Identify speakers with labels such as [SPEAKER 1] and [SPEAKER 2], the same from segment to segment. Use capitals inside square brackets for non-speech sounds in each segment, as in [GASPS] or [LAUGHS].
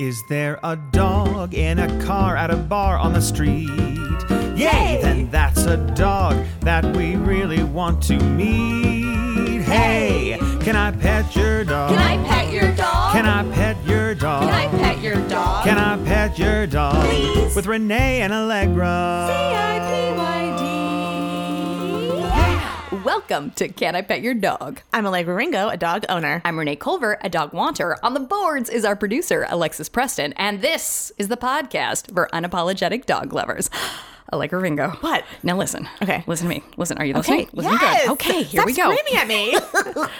[SPEAKER 1] Is there a dog in a car at a bar on the street? Yay!
[SPEAKER 2] Yay!
[SPEAKER 1] Then that's a dog that we really want to meet. Hey, can I pet your dog?
[SPEAKER 2] Can I pet your dog?
[SPEAKER 1] Can I pet your dog?
[SPEAKER 2] Can I pet your dog?
[SPEAKER 1] Can I pet your dog?
[SPEAKER 2] Please.
[SPEAKER 1] With Renee and Allegra.
[SPEAKER 2] C-I-P-Y-D. Yeah. Welcome to Can I Pet Your Dog?
[SPEAKER 3] I'm Allegra Ringo, a dog owner.
[SPEAKER 2] I'm Renee Culver, a dog wanter. On the boards is our producer, Alexis Preston, and this is the podcast for unapologetic dog lovers. [GASPS] Allegra Ringo.
[SPEAKER 3] What?
[SPEAKER 2] Now listen.
[SPEAKER 3] Okay.
[SPEAKER 2] Listen to me. Listen, are you listening? Listen
[SPEAKER 3] Yes!
[SPEAKER 2] good. Okay, here
[SPEAKER 3] Stop
[SPEAKER 2] we go.
[SPEAKER 3] Screaming
[SPEAKER 2] [LAUGHS]
[SPEAKER 3] at me.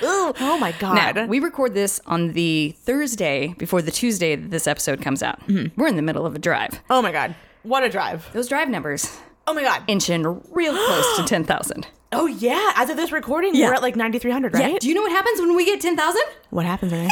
[SPEAKER 3] oh my god.
[SPEAKER 2] Now, we record this on the Thursday before the Tuesday that this episode comes out.
[SPEAKER 3] Mm-hmm.
[SPEAKER 2] We're in the middle of a drive.
[SPEAKER 3] oh my god. What a drive.
[SPEAKER 2] Those drive numbers
[SPEAKER 3] Oh my god.
[SPEAKER 2] inching real close to
[SPEAKER 3] [GASPS]
[SPEAKER 2] 10,000.
[SPEAKER 3] oh yeah. As of this recording,
[SPEAKER 2] Yeah.
[SPEAKER 3] we're at like 9,300, right?
[SPEAKER 2] Yeah. Do you know what happens when we get Oh, 10,000?
[SPEAKER 3] [LAUGHS] what happens? Renee?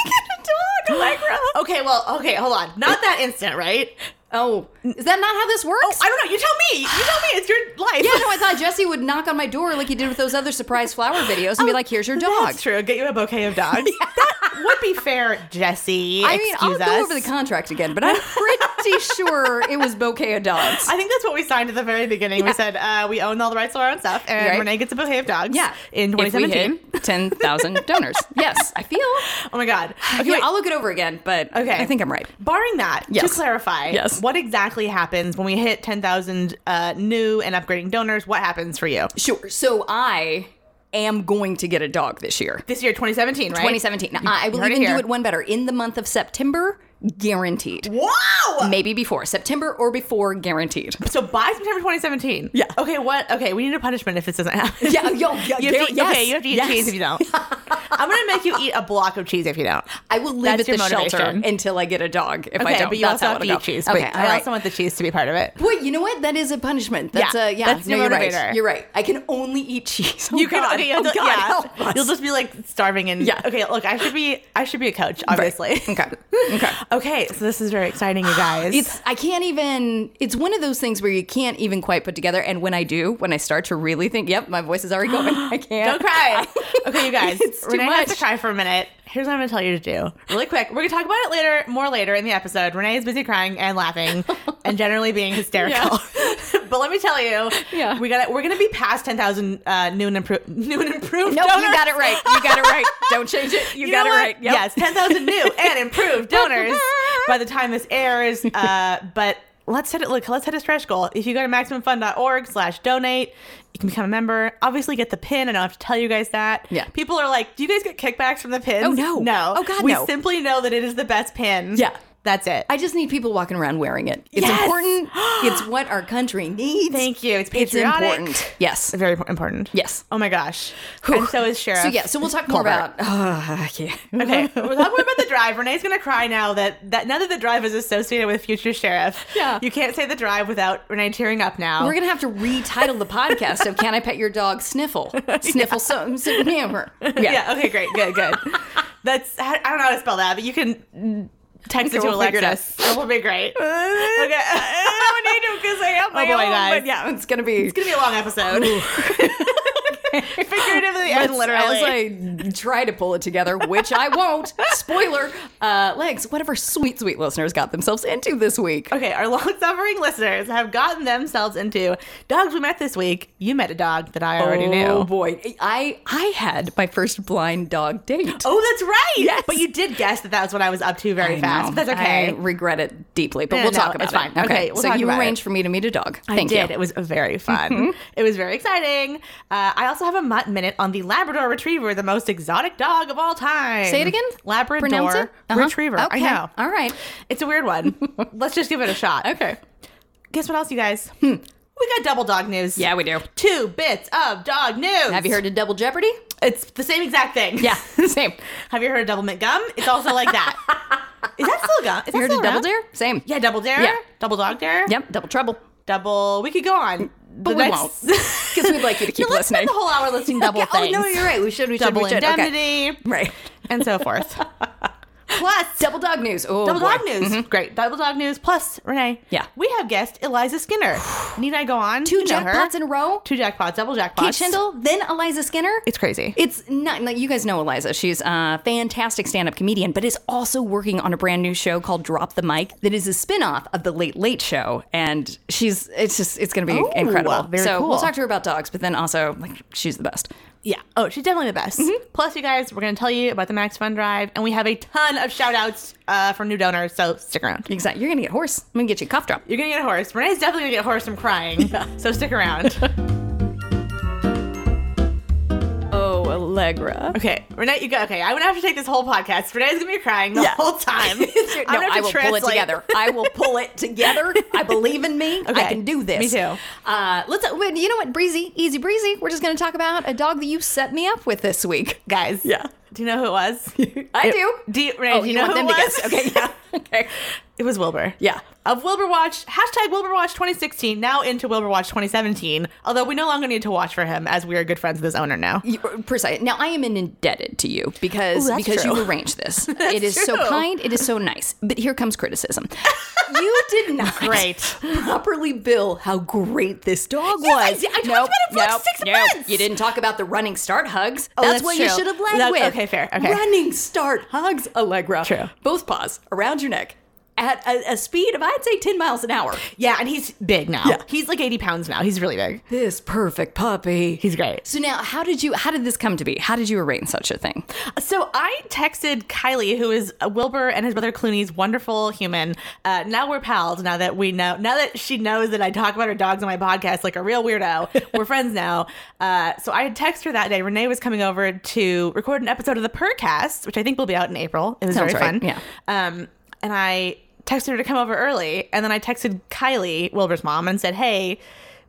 [SPEAKER 2] dog, Allegra.
[SPEAKER 3] okay. Well. Okay. Hold on. Not that instant, right?
[SPEAKER 2] Oh, is that not how this works?
[SPEAKER 3] Oh, I don't know. You tell me. You tell me. It's your life. [LAUGHS]
[SPEAKER 2] yeah, no, I thought Jesse would knock on my door like he did with those other surprise flower videos and be like, here's your dog.
[SPEAKER 3] Oh, That's true. Get you a
[SPEAKER 2] [LAUGHS]
[SPEAKER 3] bouquet of dogs. That would be fair, Jesse.
[SPEAKER 2] I mean,
[SPEAKER 3] Excuse
[SPEAKER 2] I'll go
[SPEAKER 3] us.
[SPEAKER 2] over the contract again,
[SPEAKER 3] [LAUGHS]
[SPEAKER 2] but I'm pretty sure it was bouquet of dogs.
[SPEAKER 3] I think that's what we signed at the very beginning. We said uh, we own all the rights to our own stuff, and
[SPEAKER 2] Right.
[SPEAKER 3] Renee gets a bouquet of dogs.
[SPEAKER 2] yeah,
[SPEAKER 3] in
[SPEAKER 2] If
[SPEAKER 3] 2017. [LAUGHS]
[SPEAKER 2] we hit 10,000 [LAUGHS] donors. Yes, I feel.
[SPEAKER 3] Oh
[SPEAKER 2] [SIGHS]
[SPEAKER 3] my god.
[SPEAKER 2] Okay,
[SPEAKER 3] wait.
[SPEAKER 2] I'll look it over again, but
[SPEAKER 3] Okay.
[SPEAKER 2] I think I'm right.
[SPEAKER 3] Barring that, to
[SPEAKER 2] Yes.
[SPEAKER 3] clarify,
[SPEAKER 2] Yes.
[SPEAKER 3] what exactly happens when we hit 10,000 uh, new and upgrading donors? What happens for you?
[SPEAKER 2] Sure. So I am going to get a dog this year.
[SPEAKER 3] This year, 2017, right?
[SPEAKER 2] 2017. I will
[SPEAKER 3] heard it
[SPEAKER 2] even do
[SPEAKER 3] here.
[SPEAKER 2] it one better. In the month of September, guaranteed.
[SPEAKER 3] Wow!
[SPEAKER 2] Maybe before. September or before, guaranteed.
[SPEAKER 3] So by September 2017.
[SPEAKER 2] Yeah.
[SPEAKER 3] Okay, what? Okay, we need a punishment if this doesn't happen.
[SPEAKER 2] [LAUGHS] Yeah, yo, yeah,
[SPEAKER 3] [LAUGHS] you have
[SPEAKER 2] there-
[SPEAKER 3] to,
[SPEAKER 2] yes,
[SPEAKER 3] Okay, you have to eat
[SPEAKER 2] yes. [LAUGHS]
[SPEAKER 3] cheese if you don't. I'm going to make you eat a block of cheese if you don't.
[SPEAKER 2] I will live
[SPEAKER 3] That's
[SPEAKER 2] at the
[SPEAKER 3] your motivation.
[SPEAKER 2] shelter until I get a dog. If I
[SPEAKER 3] Okay,
[SPEAKER 2] don't,
[SPEAKER 3] but you
[SPEAKER 2] that's
[SPEAKER 3] also
[SPEAKER 2] how
[SPEAKER 3] have to
[SPEAKER 2] it'll
[SPEAKER 3] eat
[SPEAKER 2] go.
[SPEAKER 3] cheese.
[SPEAKER 2] Okay,
[SPEAKER 3] but
[SPEAKER 2] all
[SPEAKER 3] I
[SPEAKER 2] right.
[SPEAKER 3] also want the cheese to be part of it.
[SPEAKER 2] Wait, you know what? That is a punishment. That's
[SPEAKER 3] Yeah,
[SPEAKER 2] a yeah.
[SPEAKER 3] that's
[SPEAKER 2] no,
[SPEAKER 3] your
[SPEAKER 2] you're right.
[SPEAKER 3] motivator.
[SPEAKER 2] You're right. I can only eat cheese. Oh,
[SPEAKER 3] You can,
[SPEAKER 2] God.
[SPEAKER 3] okay, you'll
[SPEAKER 2] oh,
[SPEAKER 3] just-
[SPEAKER 2] God,
[SPEAKER 3] yeah.
[SPEAKER 2] help us.
[SPEAKER 3] You'll just be like starving and
[SPEAKER 2] Yeah.
[SPEAKER 3] Okay, look, I should be, I should be a coach, obviously. [LAUGHS]
[SPEAKER 2] okay. Okay.
[SPEAKER 3] Okay, so this is very exciting, [GASPS] you guys.
[SPEAKER 2] It's I can't even. It's one of those things where you can't even quite put together. And when I do, when I start to really think, yep, my voice is already
[SPEAKER 3] [GASPS]
[SPEAKER 2] going. I can't.
[SPEAKER 3] Don't [LAUGHS] cry. okay, you guys.
[SPEAKER 2] It's too
[SPEAKER 3] Renee has to
[SPEAKER 2] much.
[SPEAKER 3] cry for a minute. Here's what I'm going to tell you to do. Really quick. We're going to talk about it later, more later in the episode. Renee is busy crying and [LAUGHS] laughing and generally being hysterical. [LAUGHS] but let me tell you,
[SPEAKER 2] Yeah.
[SPEAKER 3] we got to we're going to be past 10,000 uh, new and improved new and improved
[SPEAKER 2] No,
[SPEAKER 3] donors.
[SPEAKER 2] you got it right. You got it [LAUGHS] right. Don't change it. You,
[SPEAKER 3] You
[SPEAKER 2] got
[SPEAKER 3] know
[SPEAKER 2] it
[SPEAKER 3] what?
[SPEAKER 2] right. Yep.
[SPEAKER 3] Yes, 10,000 new
[SPEAKER 2] [LAUGHS]
[SPEAKER 3] and improved donors by the time this airs. Uh, but let's hit it. Look, let's hit a stretch goal. If you go to maximumfund.org slash donate, you can become a member. Obviously, get the pin. I don't have to tell you guys that.
[SPEAKER 2] Yeah.
[SPEAKER 3] People are like, do you guys get kickbacks from the pins?
[SPEAKER 2] Oh, no.
[SPEAKER 3] No.
[SPEAKER 2] Oh, God,
[SPEAKER 3] We
[SPEAKER 2] no.
[SPEAKER 3] simply know that it is the best pin.
[SPEAKER 2] Yeah.
[SPEAKER 3] That's it.
[SPEAKER 2] I just need people walking around wearing it. It's
[SPEAKER 3] Yes!
[SPEAKER 2] [GASPS] important. It's what our country needs.
[SPEAKER 3] Thank you. It's
[SPEAKER 2] It's
[SPEAKER 3] patriotic.
[SPEAKER 2] important. Yes.
[SPEAKER 3] Very important.
[SPEAKER 2] Yes.
[SPEAKER 3] Oh my gosh.
[SPEAKER 2] Whew.
[SPEAKER 3] And so is Sheriff.
[SPEAKER 2] So yeah. So we'll talk more about.
[SPEAKER 3] Colbert.
[SPEAKER 2] Uh, yeah.
[SPEAKER 3] Okay, [LAUGHS] we're talking about the drive. Renee's gonna cry now that that now that the drive is associated with future sheriff.
[SPEAKER 2] Yeah.
[SPEAKER 3] you can't say the drive without Renee tearing up now.
[SPEAKER 2] We're gonna have to retitle the podcast of "Can I Pet Your Dog?" Sniffle, [LAUGHS] sniffle, so, so hammer. [LAUGHS]
[SPEAKER 3] yeah. Okay, great, good, good. That's I I don't know how to spell that, but you can text
[SPEAKER 2] Okay,
[SPEAKER 3] it to
[SPEAKER 2] we'll figure it
[SPEAKER 3] Alexis. It will be [LAUGHS] great. Okay, I don't need to because I have my
[SPEAKER 2] oh boy,
[SPEAKER 3] own,
[SPEAKER 2] guys.
[SPEAKER 3] but yeah,
[SPEAKER 2] yeah, it's gonna be.
[SPEAKER 3] it's gonna be a long episode. [LAUGHS] Figuratively and literally.
[SPEAKER 2] As I [LAUGHS] try to pull it together, which I won't. Spoiler, uh, legs. Whatever sweet, sweet listeners got themselves into this week.
[SPEAKER 3] Okay, our long suffering listeners have gotten themselves into dogs we met this week. You met a dog that I already
[SPEAKER 2] Oh
[SPEAKER 3] knew.
[SPEAKER 2] boy, I I had my first blind dog date.
[SPEAKER 3] Oh, that's right.
[SPEAKER 2] Yes.
[SPEAKER 3] But you did guess that that was what I was up to very
[SPEAKER 2] I
[SPEAKER 3] fast.
[SPEAKER 2] know.
[SPEAKER 3] But that's okay.
[SPEAKER 2] I regret it deeply, but
[SPEAKER 3] No,
[SPEAKER 2] we'll
[SPEAKER 3] no,
[SPEAKER 2] talk about
[SPEAKER 3] it's
[SPEAKER 2] it.
[SPEAKER 3] fine. Okay, we'll
[SPEAKER 2] so
[SPEAKER 3] talk
[SPEAKER 2] you
[SPEAKER 3] about
[SPEAKER 2] arranged for me to meet a dog.
[SPEAKER 3] I
[SPEAKER 2] Thank
[SPEAKER 3] did.
[SPEAKER 2] you. Mm-hmm.
[SPEAKER 3] It was very fun. It was very exciting. Uh, I also have a mutt minute on the Labrador Retriever, the most exotic dog of all time.
[SPEAKER 2] Say it again.
[SPEAKER 3] Labrador
[SPEAKER 2] Pronounce it? Uh-huh.
[SPEAKER 3] Retriever.
[SPEAKER 2] Okay.
[SPEAKER 3] I know.
[SPEAKER 2] All right.
[SPEAKER 3] It's a
[SPEAKER 2] [LAUGHS]
[SPEAKER 3] weird one. Let's just give it a shot.
[SPEAKER 2] Okay. Hmm.
[SPEAKER 3] Guess what else, you guys? We got double dog news.
[SPEAKER 2] Yeah, we do.
[SPEAKER 3] Two bits of dog news.
[SPEAKER 2] Have you heard of Double Jeopardy?
[SPEAKER 3] It's the same exact thing. [LAUGHS]
[SPEAKER 2] Yeah, same.
[SPEAKER 3] Have you heard of double mint gum? It's also
[SPEAKER 2] [LAUGHS]
[SPEAKER 3] like that. Is that still gum? Is that
[SPEAKER 2] You heard
[SPEAKER 3] still
[SPEAKER 2] of Double
[SPEAKER 3] around?
[SPEAKER 2] Dare? Same.
[SPEAKER 3] Yeah, double dare.
[SPEAKER 2] Yeah.
[SPEAKER 3] Double dog dare.
[SPEAKER 2] Yep. Double Trouble.
[SPEAKER 3] Double. We could go on.
[SPEAKER 2] Mm, But we won't
[SPEAKER 3] [LAUGHS]
[SPEAKER 2] because we'd like you [LAUGHS] to keep
[SPEAKER 3] Let's
[SPEAKER 2] listening.
[SPEAKER 3] spend the whole
[SPEAKER 2] [LAUGHS]
[SPEAKER 3] hour listing [LAUGHS] double
[SPEAKER 2] Okay.
[SPEAKER 3] things.
[SPEAKER 2] Oh no, you're right. We should. We should.
[SPEAKER 3] double
[SPEAKER 2] we should. Okay.
[SPEAKER 3] [LAUGHS] indemnity
[SPEAKER 2] Right.
[SPEAKER 3] and so forth. Plus,
[SPEAKER 2] Double dog news. Oh,
[SPEAKER 3] Double
[SPEAKER 2] boy.
[SPEAKER 3] Dog News. Great. Double Dog News. Plus, Renee.
[SPEAKER 2] Yeah.
[SPEAKER 3] We have guest
[SPEAKER 2] [SIGHS]
[SPEAKER 3] Eliza Skinner. Need I go on?
[SPEAKER 2] Two
[SPEAKER 3] You know her.
[SPEAKER 2] jackpots in a row.
[SPEAKER 3] Two jackpots. Double jackpots.
[SPEAKER 2] Kate Schindel, then Eliza Skinner.
[SPEAKER 3] It's crazy.
[SPEAKER 2] It's not like you guys know Eliza. She's a fantastic stand-up comedian, but is also working on a brand new show called Drop the Mic that is a spin-off of the Late Late Show, and she's it's just it's going to be
[SPEAKER 3] Oh,
[SPEAKER 2] incredible.
[SPEAKER 3] very
[SPEAKER 2] so we'll
[SPEAKER 3] cool.
[SPEAKER 2] talk to her about dogs, but then also like she's the best.
[SPEAKER 3] yeah. Oh, she's definitely the best.
[SPEAKER 2] Mm-hmm.
[SPEAKER 3] Plus, you guys, we're going to tell you about the Max Fun Drive, and we have a ton of shout outs uh, from new donors, so stick around.
[SPEAKER 2] Exactly. You're going to get horse. I'm going to get you a cough drop.
[SPEAKER 3] You're going to get a horse. Renee's definitely going to get a horse
[SPEAKER 2] [LAUGHS]
[SPEAKER 3] from crying, so stick around.
[SPEAKER 2] Oh, Allegra.
[SPEAKER 3] Okay, Renee, you go. Okay, I'm gonna have to take this whole podcast. Renee's gonna be crying [LAUGHS] the
[SPEAKER 2] Yeah. [LAUGHS]
[SPEAKER 3] whole time. no,
[SPEAKER 2] no, I will pull it together. I will pull it together. I believe in me. I
[SPEAKER 3] Okay.
[SPEAKER 2] can do this.
[SPEAKER 3] Me too.
[SPEAKER 2] Uh, let's. wait, You know what, Breezy, easy breezy. We're just going to talk about a dog that you set me up with this week.
[SPEAKER 3] Guys,
[SPEAKER 2] Yeah.
[SPEAKER 3] Do you know who it was?
[SPEAKER 2] [LAUGHS] I
[SPEAKER 3] It-
[SPEAKER 2] do.
[SPEAKER 3] Do you, Renee,
[SPEAKER 2] Oh,
[SPEAKER 3] do
[SPEAKER 2] you
[SPEAKER 3] you know
[SPEAKER 2] want
[SPEAKER 3] who
[SPEAKER 2] them
[SPEAKER 3] it
[SPEAKER 2] to
[SPEAKER 3] was?
[SPEAKER 2] guess? Okay, yeah. Okay.
[SPEAKER 3] [LAUGHS] It was Wilbur.
[SPEAKER 2] Yeah.
[SPEAKER 3] Of Wilbur Watch, hashtag Wilbur Watch 2016, now into Wilbur Watch 2017. Although we no longer need to watch for him as we are good friends with his owner now.
[SPEAKER 2] You, precise. Now I am indebted to you because
[SPEAKER 3] Ooh, that's
[SPEAKER 2] because
[SPEAKER 3] true.
[SPEAKER 2] you arranged
[SPEAKER 3] [LAUGHS]
[SPEAKER 2] this. it is so
[SPEAKER 3] true.
[SPEAKER 2] kind. It is so nice. But here comes
[SPEAKER 3] [LAUGHS]
[SPEAKER 2] criticism. you did not
[SPEAKER 3] Great.
[SPEAKER 2] properly bill how great this dog
[SPEAKER 3] Yes,
[SPEAKER 2] was.
[SPEAKER 3] I did. I talked about it for like six months.
[SPEAKER 2] You didn't talk about the running start hugs.
[SPEAKER 3] Oh,
[SPEAKER 2] that's,
[SPEAKER 3] that's
[SPEAKER 2] what you
[SPEAKER 3] true.
[SPEAKER 2] should have led
[SPEAKER 3] That-
[SPEAKER 2] with.
[SPEAKER 3] okay, fair. Okay.
[SPEAKER 2] Running start hugs, Allegra.
[SPEAKER 3] True.
[SPEAKER 2] Both paws around your neck at a, a speed of I'd say ten miles an hour.
[SPEAKER 3] Yeah, and he's big now.
[SPEAKER 2] Yeah.
[SPEAKER 3] He's like 80 pounds now. He's really big.
[SPEAKER 2] This perfect puppy.
[SPEAKER 3] He's great.
[SPEAKER 2] So now, how did you? How did this come to be? How did you arrange such a thing?
[SPEAKER 3] So I texted Kylie, who is uh, Wilbur and his brother Clooney's wonderful human. Uh, now we're pals. Now that we know, now that she knows that I talk about her dogs on my podcast like a
[SPEAKER 2] [LAUGHS]
[SPEAKER 3] real weirdo, we're friends now. Uh, so I had texted her that day. Renee was coming over to record an episode of the Percast, which I think will be out in April. It was
[SPEAKER 2] Sounds
[SPEAKER 3] very
[SPEAKER 2] right,
[SPEAKER 3] fun.
[SPEAKER 2] yeah.
[SPEAKER 3] Um, and I texted her to come over early, and then I texted Kylie, Wilbur's mom, and said, "Hey,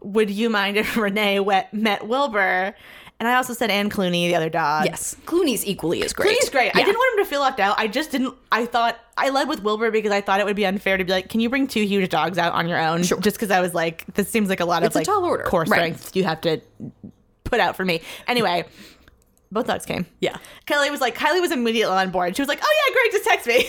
[SPEAKER 3] would you mind if [LAUGHS] Renee wet, met Wilbur?" And I also said, "And Clooney, the other dog."
[SPEAKER 2] Yes, Clooney's equally as great.
[SPEAKER 3] Clooney's great. I
[SPEAKER 2] Yeah.
[SPEAKER 3] didn't want him to feel left out. I just didn't. I thought I led with Wilbur because I thought it would be unfair to be like, can you bring two huge dogs out on your own? Sure. Just because I was like, this seems like a lot
[SPEAKER 2] It's a
[SPEAKER 3] of like
[SPEAKER 2] tall order.
[SPEAKER 3] core
[SPEAKER 2] Right.
[SPEAKER 3] strength you have to put out for me. Anyway, both dogs came.
[SPEAKER 2] Yeah.
[SPEAKER 3] Kylie was like, Kylie was immediately on board. She was like, oh yeah, Greg just text me.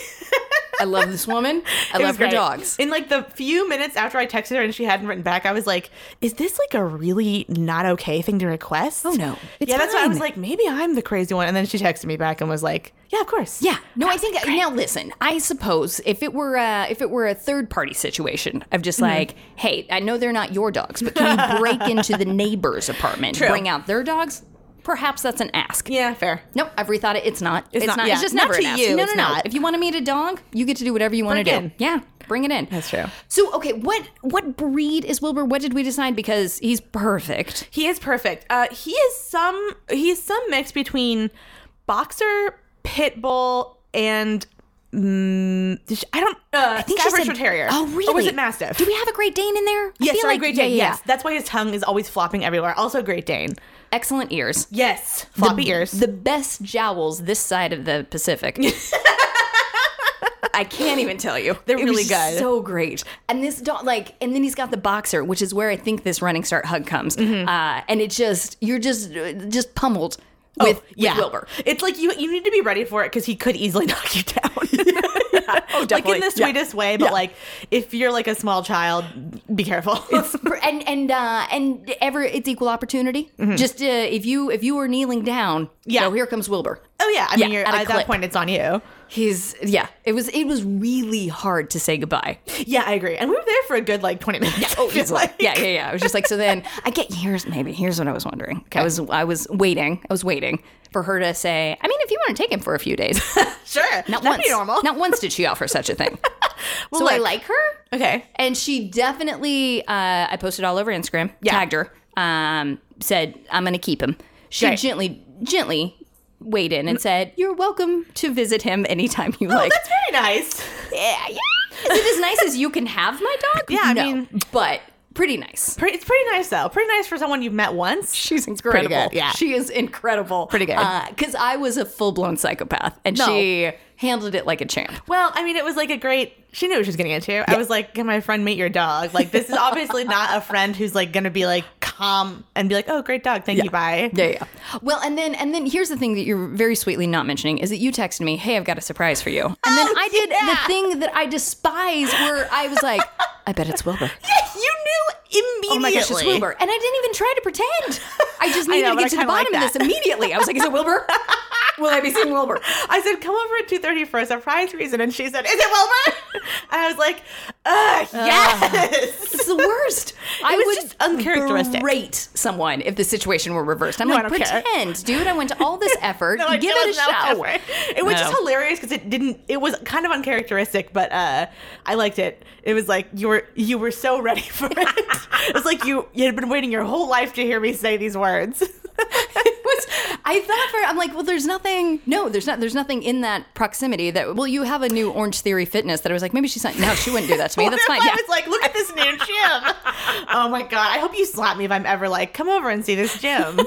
[SPEAKER 3] [LAUGHS]
[SPEAKER 2] I love this [LAUGHS] woman. I
[SPEAKER 3] It
[SPEAKER 2] love
[SPEAKER 3] was
[SPEAKER 2] her
[SPEAKER 3] great.
[SPEAKER 2] dogs.
[SPEAKER 3] In like the few minutes after I texted her and she hadn't written back, I was like, is this like a really not okay thing to request?
[SPEAKER 2] Oh, no. It's
[SPEAKER 3] yeah, that's why I was
[SPEAKER 2] fine.
[SPEAKER 3] like, maybe I'm the crazy one. And then she texted me back and was like, yeah, of course.
[SPEAKER 2] yeah. No, I think now listen. I suppose if it were uh, if it were a third party situation of just like, hey, I know they're not your dogs, but can you [LAUGHS] break into the neighbor's apartment,
[SPEAKER 3] True.
[SPEAKER 2] bring out their dogs? Perhaps that's an ask.
[SPEAKER 3] Yeah, fair.
[SPEAKER 2] Nope, I've rethought it. It's not. It's,
[SPEAKER 3] not-
[SPEAKER 2] not.
[SPEAKER 3] yeah.
[SPEAKER 2] It's just
[SPEAKER 3] Not
[SPEAKER 2] never an
[SPEAKER 3] to
[SPEAKER 2] ask.
[SPEAKER 3] you,
[SPEAKER 2] No, no,
[SPEAKER 3] it's
[SPEAKER 2] no.
[SPEAKER 3] not.
[SPEAKER 2] If you want to meet a dog, you get to do whatever you want
[SPEAKER 3] Bring
[SPEAKER 2] to
[SPEAKER 3] it
[SPEAKER 2] do.
[SPEAKER 3] in.
[SPEAKER 2] Yeah, bring it in.
[SPEAKER 3] That's true.
[SPEAKER 2] So, okay, what what breed is Wilbur? What did we decide? Because he's perfect.
[SPEAKER 3] He is perfect. Uh, he is some he is some mix between boxer, pit bull, and mm, did she- I don't uh, I
[SPEAKER 2] think she
[SPEAKER 3] Staffordshire
[SPEAKER 2] said-
[SPEAKER 3] Terrier.
[SPEAKER 2] Oh, really?
[SPEAKER 3] Or was it Mastiff?
[SPEAKER 2] Do we have a Great Dane in there? I
[SPEAKER 3] yes,
[SPEAKER 2] feel
[SPEAKER 3] sorry,
[SPEAKER 2] like-
[SPEAKER 3] Great
[SPEAKER 2] yeah,
[SPEAKER 3] Dane.
[SPEAKER 2] yeah, yeah.
[SPEAKER 3] Yes, that's why his tongue is always flopping everywhere. Also, Great Dane.
[SPEAKER 2] Excellent ears.
[SPEAKER 3] Yes, floppy
[SPEAKER 2] the,
[SPEAKER 3] ears.
[SPEAKER 2] The best jowls this side of the
[SPEAKER 3] [LAUGHS]
[SPEAKER 2] Pacific. I can't even tell you. They're
[SPEAKER 3] really good.
[SPEAKER 2] So great. And this dog, like, and then he's got the boxer, which is where I think this running start hug comes.
[SPEAKER 3] Mm-hmm.
[SPEAKER 2] Uh, and it just, you're just, just pummeled
[SPEAKER 3] Oh,
[SPEAKER 2] with, with Wilbur.
[SPEAKER 3] It's like you you need to be ready for it because he could easily [LAUGHS] knock you down.
[SPEAKER 2] Oh,
[SPEAKER 3] like in the
[SPEAKER 2] Yeah.
[SPEAKER 3] sweetest way, but
[SPEAKER 2] Yeah.
[SPEAKER 3] like if you're like a small child, be careful.
[SPEAKER 2] and and uh, and ever it's equal opportunity. Just uh, if you if you were kneeling down,
[SPEAKER 3] Mm-hmm. Yeah.
[SPEAKER 2] So here comes Wilbur.
[SPEAKER 3] [LAUGHS] oh yeah, I mean
[SPEAKER 2] Yeah,
[SPEAKER 3] you're,
[SPEAKER 2] at a
[SPEAKER 3] at that
[SPEAKER 2] clip.
[SPEAKER 3] point it's on you.
[SPEAKER 2] He's yeah. It was it was really hard to say goodbye.
[SPEAKER 3] Yeah, I agree. And we were there for a good like 20 minutes. Yeah. [LAUGHS]
[SPEAKER 2] Oh, he's like, yeah, yeah, yeah. I was just like, so then I get here's maybe here's what I was wondering. I was I was waiting. I was waiting for her to say. I mean, if you want to take him for a few [LAUGHS] days,
[SPEAKER 3] Sure.
[SPEAKER 2] not
[SPEAKER 3] That'd
[SPEAKER 2] once,
[SPEAKER 3] be normal.
[SPEAKER 2] not once did she offer such a [LAUGHS] thing.
[SPEAKER 3] Well,
[SPEAKER 2] so I
[SPEAKER 3] look.
[SPEAKER 2] like her.
[SPEAKER 3] Okay.
[SPEAKER 2] And she definitely, uh, I posted all over Instagram,
[SPEAKER 3] Yeah.
[SPEAKER 2] tagged her, um, said, I'm going to keep him. She
[SPEAKER 3] Great.
[SPEAKER 2] gently, gently weighed in and said, You're welcome to visit him anytime you
[SPEAKER 3] Oh,
[SPEAKER 2] like.
[SPEAKER 3] that's very nice.
[SPEAKER 2] yeah, yeah. Is it as nice as you can have my dog?
[SPEAKER 3] Yeah, I
[SPEAKER 2] No,
[SPEAKER 3] mean-
[SPEAKER 2] but pretty nice.
[SPEAKER 3] Pretty, it's pretty nice though. Pretty nice for someone you've met
[SPEAKER 2] [LAUGHS]
[SPEAKER 3] once.
[SPEAKER 2] She's
[SPEAKER 3] pretty
[SPEAKER 2] incredible.
[SPEAKER 3] good, yeah.
[SPEAKER 2] She is incredible.
[SPEAKER 3] Pretty good.
[SPEAKER 2] Because I was a full blown psychopath and
[SPEAKER 3] No.
[SPEAKER 2] she handled it like a champ.
[SPEAKER 3] Well, I mean, it was like a great.
[SPEAKER 2] [LAUGHS]
[SPEAKER 3] She knew what she was getting into. I was like, "Can my friend meet your dog?" Like, this is obviously not a friend who's like going to be like calm and be like, oh, great dog. Thank you. Bye.
[SPEAKER 2] Yeah, yeah. Well, and then and then here's the thing that you're very sweetly not mentioning is that you texted me, "Hey, I've got a surprise for you." And then I did the
[SPEAKER 3] yeah.
[SPEAKER 2] thing that I despise where I was [LAUGHS] like, "I bet it's Wilbur."
[SPEAKER 3] [LAUGHS] you knew immediately.
[SPEAKER 2] Oh my gosh, it's Wilbur. And I didn't even try to pretend. [LAUGHS] I just
[SPEAKER 3] I
[SPEAKER 2] needed
[SPEAKER 3] know,
[SPEAKER 2] to
[SPEAKER 3] but I
[SPEAKER 2] get to the
[SPEAKER 3] kinda like
[SPEAKER 2] bottom of this
[SPEAKER 3] that.
[SPEAKER 2] immediately. I was like, "Is it [LAUGHS] Wilbur? Will I be seeing Wilbur?"
[SPEAKER 3] I said, come over at 2.30 for a surprise reason. And she said, is it Wilbur? [LAUGHS] and I was like, ugh, yes.
[SPEAKER 2] It's the worst. I
[SPEAKER 3] was
[SPEAKER 2] would
[SPEAKER 3] just uncharacteristic.
[SPEAKER 2] berate someone if the situation were reversed. I'm
[SPEAKER 3] No,
[SPEAKER 2] like,
[SPEAKER 3] I don't care.
[SPEAKER 2] pretend, dude. I went to all
[SPEAKER 3] [LAUGHS]
[SPEAKER 2] this effort. [LAUGHS]
[SPEAKER 3] No, I
[SPEAKER 2] Give
[SPEAKER 3] don't
[SPEAKER 2] it a
[SPEAKER 3] know,
[SPEAKER 2] shot.
[SPEAKER 3] Jeffrey. It was
[SPEAKER 2] No.
[SPEAKER 3] just hilarious because it didn't. It was kind of uncharacteristic, but uh, I liked it. It was like you were you were so ready for
[SPEAKER 2] [LAUGHS]
[SPEAKER 3] it. it was like you you had been waiting your whole life to hear me say these words. [LAUGHS]
[SPEAKER 2] was I thought for I'm like, well, there's nothing. No, there's not. There's nothing in that proximity that. Well, you have a new Orange Theory Fitness that I was like, maybe she's not. No, she wouldn't do that to me.
[SPEAKER 3] [LAUGHS] What
[SPEAKER 2] That's
[SPEAKER 3] if
[SPEAKER 2] fine.
[SPEAKER 3] I
[SPEAKER 2] Yeah.
[SPEAKER 3] was like, look at this
[SPEAKER 2] [LAUGHS]
[SPEAKER 3] new gym. oh my god! I hope you slap me if I'm ever like, come over and see this
[SPEAKER 2] [LAUGHS]
[SPEAKER 3] gym.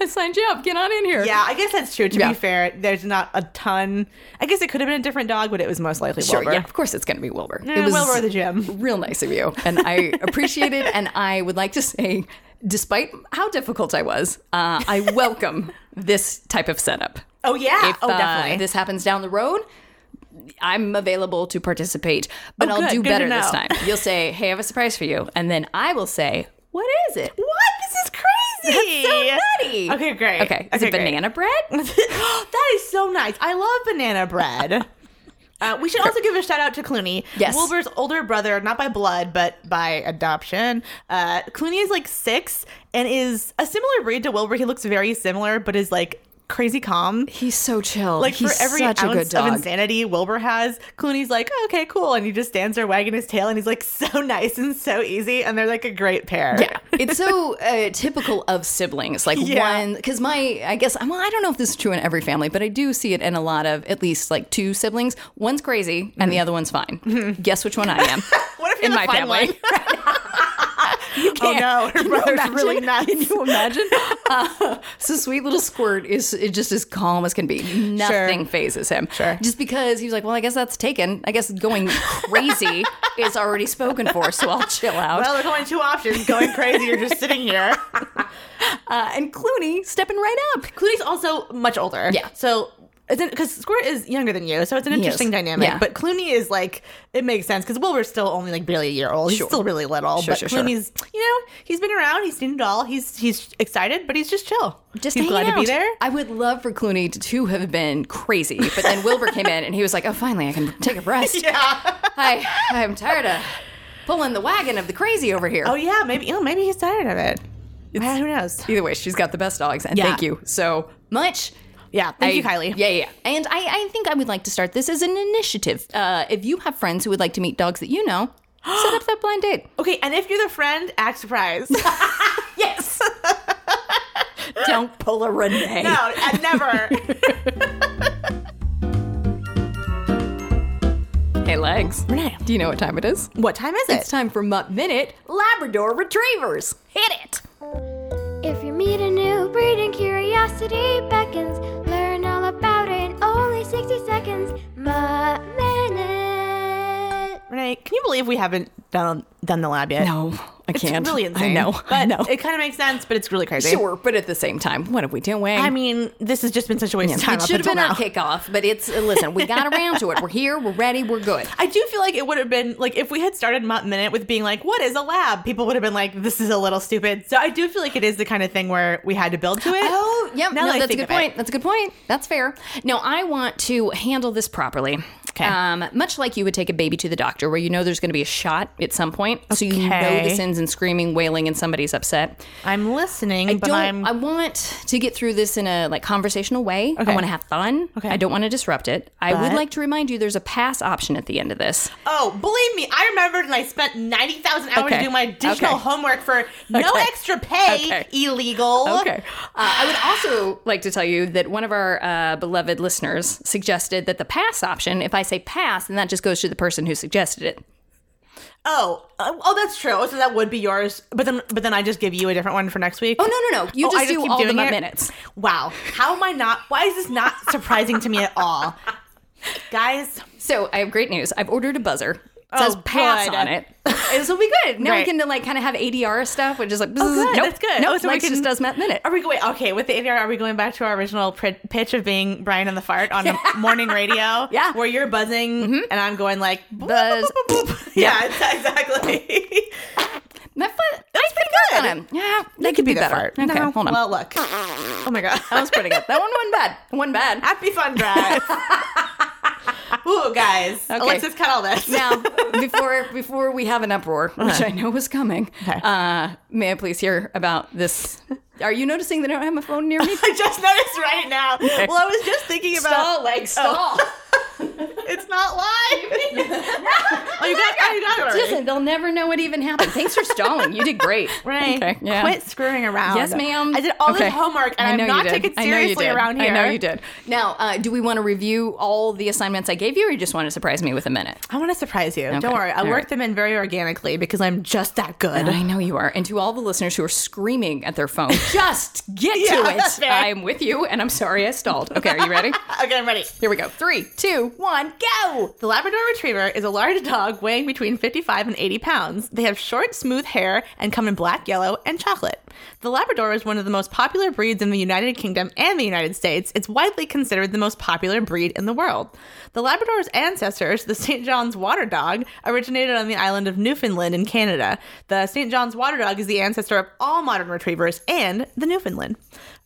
[SPEAKER 2] I signed you up. Get on in here.
[SPEAKER 3] yeah, I guess that's true. To
[SPEAKER 2] Yeah.
[SPEAKER 3] be fair, there's not a ton. I guess it could have been a different dog, but it was most likely
[SPEAKER 2] Sure.
[SPEAKER 3] Wilbur.
[SPEAKER 2] Yeah. Of course, it's gonna be Wilbur.
[SPEAKER 3] Eh, Wilbur at the gym.
[SPEAKER 2] Real nice of you, and
[SPEAKER 3] [LAUGHS]
[SPEAKER 2] I appreciate it. And I would like to say, despite how difficult I was, uh, I welcome this type of setup.
[SPEAKER 3] Oh yeah.
[SPEAKER 2] if
[SPEAKER 3] oh
[SPEAKER 2] uh,
[SPEAKER 3] definitely.
[SPEAKER 2] this happens down the road, I'm available to participate, but
[SPEAKER 3] Oh,
[SPEAKER 2] I'll
[SPEAKER 3] good.
[SPEAKER 2] do
[SPEAKER 3] Good to
[SPEAKER 2] better this
[SPEAKER 3] know.
[SPEAKER 2] time. You'll say, "Hey, I have a surprise for you," and then I will say, "What is it?"
[SPEAKER 3] What? This is crazy.
[SPEAKER 2] That's so nutty.
[SPEAKER 3] Okay, great.
[SPEAKER 2] Okay, is it
[SPEAKER 3] Okay, great.
[SPEAKER 2] banana bread?
[SPEAKER 3] [LAUGHS] that is so nice. I love
[SPEAKER 2] [LAUGHS]
[SPEAKER 3] banana bread. Uh, we should also give a shout out to Clooney,
[SPEAKER 2] Yes.
[SPEAKER 3] Wilbur's older brother, not by blood but by adoption. Uh, Clooney is like six and is a similar breed to Wilbur. He looks very similar, but is like crazy calm.
[SPEAKER 2] He's so chill.
[SPEAKER 3] Like
[SPEAKER 2] He's
[SPEAKER 3] for every
[SPEAKER 2] such a
[SPEAKER 3] ounce
[SPEAKER 2] good dog.
[SPEAKER 3] of insanity Wilbur has, Clooney's like, "Oh, okay, cool, and he just stands there wagging his tail, and he's like [LAUGHS] so nice and so easy, and they're like a great pair.
[SPEAKER 2] yeah, it's so uh, typical of siblings. Like
[SPEAKER 3] Yeah.
[SPEAKER 2] one, because my, I guess, well, I don't know if this is true in every family, but I do see it in a lot of at least like two siblings. One's crazy and the other one's fine. Guess which one I am?
[SPEAKER 3] Mm-hmm. [LAUGHS] What if you're
[SPEAKER 2] in
[SPEAKER 3] the
[SPEAKER 2] my
[SPEAKER 3] fun
[SPEAKER 2] family?
[SPEAKER 3] one?
[SPEAKER 2] you
[SPEAKER 3] Oh no,
[SPEAKER 2] [LAUGHS]
[SPEAKER 3] her brother's
[SPEAKER 2] imagine?
[SPEAKER 3] really nuts.
[SPEAKER 2] Can you imagine?
[SPEAKER 3] [LAUGHS]
[SPEAKER 2] Uh, so sweet little squirt is it just as calm as can be. Nothing phases him.
[SPEAKER 3] Sure.
[SPEAKER 2] Just because he was like, well, I guess that's taken. I guess going
[SPEAKER 3] [LAUGHS]
[SPEAKER 2] crazy is already spoken for, so I'll chill out.
[SPEAKER 3] Well, there's only two options: going crazy or just sitting [LAUGHS] here.
[SPEAKER 2] uh, and Clooney stepping right up.
[SPEAKER 3] Clooney's also much older.
[SPEAKER 2] Yeah.
[SPEAKER 3] So. Because Squirt is younger than you, so it's an
[SPEAKER 2] is.
[SPEAKER 3] interesting dynamic.
[SPEAKER 2] Yeah.
[SPEAKER 3] But Clooney is like, it makes sense because Wilbur's still only like barely a year old.
[SPEAKER 2] Sure.
[SPEAKER 3] He's still really little.
[SPEAKER 2] Sure,
[SPEAKER 3] but
[SPEAKER 2] sure, sure.
[SPEAKER 3] Clooney's, you know, he's been around. He's seen it all. He's he's excited, but he's just chill.
[SPEAKER 2] Just
[SPEAKER 3] he's glad
[SPEAKER 2] hanging
[SPEAKER 3] to be
[SPEAKER 2] out.
[SPEAKER 3] there.
[SPEAKER 2] I would love for Clooney to, to have been crazy, but then Wilbur came in and he was like, "Oh, finally, I can take a rest.
[SPEAKER 3] [LAUGHS] Yeah.
[SPEAKER 2] [LAUGHS] I I'm tired of pulling the wagon of the crazy over here."
[SPEAKER 3] Oh yeah. Maybe you know, maybe he's tired of it. Yeah, who knows?
[SPEAKER 2] Either way, she's got the best dogs, and
[SPEAKER 3] Yeah.
[SPEAKER 2] thank you so much.
[SPEAKER 3] Yeah. Thank
[SPEAKER 2] I-
[SPEAKER 3] you, Kylie.
[SPEAKER 2] Yeah, yeah. And I, I think I would like to start this as an initiative. Uh, if you have friends who would like to meet dogs that you know, [GASPS] set up that blind date.
[SPEAKER 3] Okay. And if you're the friend,
[SPEAKER 2] [LAUGHS]
[SPEAKER 3] act surprised. [LAUGHS]
[SPEAKER 2] Yes. Don't pull a Renee.
[SPEAKER 3] no, and never.
[SPEAKER 2] Hey, legs.
[SPEAKER 3] Renee.
[SPEAKER 2] Do you know what time it is?
[SPEAKER 3] what time is
[SPEAKER 2] It's time for Mutt Minute Labrador Retrievers. Hit it.
[SPEAKER 4] If you meet a new breed and curiosity beckons, learn all about it in only 60 seconds. Mutt Minute.
[SPEAKER 3] Renee, can you believe we haven't done done the lab yet?
[SPEAKER 2] No, I
[SPEAKER 3] It's
[SPEAKER 2] can't.
[SPEAKER 3] really insane.
[SPEAKER 2] I know.
[SPEAKER 3] But
[SPEAKER 2] I know.
[SPEAKER 3] It kind of makes sense, but it's really crazy.
[SPEAKER 2] sure, but at the same time, what are we doing?
[SPEAKER 3] I mean, this has just been such a waste of time.
[SPEAKER 2] it
[SPEAKER 3] up
[SPEAKER 2] should have
[SPEAKER 3] until
[SPEAKER 2] been
[SPEAKER 3] now.
[SPEAKER 2] our kickoff, but it's listen, we got around to it. We're here, we're ready, we're good.
[SPEAKER 3] I do feel like it would have been like if we had started Mutt Minute with being like, "What is a lab?" People would have been like, "This is a little stupid." So I do feel like it is the kind of thing where we had to build to it.
[SPEAKER 2] Oh, yep.
[SPEAKER 3] Now
[SPEAKER 2] no,
[SPEAKER 3] that I
[SPEAKER 2] that's a
[SPEAKER 3] think
[SPEAKER 2] good
[SPEAKER 3] of it.
[SPEAKER 2] point. That's a good point. That's fair. No, I want to handle this properly.
[SPEAKER 3] Okay.
[SPEAKER 2] Um, much like you would take a baby to the doctor, where you know there's going to be a shot at some point, so you know the
[SPEAKER 3] Okay.
[SPEAKER 2] sins and screaming, wailing, and somebody's upset.
[SPEAKER 3] I'm listening, but
[SPEAKER 2] don't,
[SPEAKER 3] I'm
[SPEAKER 2] I want to get through this in a like conversational way. I
[SPEAKER 3] Okay.
[SPEAKER 2] want to have fun.
[SPEAKER 3] Okay.
[SPEAKER 2] I don't want to disrupt it. I would
[SPEAKER 3] But-
[SPEAKER 2] like to remind you there's a pass option at the end of this.
[SPEAKER 3] Oh, believe me, I remembered and I spent 90,000 hours
[SPEAKER 2] Okay.
[SPEAKER 3] doing my additional
[SPEAKER 2] Okay.
[SPEAKER 3] homework for no
[SPEAKER 2] Okay.
[SPEAKER 3] extra pay.
[SPEAKER 2] Okay.
[SPEAKER 3] Illegal.
[SPEAKER 2] Okay. [LAUGHS] Uh, I would also like to tell you that one of our uh, beloved listeners suggested that the pass option, if I say pass, then that just goes to the person who suggested it.
[SPEAKER 3] Oh, uh, oh, that's true. So that would be yours. But then, but then I just give you a different one for next week.
[SPEAKER 2] Oh, no, no, no. You
[SPEAKER 3] Oh,
[SPEAKER 2] just,
[SPEAKER 3] I just
[SPEAKER 2] do
[SPEAKER 3] keep
[SPEAKER 2] all the
[SPEAKER 3] doing
[SPEAKER 2] Mutt
[SPEAKER 3] it?
[SPEAKER 2] minutes.
[SPEAKER 3] Wow. How am I not? Why is this not surprising to me at all? [LAUGHS] Guys,
[SPEAKER 2] So I have great news. I've ordered a buzzer. says
[SPEAKER 3] Oh,
[SPEAKER 2] pass
[SPEAKER 3] good.
[SPEAKER 2] on it. [LAUGHS] This will be good. Now
[SPEAKER 3] Right.
[SPEAKER 2] we can like kind of have ADR stuff, which is like,
[SPEAKER 3] good.
[SPEAKER 2] nope,
[SPEAKER 3] That's good.
[SPEAKER 2] Nope,
[SPEAKER 3] Oh, so we
[SPEAKER 2] Lex
[SPEAKER 3] can-
[SPEAKER 2] just does Matt [LAUGHS] Minute.
[SPEAKER 3] Are we going okay with the ADR? Are we going back to our original pr- pitch of being Brian and the
[SPEAKER 2] [LAUGHS]
[SPEAKER 3] fart on the morning radio?
[SPEAKER 2] Yeah. Mm-hmm.
[SPEAKER 3] where you're buzzing and I'm going like boop,
[SPEAKER 2] Buzz.
[SPEAKER 3] boop, boop, boop, [LAUGHS] boop. Yeah, it's- exactly. [LAUGHS]
[SPEAKER 2] That foot,
[SPEAKER 3] That's pretty good.
[SPEAKER 2] on him. Yeah, that could be
[SPEAKER 3] the
[SPEAKER 2] better.
[SPEAKER 3] fart.
[SPEAKER 2] Okay,
[SPEAKER 3] No.
[SPEAKER 2] hold on.
[SPEAKER 3] Well, look. Oh my god,
[SPEAKER 2] [LAUGHS] that was pretty good. That one wasn't bad. One bad.
[SPEAKER 3] Happy fun [LAUGHS] drive. Ooh, guys,
[SPEAKER 2] Okay.
[SPEAKER 3] Alexis, cut all this.
[SPEAKER 2] now before before we have an uproar which i know is coming
[SPEAKER 3] Uh-huh. Okay.
[SPEAKER 2] uh, may i please hear about this are you noticing that i don't have my phone near me
[SPEAKER 3] [LAUGHS] [LAUGHS] I just noticed right now. Well, I was just thinking about
[SPEAKER 2] like stall
[SPEAKER 3] it's not live. [LAUGHS] oh, [LAUGHS] you got, oh, you got it already.
[SPEAKER 2] listen they'll never know what even happened thanks for stalling you did great
[SPEAKER 3] [LAUGHS] Right.
[SPEAKER 2] okay yeah
[SPEAKER 3] Quit screwing around.
[SPEAKER 2] Yes, ma'am.
[SPEAKER 3] I did all
[SPEAKER 2] Okay.
[SPEAKER 3] this homework and
[SPEAKER 2] I
[SPEAKER 3] I'm
[SPEAKER 2] know
[SPEAKER 3] not
[SPEAKER 2] you did.
[SPEAKER 3] taken
[SPEAKER 2] I know you
[SPEAKER 3] seriously
[SPEAKER 2] did.
[SPEAKER 3] around here.
[SPEAKER 2] I know you did. Now, uh, do we want to review all the assignments I gave you, or you just want to surprise me with a minute?
[SPEAKER 3] I want to surprise you.
[SPEAKER 2] Okay.
[SPEAKER 3] Don't worry. I
[SPEAKER 2] All
[SPEAKER 3] work
[SPEAKER 2] right.
[SPEAKER 3] them in very organically because I'm just that
[SPEAKER 2] [LAUGHS]
[SPEAKER 3] good.
[SPEAKER 2] I know you are. And to all the listeners who are screaming at their
[SPEAKER 3] [LAUGHS]
[SPEAKER 2] phone, just get
[SPEAKER 3] Yeah,
[SPEAKER 2] to
[SPEAKER 3] [LAUGHS] that's
[SPEAKER 2] it.
[SPEAKER 3] fair.
[SPEAKER 2] I'm with you, and I'm sorry I stalled. Okay, are you
[SPEAKER 3] [LAUGHS]
[SPEAKER 2] ready?
[SPEAKER 3] Okay, I'm ready.
[SPEAKER 2] Here we go. Three, two, one, go.
[SPEAKER 3] The Labrador Retriever is a large dog weighing between 55 and 80 pounds. They have short, smooth hair and come in black, yellow, and chocolate. The Labrador is one of the most popular breeds in the United Kingdom and the United States. It's widely considered the most popular breed in the world. The Labrador's ancestors, the St. John's Water Dog, originated on the island of Newfoundland in Canada. The St. John's Water Dog is the ancestor of all modern retrievers and the Newfoundland.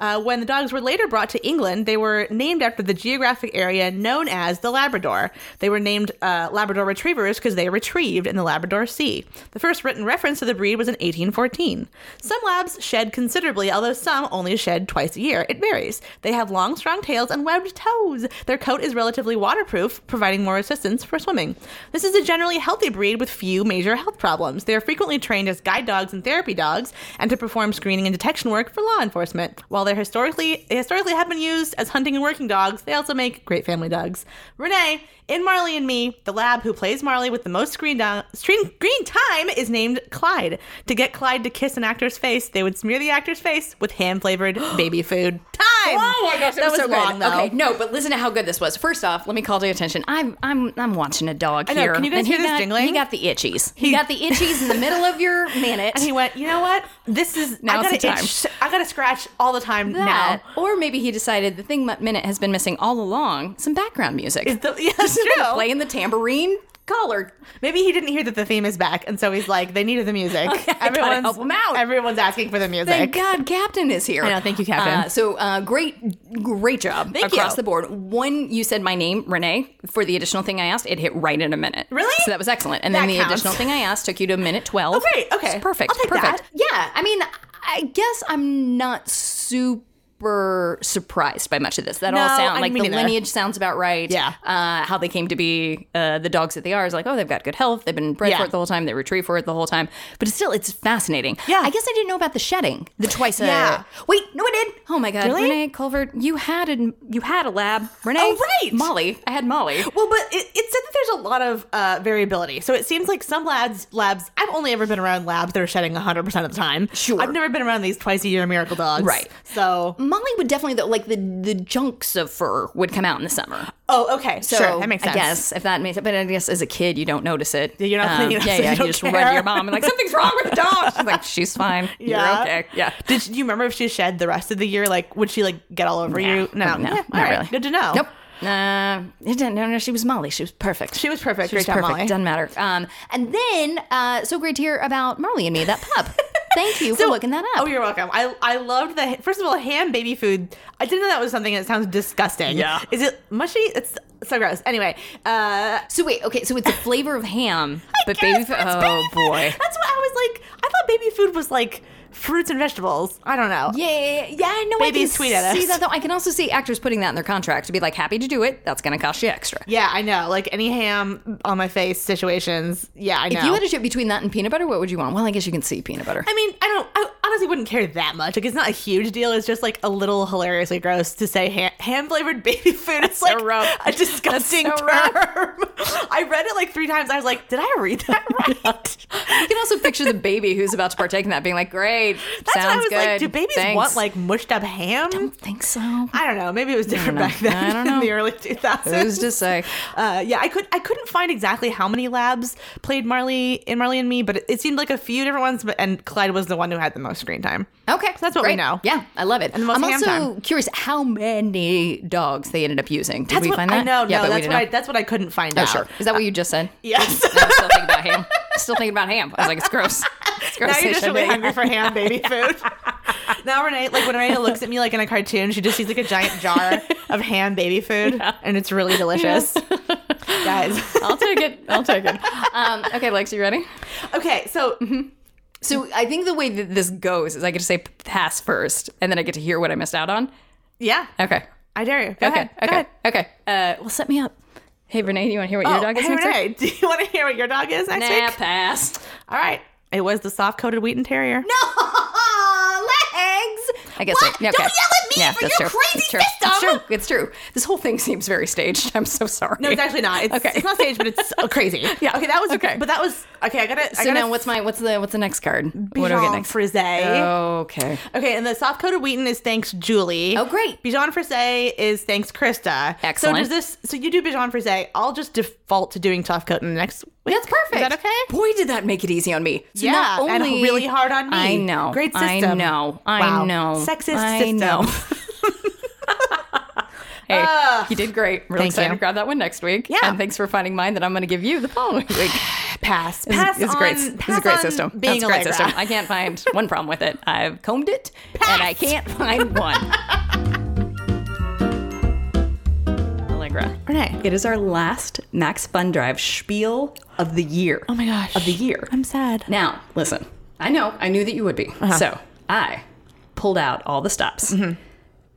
[SPEAKER 3] Uh, when the dogs were later brought to England, they were named after the geographic area known as the Labrador. They were named uh, Labrador Retrievers because they retrieved in the Labrador Sea. The first written reference to the breed was in 1814. Some labs shed considerably, although some only shed twice a year. It varies. They have long, strong tails and webbed toes. Their coat is relatively waterproof, providing more assistance for swimming. This is a generally healthy breed with few major health problems. They are frequently trained as guide dogs and therapy dogs, and to perform screening and detection work for law enforcement. While they're historically they historically have been used as hunting and working dogs, they also make great family dogs. Renee, in Marley and Me, the lab who plays Marley with the most screen, do- screen green time is named Clyde. To get Clyde to kiss an actor's face, they would smear the actor's face with ham flavored [GASPS] baby food. Time.
[SPEAKER 2] Oh my gosh, that,
[SPEAKER 3] that was,
[SPEAKER 2] so
[SPEAKER 3] long
[SPEAKER 2] good.
[SPEAKER 3] though.
[SPEAKER 2] Okay, no, but listen to how good this was. First off, let me call to your attention. I'm I'm I'm watching a dog
[SPEAKER 3] know.
[SPEAKER 2] here.
[SPEAKER 3] Can you guys
[SPEAKER 2] and he
[SPEAKER 3] hear this
[SPEAKER 2] got-
[SPEAKER 3] jingling?
[SPEAKER 2] He got the itchies. He, got the itchies in the middle of
[SPEAKER 3] [LAUGHS]
[SPEAKER 2] your minute.
[SPEAKER 3] And he went, you know what? This is
[SPEAKER 2] Now's
[SPEAKER 3] I gotta
[SPEAKER 2] the time.
[SPEAKER 3] itch- I gotta scratch all the time
[SPEAKER 2] that,
[SPEAKER 3] now.
[SPEAKER 2] or maybe he decided the thing Mutt Minute has been missing all along: some background music.
[SPEAKER 3] Is the- yeah, it's
[SPEAKER 2] [LAUGHS]
[SPEAKER 3] true.
[SPEAKER 2] Playing the tambourine collar.
[SPEAKER 3] Maybe he didn't hear that the theme is back, and so he's like, they needed the music.
[SPEAKER 2] I gotta help 'em out.
[SPEAKER 3] Everyone's asking for the music.
[SPEAKER 2] Thank God, Captain is here.
[SPEAKER 3] I know. Thank you, Captain.
[SPEAKER 2] Uh, so uh, great, great job
[SPEAKER 3] Thank
[SPEAKER 2] across
[SPEAKER 3] you.
[SPEAKER 2] the board. One, you said my name, Renee, for the additional thing I asked. It hit right in a minute.
[SPEAKER 3] Really?
[SPEAKER 2] So that was excellent. And
[SPEAKER 3] That
[SPEAKER 2] then the
[SPEAKER 3] counts.
[SPEAKER 2] additional thing I asked took you to a minute twelve.
[SPEAKER 3] Oh, great. Okay.
[SPEAKER 2] It's perfect.
[SPEAKER 3] I'll take
[SPEAKER 2] perfect.
[SPEAKER 3] that.
[SPEAKER 2] Yeah. I mean, I guess I'm not super. Surprised by much of this. That all
[SPEAKER 3] No,
[SPEAKER 2] sound
[SPEAKER 3] I
[SPEAKER 2] like
[SPEAKER 3] mean
[SPEAKER 2] the
[SPEAKER 3] neither.
[SPEAKER 2] lineage sounds about right.
[SPEAKER 3] Yeah.
[SPEAKER 2] uh, how they came to be uh, the dogs that they are is like, oh, they've got good health. They've been bred
[SPEAKER 3] Yeah.
[SPEAKER 2] for it the whole time. They retrieve for it the whole time. But it's still, it's fascinating.
[SPEAKER 3] Yeah.
[SPEAKER 2] I guess I didn't know about the shedding. The twice a
[SPEAKER 3] Yeah.
[SPEAKER 2] Wait, no, I did. Oh my god,
[SPEAKER 3] Really?
[SPEAKER 2] Renee Culvert, you had a you had a lab, Renee.
[SPEAKER 3] Oh, right.
[SPEAKER 2] Molly. I had Molly.
[SPEAKER 3] Well, but it, it said that there's a lot of uh, variability. So it seems like some labs, labs. I've only ever been around labs that are shedding 100 percent of the time.
[SPEAKER 2] Sure.
[SPEAKER 3] I've never been around these twice a year miracle dogs.
[SPEAKER 2] Right.
[SPEAKER 3] So.
[SPEAKER 2] Molly would definitely though, like the the junks of fur would come out in the summer.
[SPEAKER 3] Oh, okay.
[SPEAKER 2] So
[SPEAKER 3] sure. That makes sense.
[SPEAKER 2] I guess if that makes, but I guess as a kid you don't notice it. Um,
[SPEAKER 3] Yeah, you're not thinking of it,
[SPEAKER 2] Yeah,
[SPEAKER 3] so
[SPEAKER 2] yeah.
[SPEAKER 3] you
[SPEAKER 2] You,
[SPEAKER 3] don't
[SPEAKER 2] just run to
[SPEAKER 3] care.
[SPEAKER 2] your mom and like something's wrong with the dog. She's like, she's
[SPEAKER 3] [LAUGHS]
[SPEAKER 2] fine.
[SPEAKER 3] Yeah.
[SPEAKER 2] You're okay. Yeah.
[SPEAKER 3] Did you remember if she shed the rest of the year? Like, would she like get all over you?
[SPEAKER 2] no,
[SPEAKER 3] Yeah,
[SPEAKER 2] not
[SPEAKER 3] all right.
[SPEAKER 2] really.
[SPEAKER 3] Good to know.
[SPEAKER 2] Nope. Uh, it didn't. No, no, she was Molly. She was perfect.
[SPEAKER 3] She was perfect.
[SPEAKER 2] She was
[SPEAKER 3] Great job,
[SPEAKER 2] perfect.
[SPEAKER 3] Molly.
[SPEAKER 2] Doesn't matter. Um, and then, uh, so great to hear about Marley and me, that
[SPEAKER 3] [LAUGHS]
[SPEAKER 2] pup. Thank you for looking that up.
[SPEAKER 3] Oh, you're welcome. I I loved the first of all ham baby food. I didn't know that was something that sounds disgusting.
[SPEAKER 1] Yeah.
[SPEAKER 3] Is it mushy? It's so gross. Anyway, uh,
[SPEAKER 2] so wait, okay, so it's a flavor of [LAUGHS] ham, but
[SPEAKER 3] guess
[SPEAKER 2] baby.
[SPEAKER 3] it's
[SPEAKER 2] oh
[SPEAKER 3] food.
[SPEAKER 2] boy.
[SPEAKER 3] that's what I was like. I thought baby food was like fruits and vegetables. I don't know.
[SPEAKER 2] [LAUGHS] Yeah, yeah, I know.
[SPEAKER 3] Babies
[SPEAKER 2] I can
[SPEAKER 3] tweet at
[SPEAKER 2] see
[SPEAKER 3] us.
[SPEAKER 2] that though. I can also see actors putting that in their contract to be like, happy to do it. That's going to cost you extra.
[SPEAKER 3] Yeah, I know. Like any ham on my face situations. Yeah, I know.
[SPEAKER 2] If you had a chip between that and peanut butter, what would you want? Well, I guess you can see peanut butter.
[SPEAKER 3] I mean, I don't. I, I honestly wouldn't care that much. Like, it's not a huge deal. It's just like a little hilariously gross to say ham, ham flavored baby food. It's
[SPEAKER 2] so
[SPEAKER 3] like
[SPEAKER 2] rough.
[SPEAKER 3] a disgusting
[SPEAKER 2] That's so
[SPEAKER 3] term. [LAUGHS] I read it like three times. I was like, did I read
[SPEAKER 2] [LAUGHS]
[SPEAKER 3] that right? That's
[SPEAKER 2] You can also picture the baby who's about to partake in that being like,
[SPEAKER 3] [LAUGHS]
[SPEAKER 2] great,
[SPEAKER 3] why I
[SPEAKER 2] sounds
[SPEAKER 3] was
[SPEAKER 2] good.
[SPEAKER 3] like, do babies
[SPEAKER 2] Thanks.
[SPEAKER 3] want like mushed up ham?
[SPEAKER 2] think
[SPEAKER 3] [LAUGHS]
[SPEAKER 2] so.
[SPEAKER 3] I don't know. Maybe it was different
[SPEAKER 2] know.
[SPEAKER 3] back then.
[SPEAKER 2] I don't
[SPEAKER 3] [LAUGHS] in
[SPEAKER 2] know.
[SPEAKER 3] the early 2000s.
[SPEAKER 2] Who's to say?
[SPEAKER 3] Uh, yeah, I could I couldn't find exactly how many labs played Marley in Marley and Me, but it, it seemed like a few different ones. But and Clyde was the one who had the most screen time.
[SPEAKER 2] Okay,
[SPEAKER 3] that's what we
[SPEAKER 2] great.
[SPEAKER 3] know.
[SPEAKER 2] Yeah, I love it.
[SPEAKER 3] the most
[SPEAKER 2] I'm
[SPEAKER 3] ham
[SPEAKER 2] also
[SPEAKER 3] time.
[SPEAKER 2] curious how many dogs they ended up using. Did
[SPEAKER 3] That's
[SPEAKER 2] we
[SPEAKER 3] what
[SPEAKER 2] find that?
[SPEAKER 3] I know.
[SPEAKER 2] yeah,
[SPEAKER 3] no,
[SPEAKER 2] but we
[SPEAKER 3] that's
[SPEAKER 2] didn't
[SPEAKER 3] what I
[SPEAKER 2] know.
[SPEAKER 3] that's what I couldn't find
[SPEAKER 2] Oh,
[SPEAKER 3] out.
[SPEAKER 2] sure. Is that what you just [LAUGHS] said?
[SPEAKER 3] Yes. [LAUGHS]
[SPEAKER 2] No, I'm still thinking about ham. Still thinking about ham. I was like, it's gross. [LAUGHS] It's gross.
[SPEAKER 3] now
[SPEAKER 2] They
[SPEAKER 3] you're just
[SPEAKER 2] should
[SPEAKER 3] really
[SPEAKER 2] be.
[SPEAKER 3] hungry for ham baby food. now Renee, like when Renee looks at me like in a cartoon, she just sees like a giant jar of ham baby food, and it's really delicious, [LAUGHS]
[SPEAKER 2] [LAUGHS]
[SPEAKER 3] guys.
[SPEAKER 2] [LAUGHS] I'll take it. I'll take it. Um, okay, Lex, you ready?
[SPEAKER 3] okay, so
[SPEAKER 2] Mm-hmm. So I think the way that this goes is I get to say p- pass first, and then I get to hear what I missed out on.
[SPEAKER 3] yeah,
[SPEAKER 2] Okay.
[SPEAKER 3] I dare you. Go
[SPEAKER 2] okay.
[SPEAKER 3] ahead. Go
[SPEAKER 2] okay.
[SPEAKER 3] ahead.
[SPEAKER 2] Okay. Uh, well, set me up. Hey, Renee, do you want to hear what
[SPEAKER 3] Oh,
[SPEAKER 2] your dog is
[SPEAKER 3] hey,
[SPEAKER 2] next week?
[SPEAKER 3] Renee, [LAUGHS] do you want to hear what your dog is next
[SPEAKER 2] Nah,
[SPEAKER 3] week?
[SPEAKER 2] pass.
[SPEAKER 3] All right. It was the soft coated Wheaton Terrier. No,
[SPEAKER 2] I guess.
[SPEAKER 3] What?
[SPEAKER 2] so. Yeah, okay.
[SPEAKER 3] Don't yell at me
[SPEAKER 2] yeah,
[SPEAKER 3] for
[SPEAKER 2] that's
[SPEAKER 3] your
[SPEAKER 2] true.
[SPEAKER 3] crazy
[SPEAKER 2] it's true.
[SPEAKER 3] system.
[SPEAKER 2] It's true. It's true. This whole thing [LAUGHS] seems very staged. I'm so sorry.
[SPEAKER 3] it's actually not. It's,
[SPEAKER 2] Okay.
[SPEAKER 3] it's not staged, but it's uh, crazy.
[SPEAKER 2] [LAUGHS] Yeah.
[SPEAKER 3] Okay, that was
[SPEAKER 2] Okay.
[SPEAKER 3] But that was okay. I gotta. I
[SPEAKER 2] So
[SPEAKER 3] gotta
[SPEAKER 2] now, what's my what's the what's the next card? what do we
[SPEAKER 3] Bichon
[SPEAKER 2] get next?
[SPEAKER 3] Frise.
[SPEAKER 2] Okay.
[SPEAKER 3] Okay, and the soft coated Wheaton is thanks Julie.
[SPEAKER 2] Oh, great.
[SPEAKER 3] Bichon Frise is thanks Krista.
[SPEAKER 2] Excellent.
[SPEAKER 3] So does this? So you do Bichon Frise. I'll just default to doing soft coated next week.
[SPEAKER 2] That's perfect.
[SPEAKER 3] Is that okay?
[SPEAKER 2] Boy, did that make it easy on me. So
[SPEAKER 3] Yeah,
[SPEAKER 2] not
[SPEAKER 3] and
[SPEAKER 2] only,
[SPEAKER 3] really hard on me.
[SPEAKER 2] I know.
[SPEAKER 3] Great
[SPEAKER 2] I
[SPEAKER 3] system.
[SPEAKER 2] know. I
[SPEAKER 3] Wow.
[SPEAKER 2] know.
[SPEAKER 3] Sexist
[SPEAKER 2] I
[SPEAKER 3] system. [LAUGHS]
[SPEAKER 2] know. [LAUGHS] hey,
[SPEAKER 3] Ugh.
[SPEAKER 2] Ah. you did great. Really
[SPEAKER 3] Thank
[SPEAKER 2] excited
[SPEAKER 3] you.
[SPEAKER 2] to grab that one next week.
[SPEAKER 3] Yeah.
[SPEAKER 2] And thanks for finding mine that I'm going to give you the [LAUGHS] following week.
[SPEAKER 3] Pass.
[SPEAKER 2] This is-
[SPEAKER 3] pass
[SPEAKER 2] this is great.
[SPEAKER 3] on-
[SPEAKER 2] this is
[SPEAKER 3] pass
[SPEAKER 2] a great
[SPEAKER 3] on
[SPEAKER 2] system.
[SPEAKER 3] Being
[SPEAKER 2] That's a great
[SPEAKER 3] Allegra.
[SPEAKER 2] system. I can't find [LAUGHS] one problem with it. I've combed it and I can't find one. Allegra.
[SPEAKER 3] Renee.
[SPEAKER 2] It is our last Max Fun Drive spiel of the year.
[SPEAKER 3] Oh my gosh.
[SPEAKER 2] Of the year.
[SPEAKER 3] I'm sad.
[SPEAKER 2] Now, listen. I know. I knew that you would be. So I pulled out all the stops.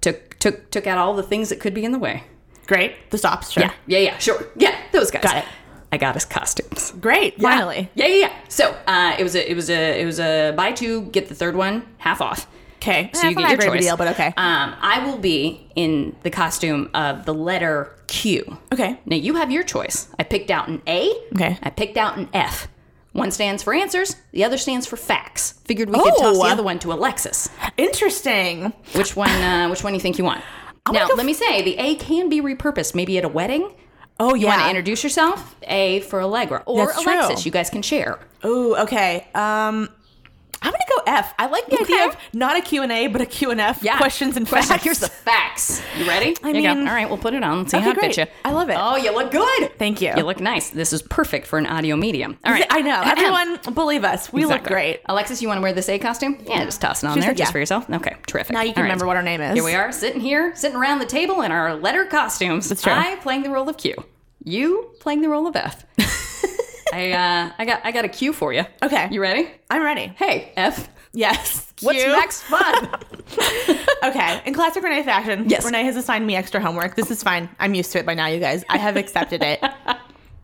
[SPEAKER 2] Took took took out all the things that could be in the way.
[SPEAKER 3] Great. The stops. Sure.
[SPEAKER 2] Yeah. Yeah. Yeah. Sure. Yeah. Those guys.
[SPEAKER 3] Got it.
[SPEAKER 2] I got us costumes.
[SPEAKER 3] Great.
[SPEAKER 2] Yeah.
[SPEAKER 3] Finally.
[SPEAKER 2] Yeah. Yeah. Yeah. So uh, it was a it was a it was a buy two get the third one half off.
[SPEAKER 3] Okay.
[SPEAKER 2] So you get
[SPEAKER 3] not
[SPEAKER 2] your
[SPEAKER 3] a great
[SPEAKER 2] choice.
[SPEAKER 3] deal, but okay.
[SPEAKER 2] Um, I will be in the costume of the letter Q.
[SPEAKER 3] Okay.
[SPEAKER 2] Now you have your choice. I picked out an A.
[SPEAKER 3] Okay.
[SPEAKER 2] I picked out an F. One stands for answers. The other stands for facts. Figured we could
[SPEAKER 3] Oh.
[SPEAKER 2] toss the other one to Alexis.
[SPEAKER 3] Interesting.
[SPEAKER 2] Which one?
[SPEAKER 3] [SIGHS]
[SPEAKER 2] Uh, which one you think you want? now, let me say the A can be repurposed. Maybe at a wedding.
[SPEAKER 3] Oh yeah.
[SPEAKER 2] You want to introduce yourself? A for Allegra or
[SPEAKER 3] That's true.
[SPEAKER 2] Alexis. You guys can share.
[SPEAKER 3] Ooh, okay. Um I'm gonna go F. I like the idea of not a Q and A, but a Q and F questions and
[SPEAKER 2] Question.
[SPEAKER 3] facts.
[SPEAKER 2] Here's the facts. You ready? I you
[SPEAKER 3] mean-
[SPEAKER 2] go. all right, we'll put it on. Let's see
[SPEAKER 3] Okay,
[SPEAKER 2] how it
[SPEAKER 3] great.
[SPEAKER 2] fits you.
[SPEAKER 3] I love it.
[SPEAKER 2] Oh, you look good.
[SPEAKER 3] [LAUGHS] Thank you.
[SPEAKER 2] You look nice. This is perfect for an audio medium. All right,
[SPEAKER 3] [LAUGHS] I know.
[SPEAKER 2] [CLEARS THROAT]
[SPEAKER 3] Everyone, believe us. We look
[SPEAKER 2] Exactly.
[SPEAKER 3] great.
[SPEAKER 2] Alexis, you want to wear this A costume? Yeah, just toss it on
[SPEAKER 3] She
[SPEAKER 2] there
[SPEAKER 3] said
[SPEAKER 2] just
[SPEAKER 3] yeah.
[SPEAKER 2] for yourself. Okay, terrific.
[SPEAKER 3] Now you can
[SPEAKER 2] All right.
[SPEAKER 3] remember what our name is.
[SPEAKER 2] Here we are, sitting here, sitting around the table in our letter costumes. That's
[SPEAKER 3] true.
[SPEAKER 2] I playing the role of Q. You playing the role of
[SPEAKER 3] [LAUGHS]
[SPEAKER 2] F. I uh, I got I got a Q for you.
[SPEAKER 3] Okay.
[SPEAKER 2] You ready?
[SPEAKER 3] I'm ready.
[SPEAKER 2] Hey, F.
[SPEAKER 3] Yes.
[SPEAKER 2] [LAUGHS] What's
[SPEAKER 3] Q.
[SPEAKER 2] next fun?
[SPEAKER 3] [LAUGHS]
[SPEAKER 2] [LAUGHS]
[SPEAKER 3] Okay. In classic Renee fashion,
[SPEAKER 2] Yes.
[SPEAKER 3] Renee has assigned me extra homework. This is fine. I'm used to it by now, you guys. I have accepted
[SPEAKER 2] [LAUGHS]
[SPEAKER 3] it.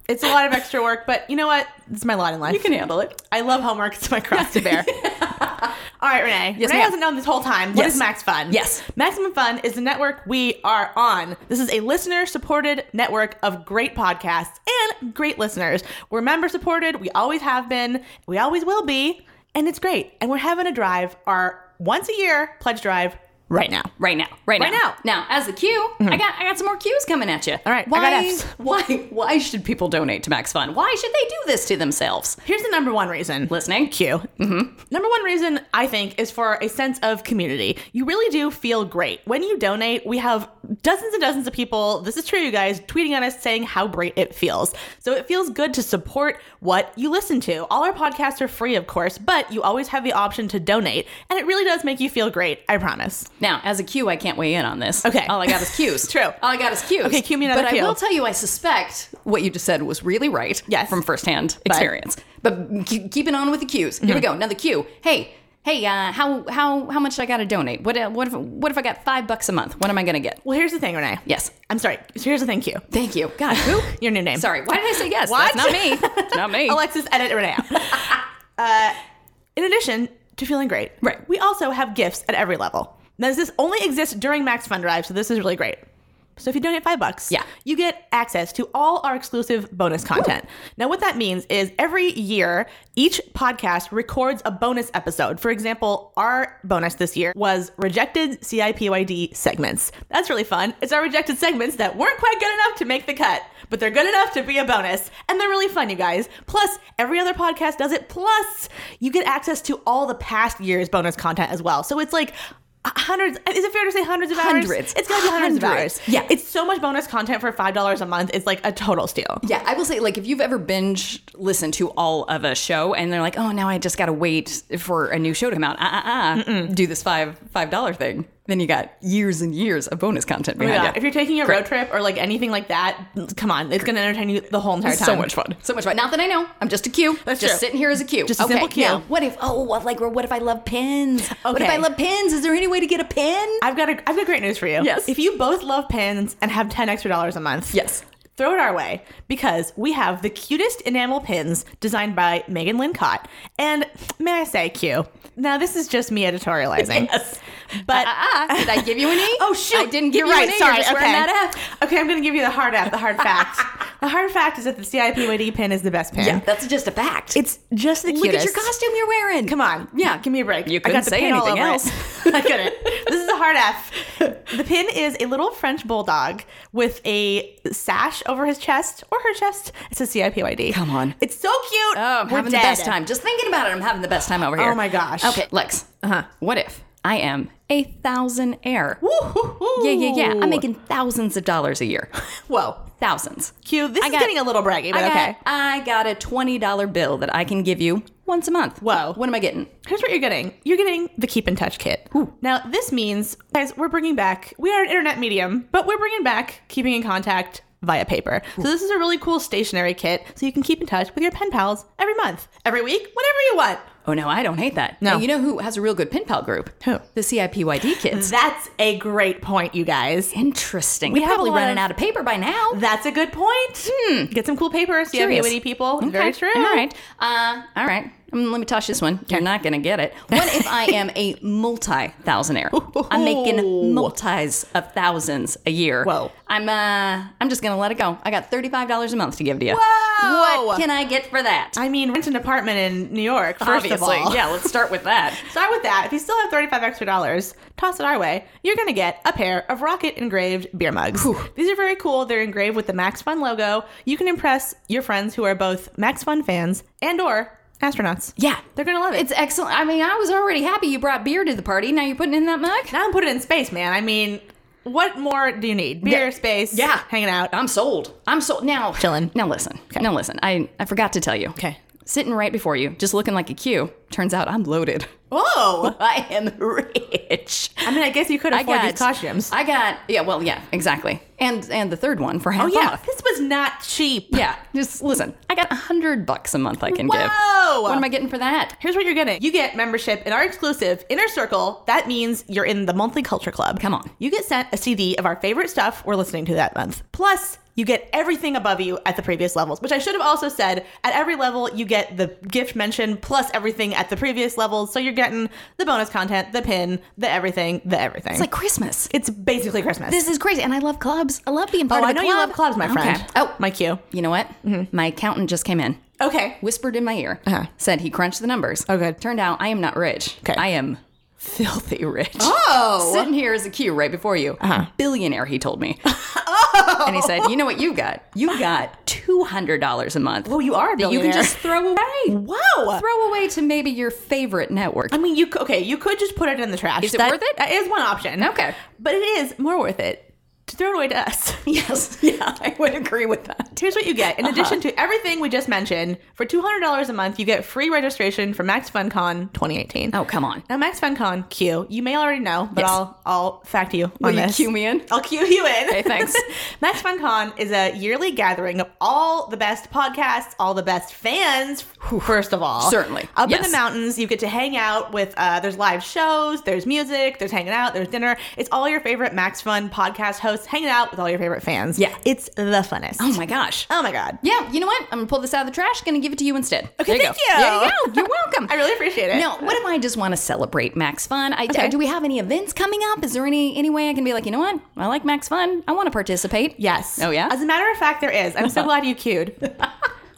[SPEAKER 3] It's a lot of extra work, but you know what? It's my lot in life.
[SPEAKER 2] you can handle it.
[SPEAKER 3] I love homework. It's my cross
[SPEAKER 2] [LAUGHS]
[SPEAKER 3] to bear. All right, Renee. Renee
[SPEAKER 2] ma'am.
[SPEAKER 3] hasn't known this whole time. What is
[SPEAKER 2] Yes.
[SPEAKER 3] Max Fun?
[SPEAKER 2] Yes.
[SPEAKER 3] Maximum Fun is the network we are on. This is a listener supported network of great podcasts and great listeners. We're member supported. We always have been. We always will be. And it's great. And we're having a drive, our once a year pledge drive right now.
[SPEAKER 2] Right now, right,
[SPEAKER 3] Right Mm-hmm.
[SPEAKER 2] now. Now, as the Q, I got I got some more Qs coming at you. All
[SPEAKER 3] right, I
[SPEAKER 2] why
[SPEAKER 3] got Fs.
[SPEAKER 2] [LAUGHS] why why should people donate to Max Fun? Why should they do this to themselves?
[SPEAKER 3] Here's the number one reason.
[SPEAKER 2] Listening,
[SPEAKER 3] Q. Number one reason I think is for a sense of community. You really do feel great when you donate. We have dozens and dozens of people. This is true, you guys, tweeting at us saying how great it feels. So it feels good to support what you listen to. All our podcasts are free, of course, but you always have the option to donate, and it really does make you feel great. I promise.
[SPEAKER 2] Now, as a Q, I can't weigh in on this.
[SPEAKER 3] Okay.
[SPEAKER 2] All I
[SPEAKER 3] [LAUGHS]
[SPEAKER 2] got is Qs.
[SPEAKER 3] True.
[SPEAKER 2] All I got is Qs.
[SPEAKER 3] Okay, cue me another
[SPEAKER 2] But I
[SPEAKER 3] Q.
[SPEAKER 2] will tell you, I suspect what you just said was really right.
[SPEAKER 3] Yes.
[SPEAKER 2] From firsthand experience. But keep keeping on with the Qs.
[SPEAKER 3] Mm-hmm.
[SPEAKER 2] Here we go. Now the Q. Hey. Hey, uh, how how how much I got to donate? What uh, what if what if I got five bucks a month? What am I gonna get?
[SPEAKER 3] Well, here's the thing, Renee.
[SPEAKER 2] Yes,
[SPEAKER 3] I'm sorry. So here's the thank you.
[SPEAKER 2] thank you. God, who?
[SPEAKER 3] [LAUGHS] Your new name.
[SPEAKER 2] Sorry, why did I say yes? [LAUGHS]
[SPEAKER 3] What? [LAUGHS]
[SPEAKER 2] That's not me. It's not me.
[SPEAKER 3] Alexis, edit Renee out. uh, in addition to feeling great.
[SPEAKER 2] Right.
[SPEAKER 3] We also have gifts at every level. Now, this only exists during Max Fund Drive, so this is really great. So if you donate five bucks,
[SPEAKER 2] Yeah.
[SPEAKER 3] you get access to all our exclusive bonus content. Now, what that means is every year, each podcast records a bonus episode. For example, our bonus this year was rejected CIPYD segments. That's really fun. It's our rejected segments that weren't quite good enough to make the cut, but they're good enough to be a bonus. And they're really fun, you guys. Plus, every other podcast does it. Plus, you get access to all the past year's bonus content as well. So it's like, uh, Hundreds, is it fair to say hundreds of hours?
[SPEAKER 2] Hundreds.
[SPEAKER 3] It's gotta be hundreds of
[SPEAKER 2] Hundreds.
[SPEAKER 3] hours.
[SPEAKER 2] Yeah.
[SPEAKER 3] It's so much bonus content for five dollars a month. It's like a total steal.
[SPEAKER 2] Yeah, I will say, like, if you've ever binge listened to all of a show and they're like, "Oh, now I just got to wait for a new show to come out," ah, ah, ah, do this five five dollar thing, then you got years and years of bonus content behind
[SPEAKER 3] Yeah.
[SPEAKER 2] you.
[SPEAKER 3] If you're taking a road trip or like anything like that, come on, it's gonna entertain you the whole entire time.
[SPEAKER 2] so much fun, so much fun. Not that I know, I'm just a cue.
[SPEAKER 3] That's
[SPEAKER 2] just
[SPEAKER 3] true.
[SPEAKER 2] sitting here as a cue.
[SPEAKER 3] Just a
[SPEAKER 2] okay,
[SPEAKER 3] simple cue.
[SPEAKER 2] now, what if? Oh, what like? What if I love pins? What if
[SPEAKER 3] Okay.
[SPEAKER 2] I love pins? Is there any way to get a pin?
[SPEAKER 3] I've got a I've got great news for you.
[SPEAKER 2] Yes.
[SPEAKER 3] If you both love pins and have ten extra dollars a month,
[SPEAKER 2] Yes.
[SPEAKER 3] Throw it our way because we have the cutest enamel pins designed by Megan Lynn Cott. And may I say, Q. Now, this is just me editorializing.
[SPEAKER 2] Yes.
[SPEAKER 3] But
[SPEAKER 2] Ah, ah, did I give you an E?
[SPEAKER 3] [LAUGHS] Oh shoot!
[SPEAKER 2] I didn't give
[SPEAKER 3] You're
[SPEAKER 2] you
[SPEAKER 3] right.
[SPEAKER 2] an E.
[SPEAKER 3] Sorry.
[SPEAKER 2] You're just
[SPEAKER 3] okay.
[SPEAKER 2] wearing that F.
[SPEAKER 3] Okay, I'm going to give you the hard F,
[SPEAKER 2] [LAUGHS]
[SPEAKER 3] the hard fact. the hard fact is that the CIPYD pin is the best pin.
[SPEAKER 2] Yeah, that's just a fact.
[SPEAKER 3] It's just the
[SPEAKER 2] Look at
[SPEAKER 3] cutest.
[SPEAKER 2] your costume you're wearing.
[SPEAKER 3] Come on.
[SPEAKER 2] Yeah.
[SPEAKER 3] Give me a break.
[SPEAKER 2] You
[SPEAKER 3] I
[SPEAKER 2] couldn't
[SPEAKER 3] got the
[SPEAKER 2] say
[SPEAKER 3] pin all
[SPEAKER 2] anything
[SPEAKER 3] over
[SPEAKER 2] else.
[SPEAKER 3] It. [LAUGHS] I couldn't. This is a hard F. The pin is a little French bulldog with a sash over his chest or her chest. It's a CIPYD.
[SPEAKER 2] Come on.
[SPEAKER 3] It's so cute.
[SPEAKER 2] [LAUGHS] Oh, I'm
[SPEAKER 3] We're
[SPEAKER 2] having
[SPEAKER 3] dead. Oh
[SPEAKER 2] the best time. Just thinking about it, I'm having the best time over here.
[SPEAKER 3] my gosh. Uh-huh.
[SPEAKER 2] Okay, Lex. Uh huh. What if I am a thousand air?
[SPEAKER 3] Woo-hoo-hoo.
[SPEAKER 2] Yeah, yeah, yeah. I'm making thousands of dollars a
[SPEAKER 3] [LAUGHS]
[SPEAKER 2] year.
[SPEAKER 3] Whoa.
[SPEAKER 2] Thousands.
[SPEAKER 3] Q, this
[SPEAKER 2] I
[SPEAKER 3] is
[SPEAKER 2] got-
[SPEAKER 3] getting a little braggy, but
[SPEAKER 2] I got,
[SPEAKER 3] okay.
[SPEAKER 2] I got a twenty dollar bill that I can give you once a month.
[SPEAKER 3] Whoa.
[SPEAKER 2] What am I getting?
[SPEAKER 3] Here's what you're getting. You're getting the Keep in Touch kit. Now, this means, guys, we're bringing back, we are an internet medium, but we're bringing back keeping in contact via paper. So, this is a really cool stationary kit so you can keep in touch with your pen pals every month, every week, whenever you want.
[SPEAKER 2] Oh no, I don't hate that.
[SPEAKER 3] No.
[SPEAKER 2] Now, you know who has a real good pen pal group?
[SPEAKER 3] Who?
[SPEAKER 2] The CIPYD kids.
[SPEAKER 3] That's a great point, you guys.
[SPEAKER 2] Interesting.
[SPEAKER 3] We
[SPEAKER 2] They're
[SPEAKER 3] have a
[SPEAKER 2] probably
[SPEAKER 3] lot
[SPEAKER 2] running
[SPEAKER 3] of-
[SPEAKER 2] out of paper by now.
[SPEAKER 3] That's a good point. Get some cool papers. You have
[SPEAKER 2] Hmm. Curious.
[SPEAKER 3] witty people.
[SPEAKER 2] Okay.
[SPEAKER 3] Very true.
[SPEAKER 2] All right. Uh, all right. Um, let me toss this one. You're not going to get it. What if I am [LAUGHS] a multi thousandaire? [LAUGHS] I'm making multis of thousands a year.
[SPEAKER 3] Whoa.
[SPEAKER 2] I'm uh, I'm just going to let it go. I got $35 a month to give to you.
[SPEAKER 3] Whoa.
[SPEAKER 2] What can I get for that?
[SPEAKER 3] I mean, rent an apartment in New York, first
[SPEAKER 2] Obviously.
[SPEAKER 3] of all.
[SPEAKER 2] Yeah, let's start with that.
[SPEAKER 3] Start with that. If you still have 35 extra dollars, toss it our way. You're going to get a pair of rocket engraved beer mugs. These are very cool. They're engraved with the Max Fun logo. You can impress your friends who are both Max Fun fans and or astronauts.
[SPEAKER 2] Yeah.
[SPEAKER 3] They're going to love it.
[SPEAKER 2] [LAUGHS] It's excellent. I mean, I was already happy you brought beer to the party. Now you're putting in that mug?
[SPEAKER 3] now I'm putting it in space, man. I mean, what more do you need? Beer, space,
[SPEAKER 2] Yeah. Oh.
[SPEAKER 3] hanging out.
[SPEAKER 2] I'm sold. I'm sold. Now,
[SPEAKER 3] Chillin'.
[SPEAKER 2] Now listen. Now listen. I, I forgot to tell you.
[SPEAKER 3] Okay.
[SPEAKER 2] Sitting right before you, just looking like a queue. Turns out I'm loaded.
[SPEAKER 3] Whoa.
[SPEAKER 2] [LAUGHS] I am rich.
[SPEAKER 3] I mean, I guess you could
[SPEAKER 2] I
[SPEAKER 3] afford
[SPEAKER 2] got
[SPEAKER 3] these costumes.
[SPEAKER 2] I got yeah. Well, yeah, exactly. And and the third one for half
[SPEAKER 3] oh, yeah.
[SPEAKER 2] off.
[SPEAKER 3] This was not cheap.
[SPEAKER 2] Yeah. Just listen. I got a hundred bucks a month I can give.
[SPEAKER 3] Whoa.
[SPEAKER 2] What am I getting for that?
[SPEAKER 3] Here's what you're getting. You get membership in our exclusive inner circle. That means you're in the monthly culture club.
[SPEAKER 2] Come on.
[SPEAKER 3] You get sent a CD of our favorite stuff we're listening to that month. Plus, you get everything above you at the previous levels, which I should have also said at every level, you get the gift mention plus everything at the previous levels. So you're getting the bonus content, the pin, the everything, the everything.
[SPEAKER 2] It's like Christmas.
[SPEAKER 3] it's basically Christmas.
[SPEAKER 2] This is crazy, and I love clubs. I love being
[SPEAKER 3] oh,
[SPEAKER 2] part of
[SPEAKER 3] I
[SPEAKER 2] a
[SPEAKER 3] know
[SPEAKER 2] club.
[SPEAKER 3] you love clubs, my friend.
[SPEAKER 2] Okay. Mm-hmm. Oh,
[SPEAKER 3] my cue.
[SPEAKER 2] you know what? My accountant just came in.
[SPEAKER 3] Okay.
[SPEAKER 2] whispered in my ear,
[SPEAKER 3] Uh-huh.
[SPEAKER 2] said he crunched the numbers.
[SPEAKER 3] Oh, good.
[SPEAKER 2] Turned out I am not rich.
[SPEAKER 3] Okay.
[SPEAKER 2] I am filthy rich.
[SPEAKER 3] Oh.
[SPEAKER 2] Sitting here is a queue right before you.
[SPEAKER 3] Uh-huh.
[SPEAKER 2] Billionaire, he told
[SPEAKER 3] [LAUGHS]
[SPEAKER 2] me.
[SPEAKER 3] Oh.
[SPEAKER 2] And he said, you know what you got? You got $200 a month.
[SPEAKER 3] Oh, you are a
[SPEAKER 2] that you can
[SPEAKER 3] billionaire.
[SPEAKER 2] just throw away.
[SPEAKER 3] Wow.
[SPEAKER 2] Throw away to maybe your favorite network.
[SPEAKER 3] I mean, you c- okay? You could just put it in the trash.
[SPEAKER 2] Is it
[SPEAKER 3] That-
[SPEAKER 2] worth it?
[SPEAKER 3] That is one option.
[SPEAKER 2] Okay.
[SPEAKER 3] but it is more worth it to throw it away to us. [LAUGHS]
[SPEAKER 2] yes. Yeah, I would agree with that.
[SPEAKER 3] Here's what you get.
[SPEAKER 2] Uh-huh.
[SPEAKER 3] In addition to everything we just mentioned, for $200 a month, you get free registration for Max FunCon 2018.
[SPEAKER 2] Oh, come on.
[SPEAKER 3] Now, Max FunCon, Q, you may already know, but
[SPEAKER 2] Yes.
[SPEAKER 3] I'll I'll fact you on
[SPEAKER 2] Will you
[SPEAKER 3] this.
[SPEAKER 2] cue me in?
[SPEAKER 3] I'll cue you in.
[SPEAKER 2] Okay, thanks.
[SPEAKER 3] [LAUGHS] Max FunCon is a yearly gathering of all the best podcasts, all the best fans. First of all,
[SPEAKER 2] Certainly.
[SPEAKER 3] up in
[SPEAKER 2] Yes.
[SPEAKER 3] the mountains, you get to hang out with. Uh, there's live shows, there's music, there's hanging out, there's dinner. It's all your favorite Max Fun podcast hosts house, hanging out with all your favorite fans.
[SPEAKER 2] Yeah.
[SPEAKER 3] It's the funnest.
[SPEAKER 2] Oh my gosh.
[SPEAKER 3] Oh my God.
[SPEAKER 2] Yeah, you know what? I'm gonna pull this out of the trash. Gonna give it to you instead.
[SPEAKER 3] Okay,
[SPEAKER 2] there you go.
[SPEAKER 3] thank you.
[SPEAKER 2] There you go. You're welcome.
[SPEAKER 3] [LAUGHS] I really appreciate it.
[SPEAKER 2] No, what if I just want to celebrate Max Fun? I,
[SPEAKER 3] Okay.
[SPEAKER 2] Do we have any events coming up? Is there any any way I can be like, you know what? I like Max Fun. I want to participate.
[SPEAKER 3] Yes.
[SPEAKER 2] Oh, yeah?
[SPEAKER 3] As a matter of fact, there is.
[SPEAKER 2] [LAUGHS]
[SPEAKER 3] I'm so glad you cued.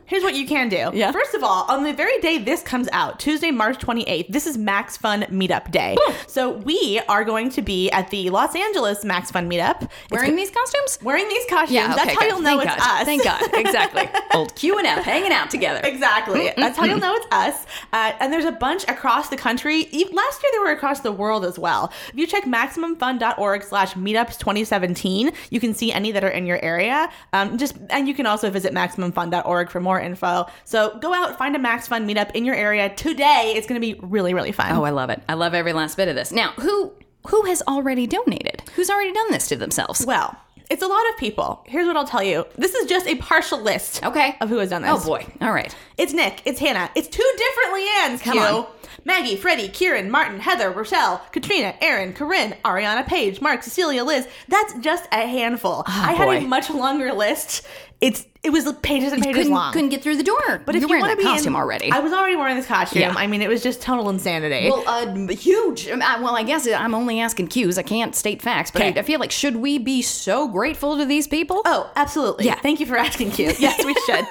[SPEAKER 3] Here's what you can do.
[SPEAKER 2] Yeah.
[SPEAKER 3] First of all, on the very day this comes out, Tuesday, March 28th, this is Max Fun Meetup Day. So we are going to be at the Los Angeles Max Fun Meetup. It's
[SPEAKER 2] Wearing
[SPEAKER 3] go-
[SPEAKER 2] these costumes?
[SPEAKER 3] wearing these costumes.
[SPEAKER 2] Yeah,
[SPEAKER 3] That's
[SPEAKER 2] okay,
[SPEAKER 3] how
[SPEAKER 2] good.
[SPEAKER 3] you'll know
[SPEAKER 2] Thank
[SPEAKER 3] it's
[SPEAKER 2] God.
[SPEAKER 3] us.
[SPEAKER 2] Thank [LAUGHS] God, exactly. Old Q and F hanging out together.
[SPEAKER 3] Exactly.
[SPEAKER 2] Mm-hmm.
[SPEAKER 3] That's how you'll know it's us. Uh, and there's a bunch across the country. E- Last year, they were across the world as well. If you check MaximumFun.org slash meetups 2017, you can see any that are in your area. Um, just And you can also visit MaximumFun.org for more info. So go out, find a Max Fun meetup in your area today. It's going to be really, really fun.
[SPEAKER 2] Oh, I love it. I love every last bit of this. Now, who who has already donated? Who's already done this to themselves?
[SPEAKER 3] well, it's a lot of people. Here's what I'll tell you. This is just a partial list
[SPEAKER 2] Okay.
[SPEAKER 3] of who has done this.
[SPEAKER 2] Oh boy. All right.
[SPEAKER 3] It's Nick. It's Hannah. It's two different Leannes.
[SPEAKER 2] Come
[SPEAKER 3] Q.
[SPEAKER 2] on.
[SPEAKER 3] Maggie, Freddie, Kieran, Martin, Heather, Rochelle, Katrina, Erin, Corinne, Ariana, Paige, Mark, Cecilia, Liz. That's just a handful. I had
[SPEAKER 2] Oh, boy.
[SPEAKER 3] a much longer list. It's it was pages and pages
[SPEAKER 2] Couldn't,
[SPEAKER 3] long.
[SPEAKER 2] couldn't get through the door. You're
[SPEAKER 3] but if you
[SPEAKER 2] wearing
[SPEAKER 3] want to
[SPEAKER 2] that
[SPEAKER 3] be
[SPEAKER 2] costume
[SPEAKER 3] in,
[SPEAKER 2] already.
[SPEAKER 3] I was already wearing this costume.
[SPEAKER 2] Yeah.
[SPEAKER 3] I mean, it was just total insanity.
[SPEAKER 2] well, uh, huge. um, I- Well, I guess I'm only asking cues. I can't state facts, but I,
[SPEAKER 3] Okay.
[SPEAKER 2] I feel like should we be so grateful to these people?
[SPEAKER 3] Oh, absolutely.
[SPEAKER 2] Yeah.
[SPEAKER 3] Thank you for
[SPEAKER 2] [LAUGHS]
[SPEAKER 3] asking, Q. Yes, we should.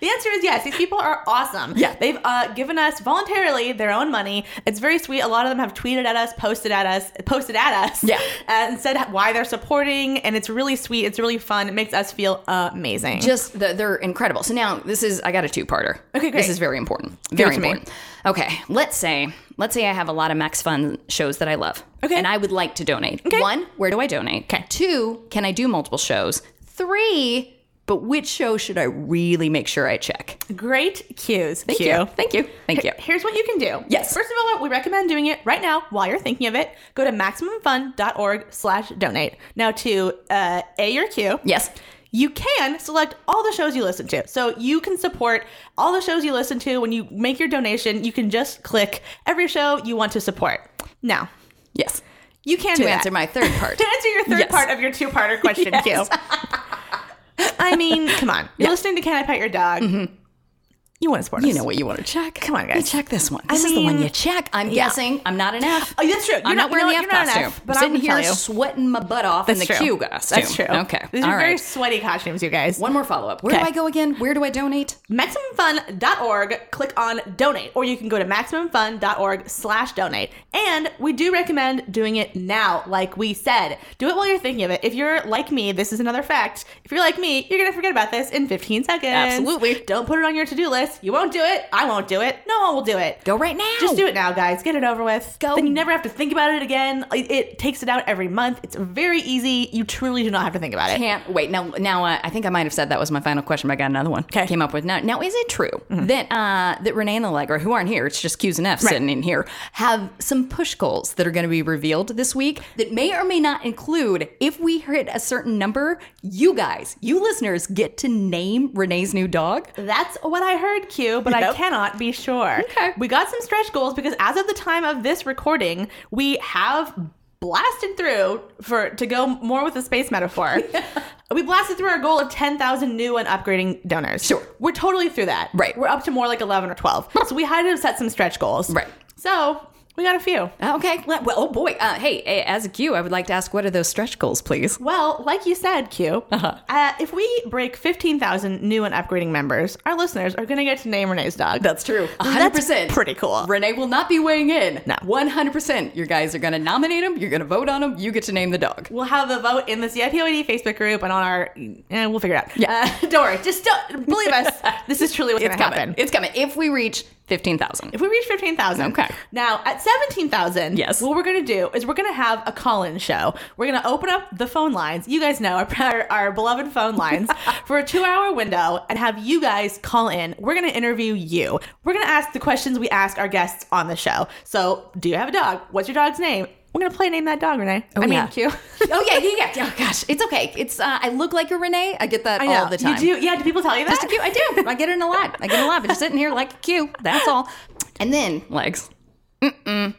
[SPEAKER 3] the answer is yes. These people are awesome.
[SPEAKER 2] Yeah.
[SPEAKER 3] They've uh, given us voluntarily their own money. It's very sweet. A lot of them have tweeted at us, posted at us, posted at us,
[SPEAKER 2] Yeah.
[SPEAKER 3] [LAUGHS] and said why they're supporting. And it's really sweet. It's really fun. It makes us feel amazing.
[SPEAKER 2] just the, they're incredible. So now this is I got a two-parter.
[SPEAKER 3] Okay, great.
[SPEAKER 2] This is very important.
[SPEAKER 3] it
[SPEAKER 2] Very
[SPEAKER 3] to me.
[SPEAKER 2] important. Okay, let's say let's say I have a lot of Max Fun shows that I love.
[SPEAKER 3] Okay.
[SPEAKER 2] and I would like to donate.
[SPEAKER 3] Okay.
[SPEAKER 2] One, where do I donate? Okay. Two, can I do multiple shows? Three, but which show should I really make sure I check?
[SPEAKER 3] Great cues.
[SPEAKER 2] Thank
[SPEAKER 3] Q.
[SPEAKER 2] you. Thank you. Thank you.
[SPEAKER 3] Here- Here's what you can do.
[SPEAKER 2] Yes.
[SPEAKER 3] First of all, we recommend doing it right now while you're thinking of it. Go to MaximumFun.org slash donate. Now to uh, A your cue.
[SPEAKER 2] Yes.
[SPEAKER 3] you can select all the shows you listen to. So you can support all the shows you listen to. When you make your donation, you can just click every show you want to support. Now,
[SPEAKER 2] Yes.
[SPEAKER 3] you can
[SPEAKER 2] To
[SPEAKER 3] do
[SPEAKER 2] answer
[SPEAKER 3] that.
[SPEAKER 2] my third part.
[SPEAKER 3] [LAUGHS] to answer your third
[SPEAKER 2] Yes.
[SPEAKER 3] part of your two-parter question,
[SPEAKER 2] [LAUGHS] Yes.
[SPEAKER 3] Q. I mean, come on. You're listening to Can I Pet Your Dog? You want to support
[SPEAKER 2] Mm-hmm. you
[SPEAKER 3] us.
[SPEAKER 2] know what you want to check.
[SPEAKER 3] Come on,
[SPEAKER 2] You
[SPEAKER 3] guys.
[SPEAKER 2] check this one. This is the
[SPEAKER 3] mean,
[SPEAKER 2] one you check. I'm guessing I'm not an F.
[SPEAKER 3] Oh, that's true. You're
[SPEAKER 2] I'm not,
[SPEAKER 3] not-
[SPEAKER 2] wearing
[SPEAKER 3] you
[SPEAKER 2] the F
[SPEAKER 3] know what? You're not
[SPEAKER 2] costume.
[SPEAKER 3] an F, but
[SPEAKER 2] I'm
[SPEAKER 3] I'm
[SPEAKER 2] sitting
[SPEAKER 3] gonna
[SPEAKER 2] here
[SPEAKER 3] tell you.
[SPEAKER 2] sweating my butt off in the
[SPEAKER 3] That's true.
[SPEAKER 2] Q costume.
[SPEAKER 3] That's true.
[SPEAKER 2] Okay.
[SPEAKER 3] These
[SPEAKER 2] All
[SPEAKER 3] are very
[SPEAKER 2] right.
[SPEAKER 3] sweaty costumes, you guys.
[SPEAKER 2] One more follow up. Where do
[SPEAKER 3] Okay.
[SPEAKER 2] I go again? Where do I donate?
[SPEAKER 3] MaximumFun.org, click on donate, or you can go to MaximumFun.org slash donate. And we do recommend doing it now, like we said. Do it while you're thinking of it. If you're like me, this is another fact. If you're like me, you're going to forget about this in 15 seconds.
[SPEAKER 2] Absolutely.
[SPEAKER 3] Don't put it on your to do list. You won't do it. I won't do it. No one will do it.
[SPEAKER 2] Go right now.
[SPEAKER 3] Just do it now, guys. Get it over with.
[SPEAKER 2] Go.
[SPEAKER 3] Then you never have to think about it again. It, it takes it out every month. It's very easy. You truly do not have to think about it.
[SPEAKER 2] Can't wait. Now, now uh, I think I might have said that was my final question, but I got another one. Okay. Came up with now. Now, is it true that uh, that Renee and Allegra, who aren't here, it's just Q's and F's sitting in here, have some push goals that are going to be revealed this week that may or may not include if we hit a certain number, you guys, you listeners, get to name Renee's new dog.
[SPEAKER 3] That's what I heard, Q, but I
[SPEAKER 2] Yep.
[SPEAKER 3] cannot be sure.
[SPEAKER 2] Okay.
[SPEAKER 3] We got some stretch goals because as of the time of this recording, we have blasted through for to go more with the
[SPEAKER 2] [LAUGHS]
[SPEAKER 3] space metaphor. We blasted through our goal of 10,000 new and upgrading donors.
[SPEAKER 2] Sure.
[SPEAKER 3] We're totally through that.
[SPEAKER 2] Right.
[SPEAKER 3] We're up to more like 11 or 12. so we had to set some stretch goals.
[SPEAKER 2] Right.
[SPEAKER 3] So we got a few.
[SPEAKER 2] Okay. Well, oh boy. Uh, hey, a- as a Q, I would like to ask, what are those stretch goals, please?
[SPEAKER 3] Well, like you said, Q,
[SPEAKER 2] Uh-huh.
[SPEAKER 3] uh, if we break 15,000 new and upgrading members, our listeners are going to get to name Renee's dog.
[SPEAKER 2] That's true. 100%.
[SPEAKER 3] That's pretty cool.
[SPEAKER 2] Renee will not be weighing in.
[SPEAKER 3] No.
[SPEAKER 2] 100%. You guys are going to nominate him. You're going to vote on him. You get to name the dog.
[SPEAKER 3] We'll have the vote in the CIPOD E Facebook group and on our, and we'll figure it out. Yeah. Uh, [LAUGHS] don't worry. Just don't, believe us.
[SPEAKER 2] [LAUGHS]
[SPEAKER 3] This is truly what's going
[SPEAKER 2] It's
[SPEAKER 3] to
[SPEAKER 2] coming.
[SPEAKER 3] happen.
[SPEAKER 2] It's coming. If we reach 15,000.
[SPEAKER 3] If we reach 15,000.
[SPEAKER 2] Okay.
[SPEAKER 3] Now, at 17,000,
[SPEAKER 2] Yes.
[SPEAKER 3] what we're going to do is we're going to have a call in show. We're going to open up the phone lines. You guys know our, [LAUGHS] our, our beloved
[SPEAKER 2] [LAUGHS]
[SPEAKER 3] phone lines for a two hour window and have you guys call in. We're going to interview you. We're going to ask the questions we ask our guests on the show. So, do you have a dog? What's your dog's name? We're going to play Name That Dog, Renee. I mean,
[SPEAKER 2] yeah.
[SPEAKER 3] [LAUGHS] Q.
[SPEAKER 2] oh, yeah, yeah, yeah, yeah. Oh, gosh. It's okay. It's uh, I look like a Renee. I get that
[SPEAKER 3] I know.
[SPEAKER 2] all the time.
[SPEAKER 3] You do? Yeah. Do people tell you that?
[SPEAKER 2] Just a Q. I
[SPEAKER 3] [LAUGHS]
[SPEAKER 2] do. I get it in a lot. I get it in a lot. But just sitting here like a Q. That's all. And then, legs. Mm-mm.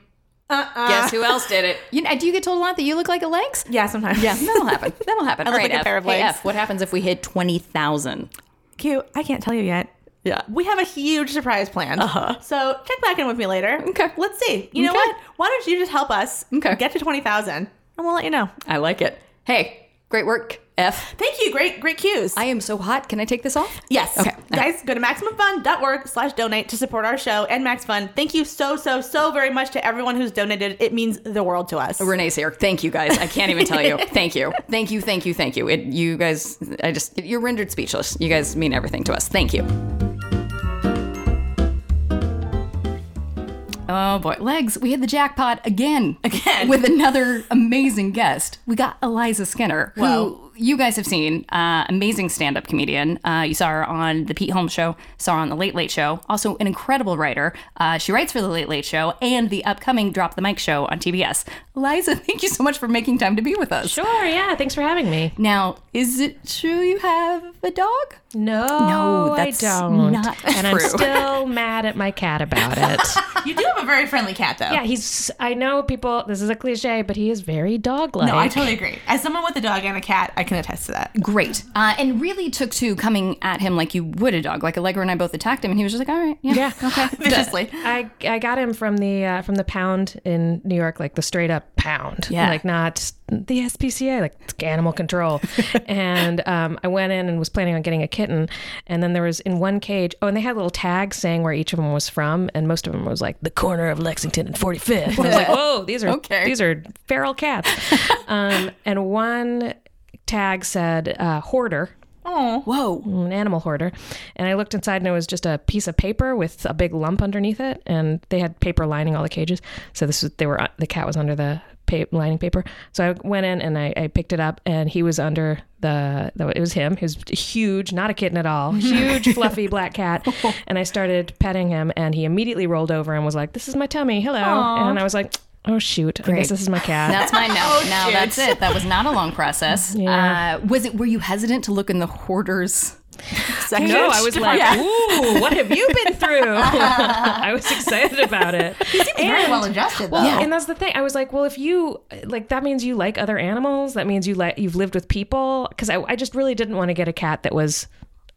[SPEAKER 3] Uh,
[SPEAKER 2] Guess who else did it? You know, do you get told a lot that you look like a legs?
[SPEAKER 3] Uh-uh. Yeah, sometimes.
[SPEAKER 2] Yeah, that'll happen. That'll happen.
[SPEAKER 3] [LAUGHS] I
[SPEAKER 2] All
[SPEAKER 3] look
[SPEAKER 2] right,
[SPEAKER 3] like a
[SPEAKER 2] F.
[SPEAKER 3] pair of
[SPEAKER 2] Hey,
[SPEAKER 3] legs.
[SPEAKER 2] F, what happens if we hit 20,000?
[SPEAKER 3] [LAUGHS] Cute. I can't tell you yet.
[SPEAKER 2] Yeah.
[SPEAKER 3] We have a huge surprise planned. Uh-huh. So check back in with me later.
[SPEAKER 2] Okay.
[SPEAKER 3] Let's see. You know
[SPEAKER 2] Okay.
[SPEAKER 3] what? Why don't you just help us
[SPEAKER 2] Okay.
[SPEAKER 3] get to 20,000 and we'll let you know.
[SPEAKER 2] I like it. Hey, great work, F.
[SPEAKER 3] Thank you. Great, great cues.
[SPEAKER 2] I am so hot. Can I take this off?
[SPEAKER 3] yes.
[SPEAKER 2] Okay.
[SPEAKER 3] Guys, go to MaximumFun.org slash donate to support our show and Max Fun. Thank you so, so, so very much to everyone who's donated. It means the world to us.
[SPEAKER 2] Renee's here. Thank you guys. I can't even
[SPEAKER 3] [LAUGHS]
[SPEAKER 2] tell you. Thank you. Thank you. Thank you. Thank you. It, you guys, I just, you're rendered speechless. You guys mean everything to us. Thank you. Oh boy. Legs, we hit the jackpot again.
[SPEAKER 3] Again.
[SPEAKER 2] With another amazing guest. We got Eliza Skinner,
[SPEAKER 3] Wow.
[SPEAKER 2] who you guys have seen. Uh, amazing stand up comedian. Uh, you saw her on The Pete Holmes Show, saw her on The Late Late Show. Also, an incredible writer. Uh, she writes for The Late Late Show and the upcoming Drop the Mic show on TBS. Eliza, [LAUGHS] thank you so much for making time to be with us.
[SPEAKER 5] Sure, yeah. Thanks for having me.
[SPEAKER 2] Now, is it true you have a dog?
[SPEAKER 5] No,
[SPEAKER 2] No, that's
[SPEAKER 5] I don't.
[SPEAKER 2] not
[SPEAKER 5] [LAUGHS] and I'm
[SPEAKER 2] true.
[SPEAKER 5] still mad at my cat about it.
[SPEAKER 2] [LAUGHS]
[SPEAKER 3] You do have a very friendly cat, though.
[SPEAKER 5] yeah, he's. I know people. This is a cliche, but he is very dog-like.
[SPEAKER 3] No, I totally agree. As someone with a dog and a cat, I can attest to that.
[SPEAKER 2] Great. Uh, and really took to coming at him like you would a dog. Like Allegra and I both attacked him, and he was just like, all right, yeah,
[SPEAKER 5] Yeah.
[SPEAKER 2] okay.
[SPEAKER 3] Viciously.
[SPEAKER 5] I, I got him from the uh, from the pound in New York, like the straight up pound,
[SPEAKER 2] Yeah.
[SPEAKER 5] like not the SPCA, like it's
[SPEAKER 2] [LAUGHS]
[SPEAKER 5] animal control. and um, I went in and was planning on getting a kitten, and then there was in one cage. Oh, and they had little tags saying where each of them was from, and most of them was like the corner of Lexington and 45th. [LAUGHS] And I was like, whoa, these are
[SPEAKER 2] Okay.
[SPEAKER 5] these are feral cats. um, and one tag said uh, hoarder
[SPEAKER 2] Whoa.
[SPEAKER 5] an animal hoarder. And I looked inside and it was just a piece of paper with a big lump underneath it. And they had paper lining all the cages. So this was, they were, the cat was under the pa- lining paper. So I went in and I, I picked it up and he was under the, the, it was him. He was huge, not a kitten at all, huge, fluffy black cat. And I started petting him and he immediately rolled over and was like, this is my tummy. Hello. And I was like, Oh shoot! I guess this is my cat.
[SPEAKER 2] That's
[SPEAKER 5] [LAUGHS]
[SPEAKER 2] mine now. now that's it. That was not a long process.
[SPEAKER 5] Oh, Yeah.
[SPEAKER 2] Uh, was it? Were you hesitant to look in the hoarders?
[SPEAKER 3] Second
[SPEAKER 5] no, Oh, I was like, "Ooh, what have you been through?" [LAUGHS] I was excited about it.
[SPEAKER 3] very well adjusted, though.
[SPEAKER 5] Well, and that's the thing. I was like, well, if you like, that means you like other animals. That means you like you've lived with people. Because I, I just really didn't want to get a cat that was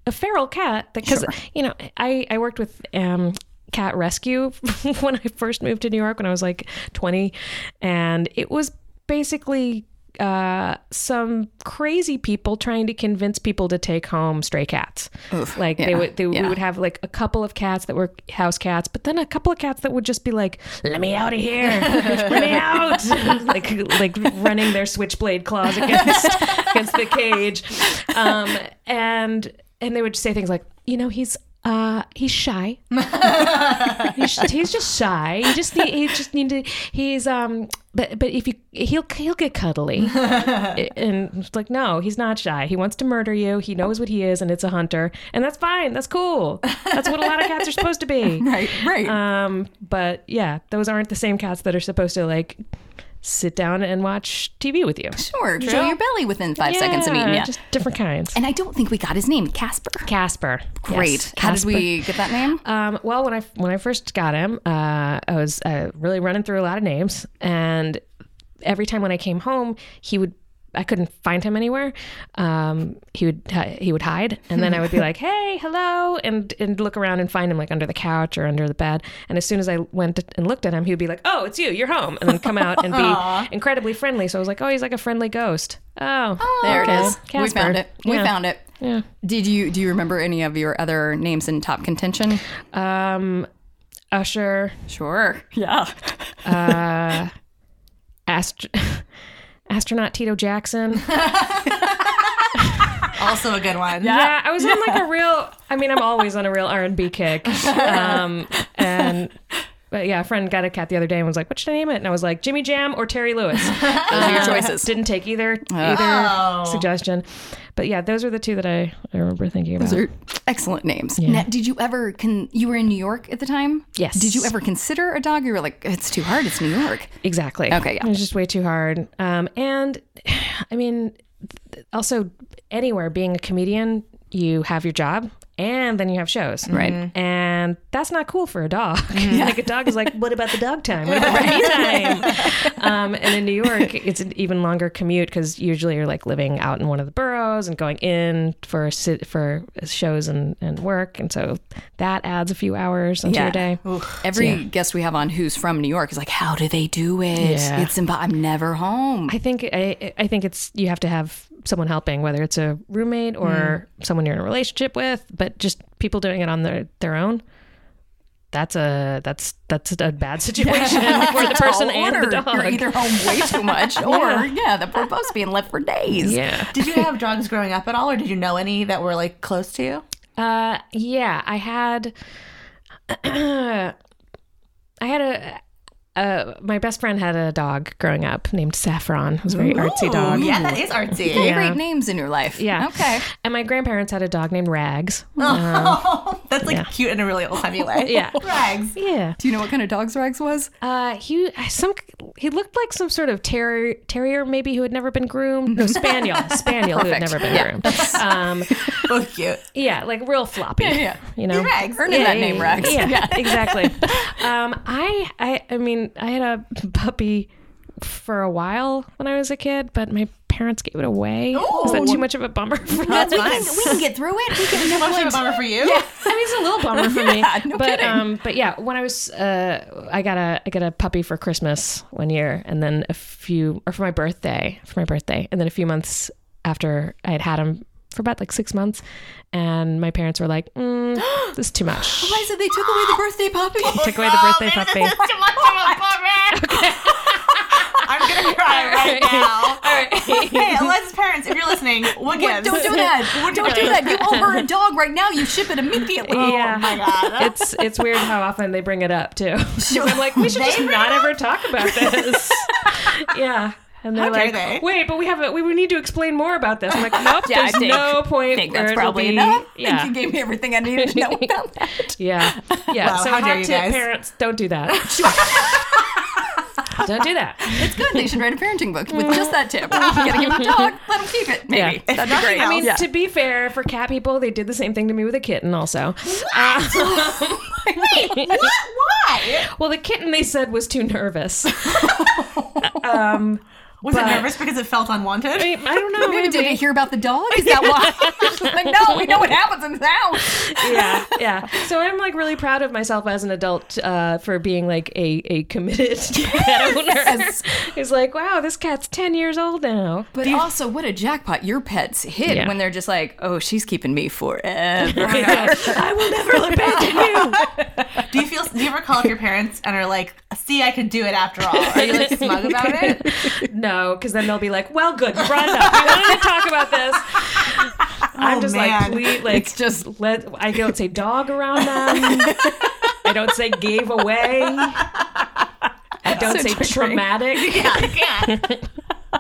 [SPEAKER 5] a feral cat. Because you know, I I worked with um cat rescue [LAUGHS] when I first moved to New York when I was like twenty, and it was basically uh some crazy people trying to convince people to take home stray cats like they
[SPEAKER 2] yeah,
[SPEAKER 5] would they
[SPEAKER 2] yeah.
[SPEAKER 5] we would have like a couple of cats that were house cats but then a couple of cats that would just be like let me out
[SPEAKER 2] [LAUGHS]
[SPEAKER 5] of here let me out [LAUGHS] like like running their switchblade claws against [LAUGHS] against the cage um and and they would say things like you know he's uh,
[SPEAKER 2] [LAUGHS]
[SPEAKER 5] he's shy. he's, he's just shy. He just need, he just need to. He's um. But but if you he'll he'll get
[SPEAKER 2] [LAUGHS]
[SPEAKER 5] cuddly and it's like no he's not shy he wants to murder you he knows what he is and it's a hunter and that's fine that's cool that's what a lot of cats are supposed to be
[SPEAKER 2] [LAUGHS] Right. Right.
[SPEAKER 5] um but yeah those aren't the same cats that are supposed to like sit down and watch tv with you
[SPEAKER 2] sure. Show your belly within five seconds of eating.
[SPEAKER 5] Yeah,
[SPEAKER 2] Yeah.
[SPEAKER 5] just different kinds
[SPEAKER 2] and I don't think we got his name, Casper.
[SPEAKER 5] casper
[SPEAKER 2] Great.
[SPEAKER 5] Yes,
[SPEAKER 2] How did
[SPEAKER 5] Casper.
[SPEAKER 2] we get that name?
[SPEAKER 5] Um, well, when I when I first got him, uh, I was uh, really running through a lot of names, and every time when I came home, he would. I couldn't find him anywhere. Um, he would he would hide, and then I would be like, "Hey, hello," and and look around and find him like under the couch or under the bed. And as soon as I went and looked at him, he would be like, "Oh, it's you. You're home," and then come out and be incredibly friendly. So I was like, "Oh, he's like a friendly ghost." Oh,
[SPEAKER 2] there
[SPEAKER 5] okay.
[SPEAKER 2] it is. We
[SPEAKER 5] Casper.
[SPEAKER 2] found it. We
[SPEAKER 5] Yeah.
[SPEAKER 2] found it.
[SPEAKER 5] Yeah.
[SPEAKER 2] Did you do you remember any of your other names in top contention?
[SPEAKER 5] Um, Usher.
[SPEAKER 2] Sure. Yeah.
[SPEAKER 5] Ast- [LAUGHS] astronaut Tito Jackson.
[SPEAKER 3] Also a good one.
[SPEAKER 5] yeah, Uh, I was on like a real. I mean, I'm always on a real R and B kick. Um, and but yeah, a friend got a cat the other day and was like, "What should I name it?" And I was like, "Jimmy Jam or Terry Lewis."
[SPEAKER 2] Those
[SPEAKER 5] Uh,
[SPEAKER 2] are your choices.
[SPEAKER 5] Didn't take either either suggestion. But yeah, those are the two that I, I remember thinking about.
[SPEAKER 2] Those are excellent names. Now, did you ever con- you were in New York at the time?
[SPEAKER 5] Yes.
[SPEAKER 2] Did you ever consider a dog? You were like, it's too hard. It's New York.
[SPEAKER 5] Exactly.
[SPEAKER 2] Okay, yeah.
[SPEAKER 5] It was just way too hard. Um, and [SIGHS] I mean, th- also anywhere being a comedian, you have your job and then you have shows. Mm-hmm.
[SPEAKER 2] Right. Mm-hmm.
[SPEAKER 5] And that's not cool for a dog. [LAUGHS] like a dog is like, what about the dog time? What about the
[SPEAKER 2] [LAUGHS]
[SPEAKER 5] me time? um, and in New York, it's an even longer commute because usually you're like living out in one of the boroughs and going in for sit for shows and, and work. And so that adds a few hours into
[SPEAKER 2] Yeah.
[SPEAKER 5] your day.
[SPEAKER 2] Every guest we have on who's from New York is like, how do they do it?
[SPEAKER 5] Yeah.
[SPEAKER 2] It's impo- I'm never home.
[SPEAKER 5] I think I, I think it's you have to have someone helping, whether it's a roommate or someone you're in a relationship with, but just people doing it on their their own. That's a that's that's a [LAUGHS] bad situation for the person
[SPEAKER 2] Tall
[SPEAKER 5] and the
[SPEAKER 2] order.
[SPEAKER 5] dog.
[SPEAKER 2] You're
[SPEAKER 5] [LAUGHS]
[SPEAKER 2] either home way too much, or yeah, the poor pup's being left for days.
[SPEAKER 5] yeah,
[SPEAKER 3] Did you have dogs growing up at all, or did you know any that were like close to you?
[SPEAKER 5] uh, yeah. I had [CLEARS THROAT] I had a. Uh, my best friend had a dog growing up named Saffron. It was a very artsy dog.
[SPEAKER 3] [LAUGHS] Yeah, that is artsy.
[SPEAKER 2] Any Great names in your life.
[SPEAKER 5] Yeah.
[SPEAKER 2] Okay.
[SPEAKER 5] And my grandparents had a dog named Rags.
[SPEAKER 3] That's like cute in a really old timey way.
[SPEAKER 5] Yeah.
[SPEAKER 3] Rags.
[SPEAKER 5] Yeah.
[SPEAKER 2] Do you know what kind of dogs Rags [LAUGHS] was?
[SPEAKER 5] Uh, he some he looked like some sort of terrier, terrier maybe who had never been groomed.
[SPEAKER 2] [LAUGHS]
[SPEAKER 5] No, spaniel, spaniel who had
[SPEAKER 2] Perfect.
[SPEAKER 5] never been
[SPEAKER 2] Yeah.
[SPEAKER 5] groomed. Um,
[SPEAKER 2] Oh,
[SPEAKER 3] Both cute.
[SPEAKER 5] yeah, like real floppy.
[SPEAKER 2] Yeah, yeah.
[SPEAKER 5] You know,
[SPEAKER 3] Rags.
[SPEAKER 2] Earning that name, Rags. [LAUGHS]
[SPEAKER 5] Yeah, exactly. Um, I, I, I mean, I had a puppy for a while when I was a kid, but my parents gave it away. Is that
[SPEAKER 2] Oh.
[SPEAKER 5] too much of a bummer? For
[SPEAKER 2] we, can, we can get through it. We can
[SPEAKER 3] Much of a bummer for you. Yeah.
[SPEAKER 5] I mean, it's a little bummer
[SPEAKER 3] [LAUGHS]
[SPEAKER 5] for me.
[SPEAKER 2] no
[SPEAKER 5] but
[SPEAKER 2] kidding.
[SPEAKER 5] um, but yeah, when I was uh, I got a I got a puppy for Christmas one year, and then a few or for my birthday for my birthday, and then a few months after I had had him for about like six months, and my parents were like,
[SPEAKER 3] [GASPS]
[SPEAKER 5] mm, "This is too much."
[SPEAKER 2] I said they took away the birthday [LAUGHS] puppy.
[SPEAKER 5] Took away the birthday
[SPEAKER 3] Oh,
[SPEAKER 5] puppy.
[SPEAKER 3] too much of a bummer. [LAUGHS] I'm gonna cry right now. Hey, Alexis parents, if you're listening, what gives?
[SPEAKER 2] Don't do that. Don't do that. You owe her
[SPEAKER 5] [LAUGHS]
[SPEAKER 2] a dog right now. You ship it immediately.
[SPEAKER 5] yeah.
[SPEAKER 3] [LAUGHS] Oh my god.
[SPEAKER 5] [LAUGHS] It's it's weird how often they bring it up too. 'Cause I'm like, we should just not ever talk about this. [LAUGHS] yeah. And they're
[SPEAKER 3] How dare
[SPEAKER 5] like,
[SPEAKER 3] they.
[SPEAKER 5] wait, but we have a, we would need to explain more about this. I'm like, nope,
[SPEAKER 2] Yeah, I
[SPEAKER 5] there's
[SPEAKER 2] think-
[SPEAKER 5] no point.
[SPEAKER 2] I think
[SPEAKER 5] where
[SPEAKER 2] that's
[SPEAKER 5] it'll
[SPEAKER 2] probably
[SPEAKER 5] be-
[SPEAKER 2] enough. I
[SPEAKER 5] Yeah,
[SPEAKER 2] think you gave me everything I needed to know
[SPEAKER 5] [LAUGHS]
[SPEAKER 2] about that.
[SPEAKER 5] yeah, yeah.
[SPEAKER 3] Wow,
[SPEAKER 5] so
[SPEAKER 3] how
[SPEAKER 5] hot
[SPEAKER 3] dare you
[SPEAKER 5] tip,
[SPEAKER 3] guys.
[SPEAKER 5] parents, don't do that. don't do that.
[SPEAKER 2] It's good. They should write a parenting book with just that tip. You gotta give them a dog, let them keep it. Maybe.
[SPEAKER 5] Yeah.
[SPEAKER 2] That'd be great.
[SPEAKER 3] I
[SPEAKER 5] I mean,
[SPEAKER 2] Yeah.
[SPEAKER 5] to be fair, for cat people, they did the same thing to me with a kitten. Also, Uh, [LAUGHS]
[SPEAKER 3] Why?
[SPEAKER 5] well, the kitten they said was too nervous.
[SPEAKER 3] Was it nervous because it felt unwanted?
[SPEAKER 5] I, I don't know.
[SPEAKER 2] Maybe did you hear about the dog? Is that why? [LAUGHS] like, no, we know what happens in this house.
[SPEAKER 5] yeah, yeah. [LAUGHS] So I'm like really proud of myself as an adult uh, for being like a, a committed pet owner. It's like, wow, this cat's ten years old now.
[SPEAKER 2] But also, what a jackpot your pets hit
[SPEAKER 5] Yeah.
[SPEAKER 2] when they're just like, oh, she's keeping me forever.
[SPEAKER 5] I will never look back at you.
[SPEAKER 3] Do you feel? Do you ever call up your parents and are like, "See, I could do it after all"? Are you like smug about it?
[SPEAKER 5] No, because then they'll be like, well, good, you brought it up. We wanted to talk about this. I'm
[SPEAKER 3] Oh,
[SPEAKER 5] just
[SPEAKER 3] man.
[SPEAKER 5] like, please, like,
[SPEAKER 2] It's just-
[SPEAKER 5] let. I don't say dog around them. I don't say gave away. I don't
[SPEAKER 2] So
[SPEAKER 5] say
[SPEAKER 2] triggering.
[SPEAKER 5] traumatic.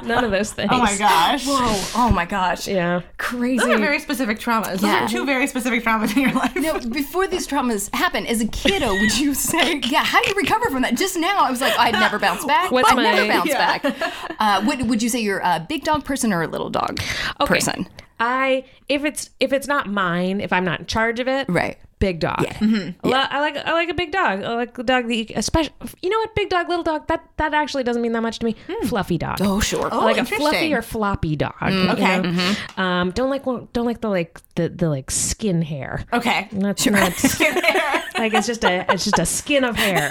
[SPEAKER 5] None of those things.
[SPEAKER 3] Oh my gosh.
[SPEAKER 2] oh, oh my gosh.
[SPEAKER 5] Yeah.
[SPEAKER 2] Crazy.
[SPEAKER 3] Those are very specific traumas. Those
[SPEAKER 2] Yeah.
[SPEAKER 3] are two very specific traumas in your life.
[SPEAKER 2] No, before these traumas happen, as a kiddo, would you say, yeah, how do you recover from that? Just now, I was like, I'd never bounce back.
[SPEAKER 5] What's
[SPEAKER 2] I'd
[SPEAKER 5] my-
[SPEAKER 2] never bounce
[SPEAKER 3] Yeah.
[SPEAKER 2] back. Uh, would, would you say you're a big dog person or a little dog person?
[SPEAKER 5] I if it's if it's not mine, if I'm not in charge of it,
[SPEAKER 2] Right.
[SPEAKER 5] Big dog. I, lo- I like I like a big dog. I like the dog that you, especially you know what big dog, little dog. That that actually doesn't mean that much to me. Fluffy dog.
[SPEAKER 2] Oh, sure.
[SPEAKER 3] Oh,
[SPEAKER 5] like a
[SPEAKER 3] interesting.
[SPEAKER 5] fluffy or floppy dog. you
[SPEAKER 3] okay.
[SPEAKER 5] know? Um, don't like don't like the like the, the like skin hair.
[SPEAKER 3] Okay.
[SPEAKER 5] That's
[SPEAKER 2] [LAUGHS]
[SPEAKER 5] not like it's just a it's just a skin of hair.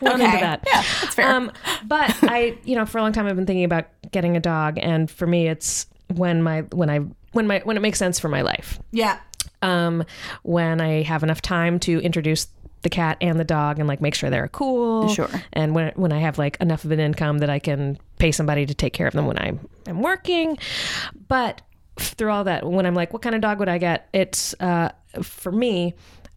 [SPEAKER 5] Not into
[SPEAKER 3] Okay.
[SPEAKER 5] that.
[SPEAKER 2] Yeah, that's fair.
[SPEAKER 5] Um, but I, you know, for a long time I've been thinking about getting a dog, and for me, it's when my when I when my when it makes sense for my life.
[SPEAKER 3] Yeah.
[SPEAKER 5] Um, when I have enough time to introduce the cat and the dog and like make sure they're cool.
[SPEAKER 2] Sure.
[SPEAKER 5] And when when I have like enough of an income that I can pay somebody to take care of them when I'm I'm working, but through all that, when I'm like, what kind of dog would I get? It's uh, for me.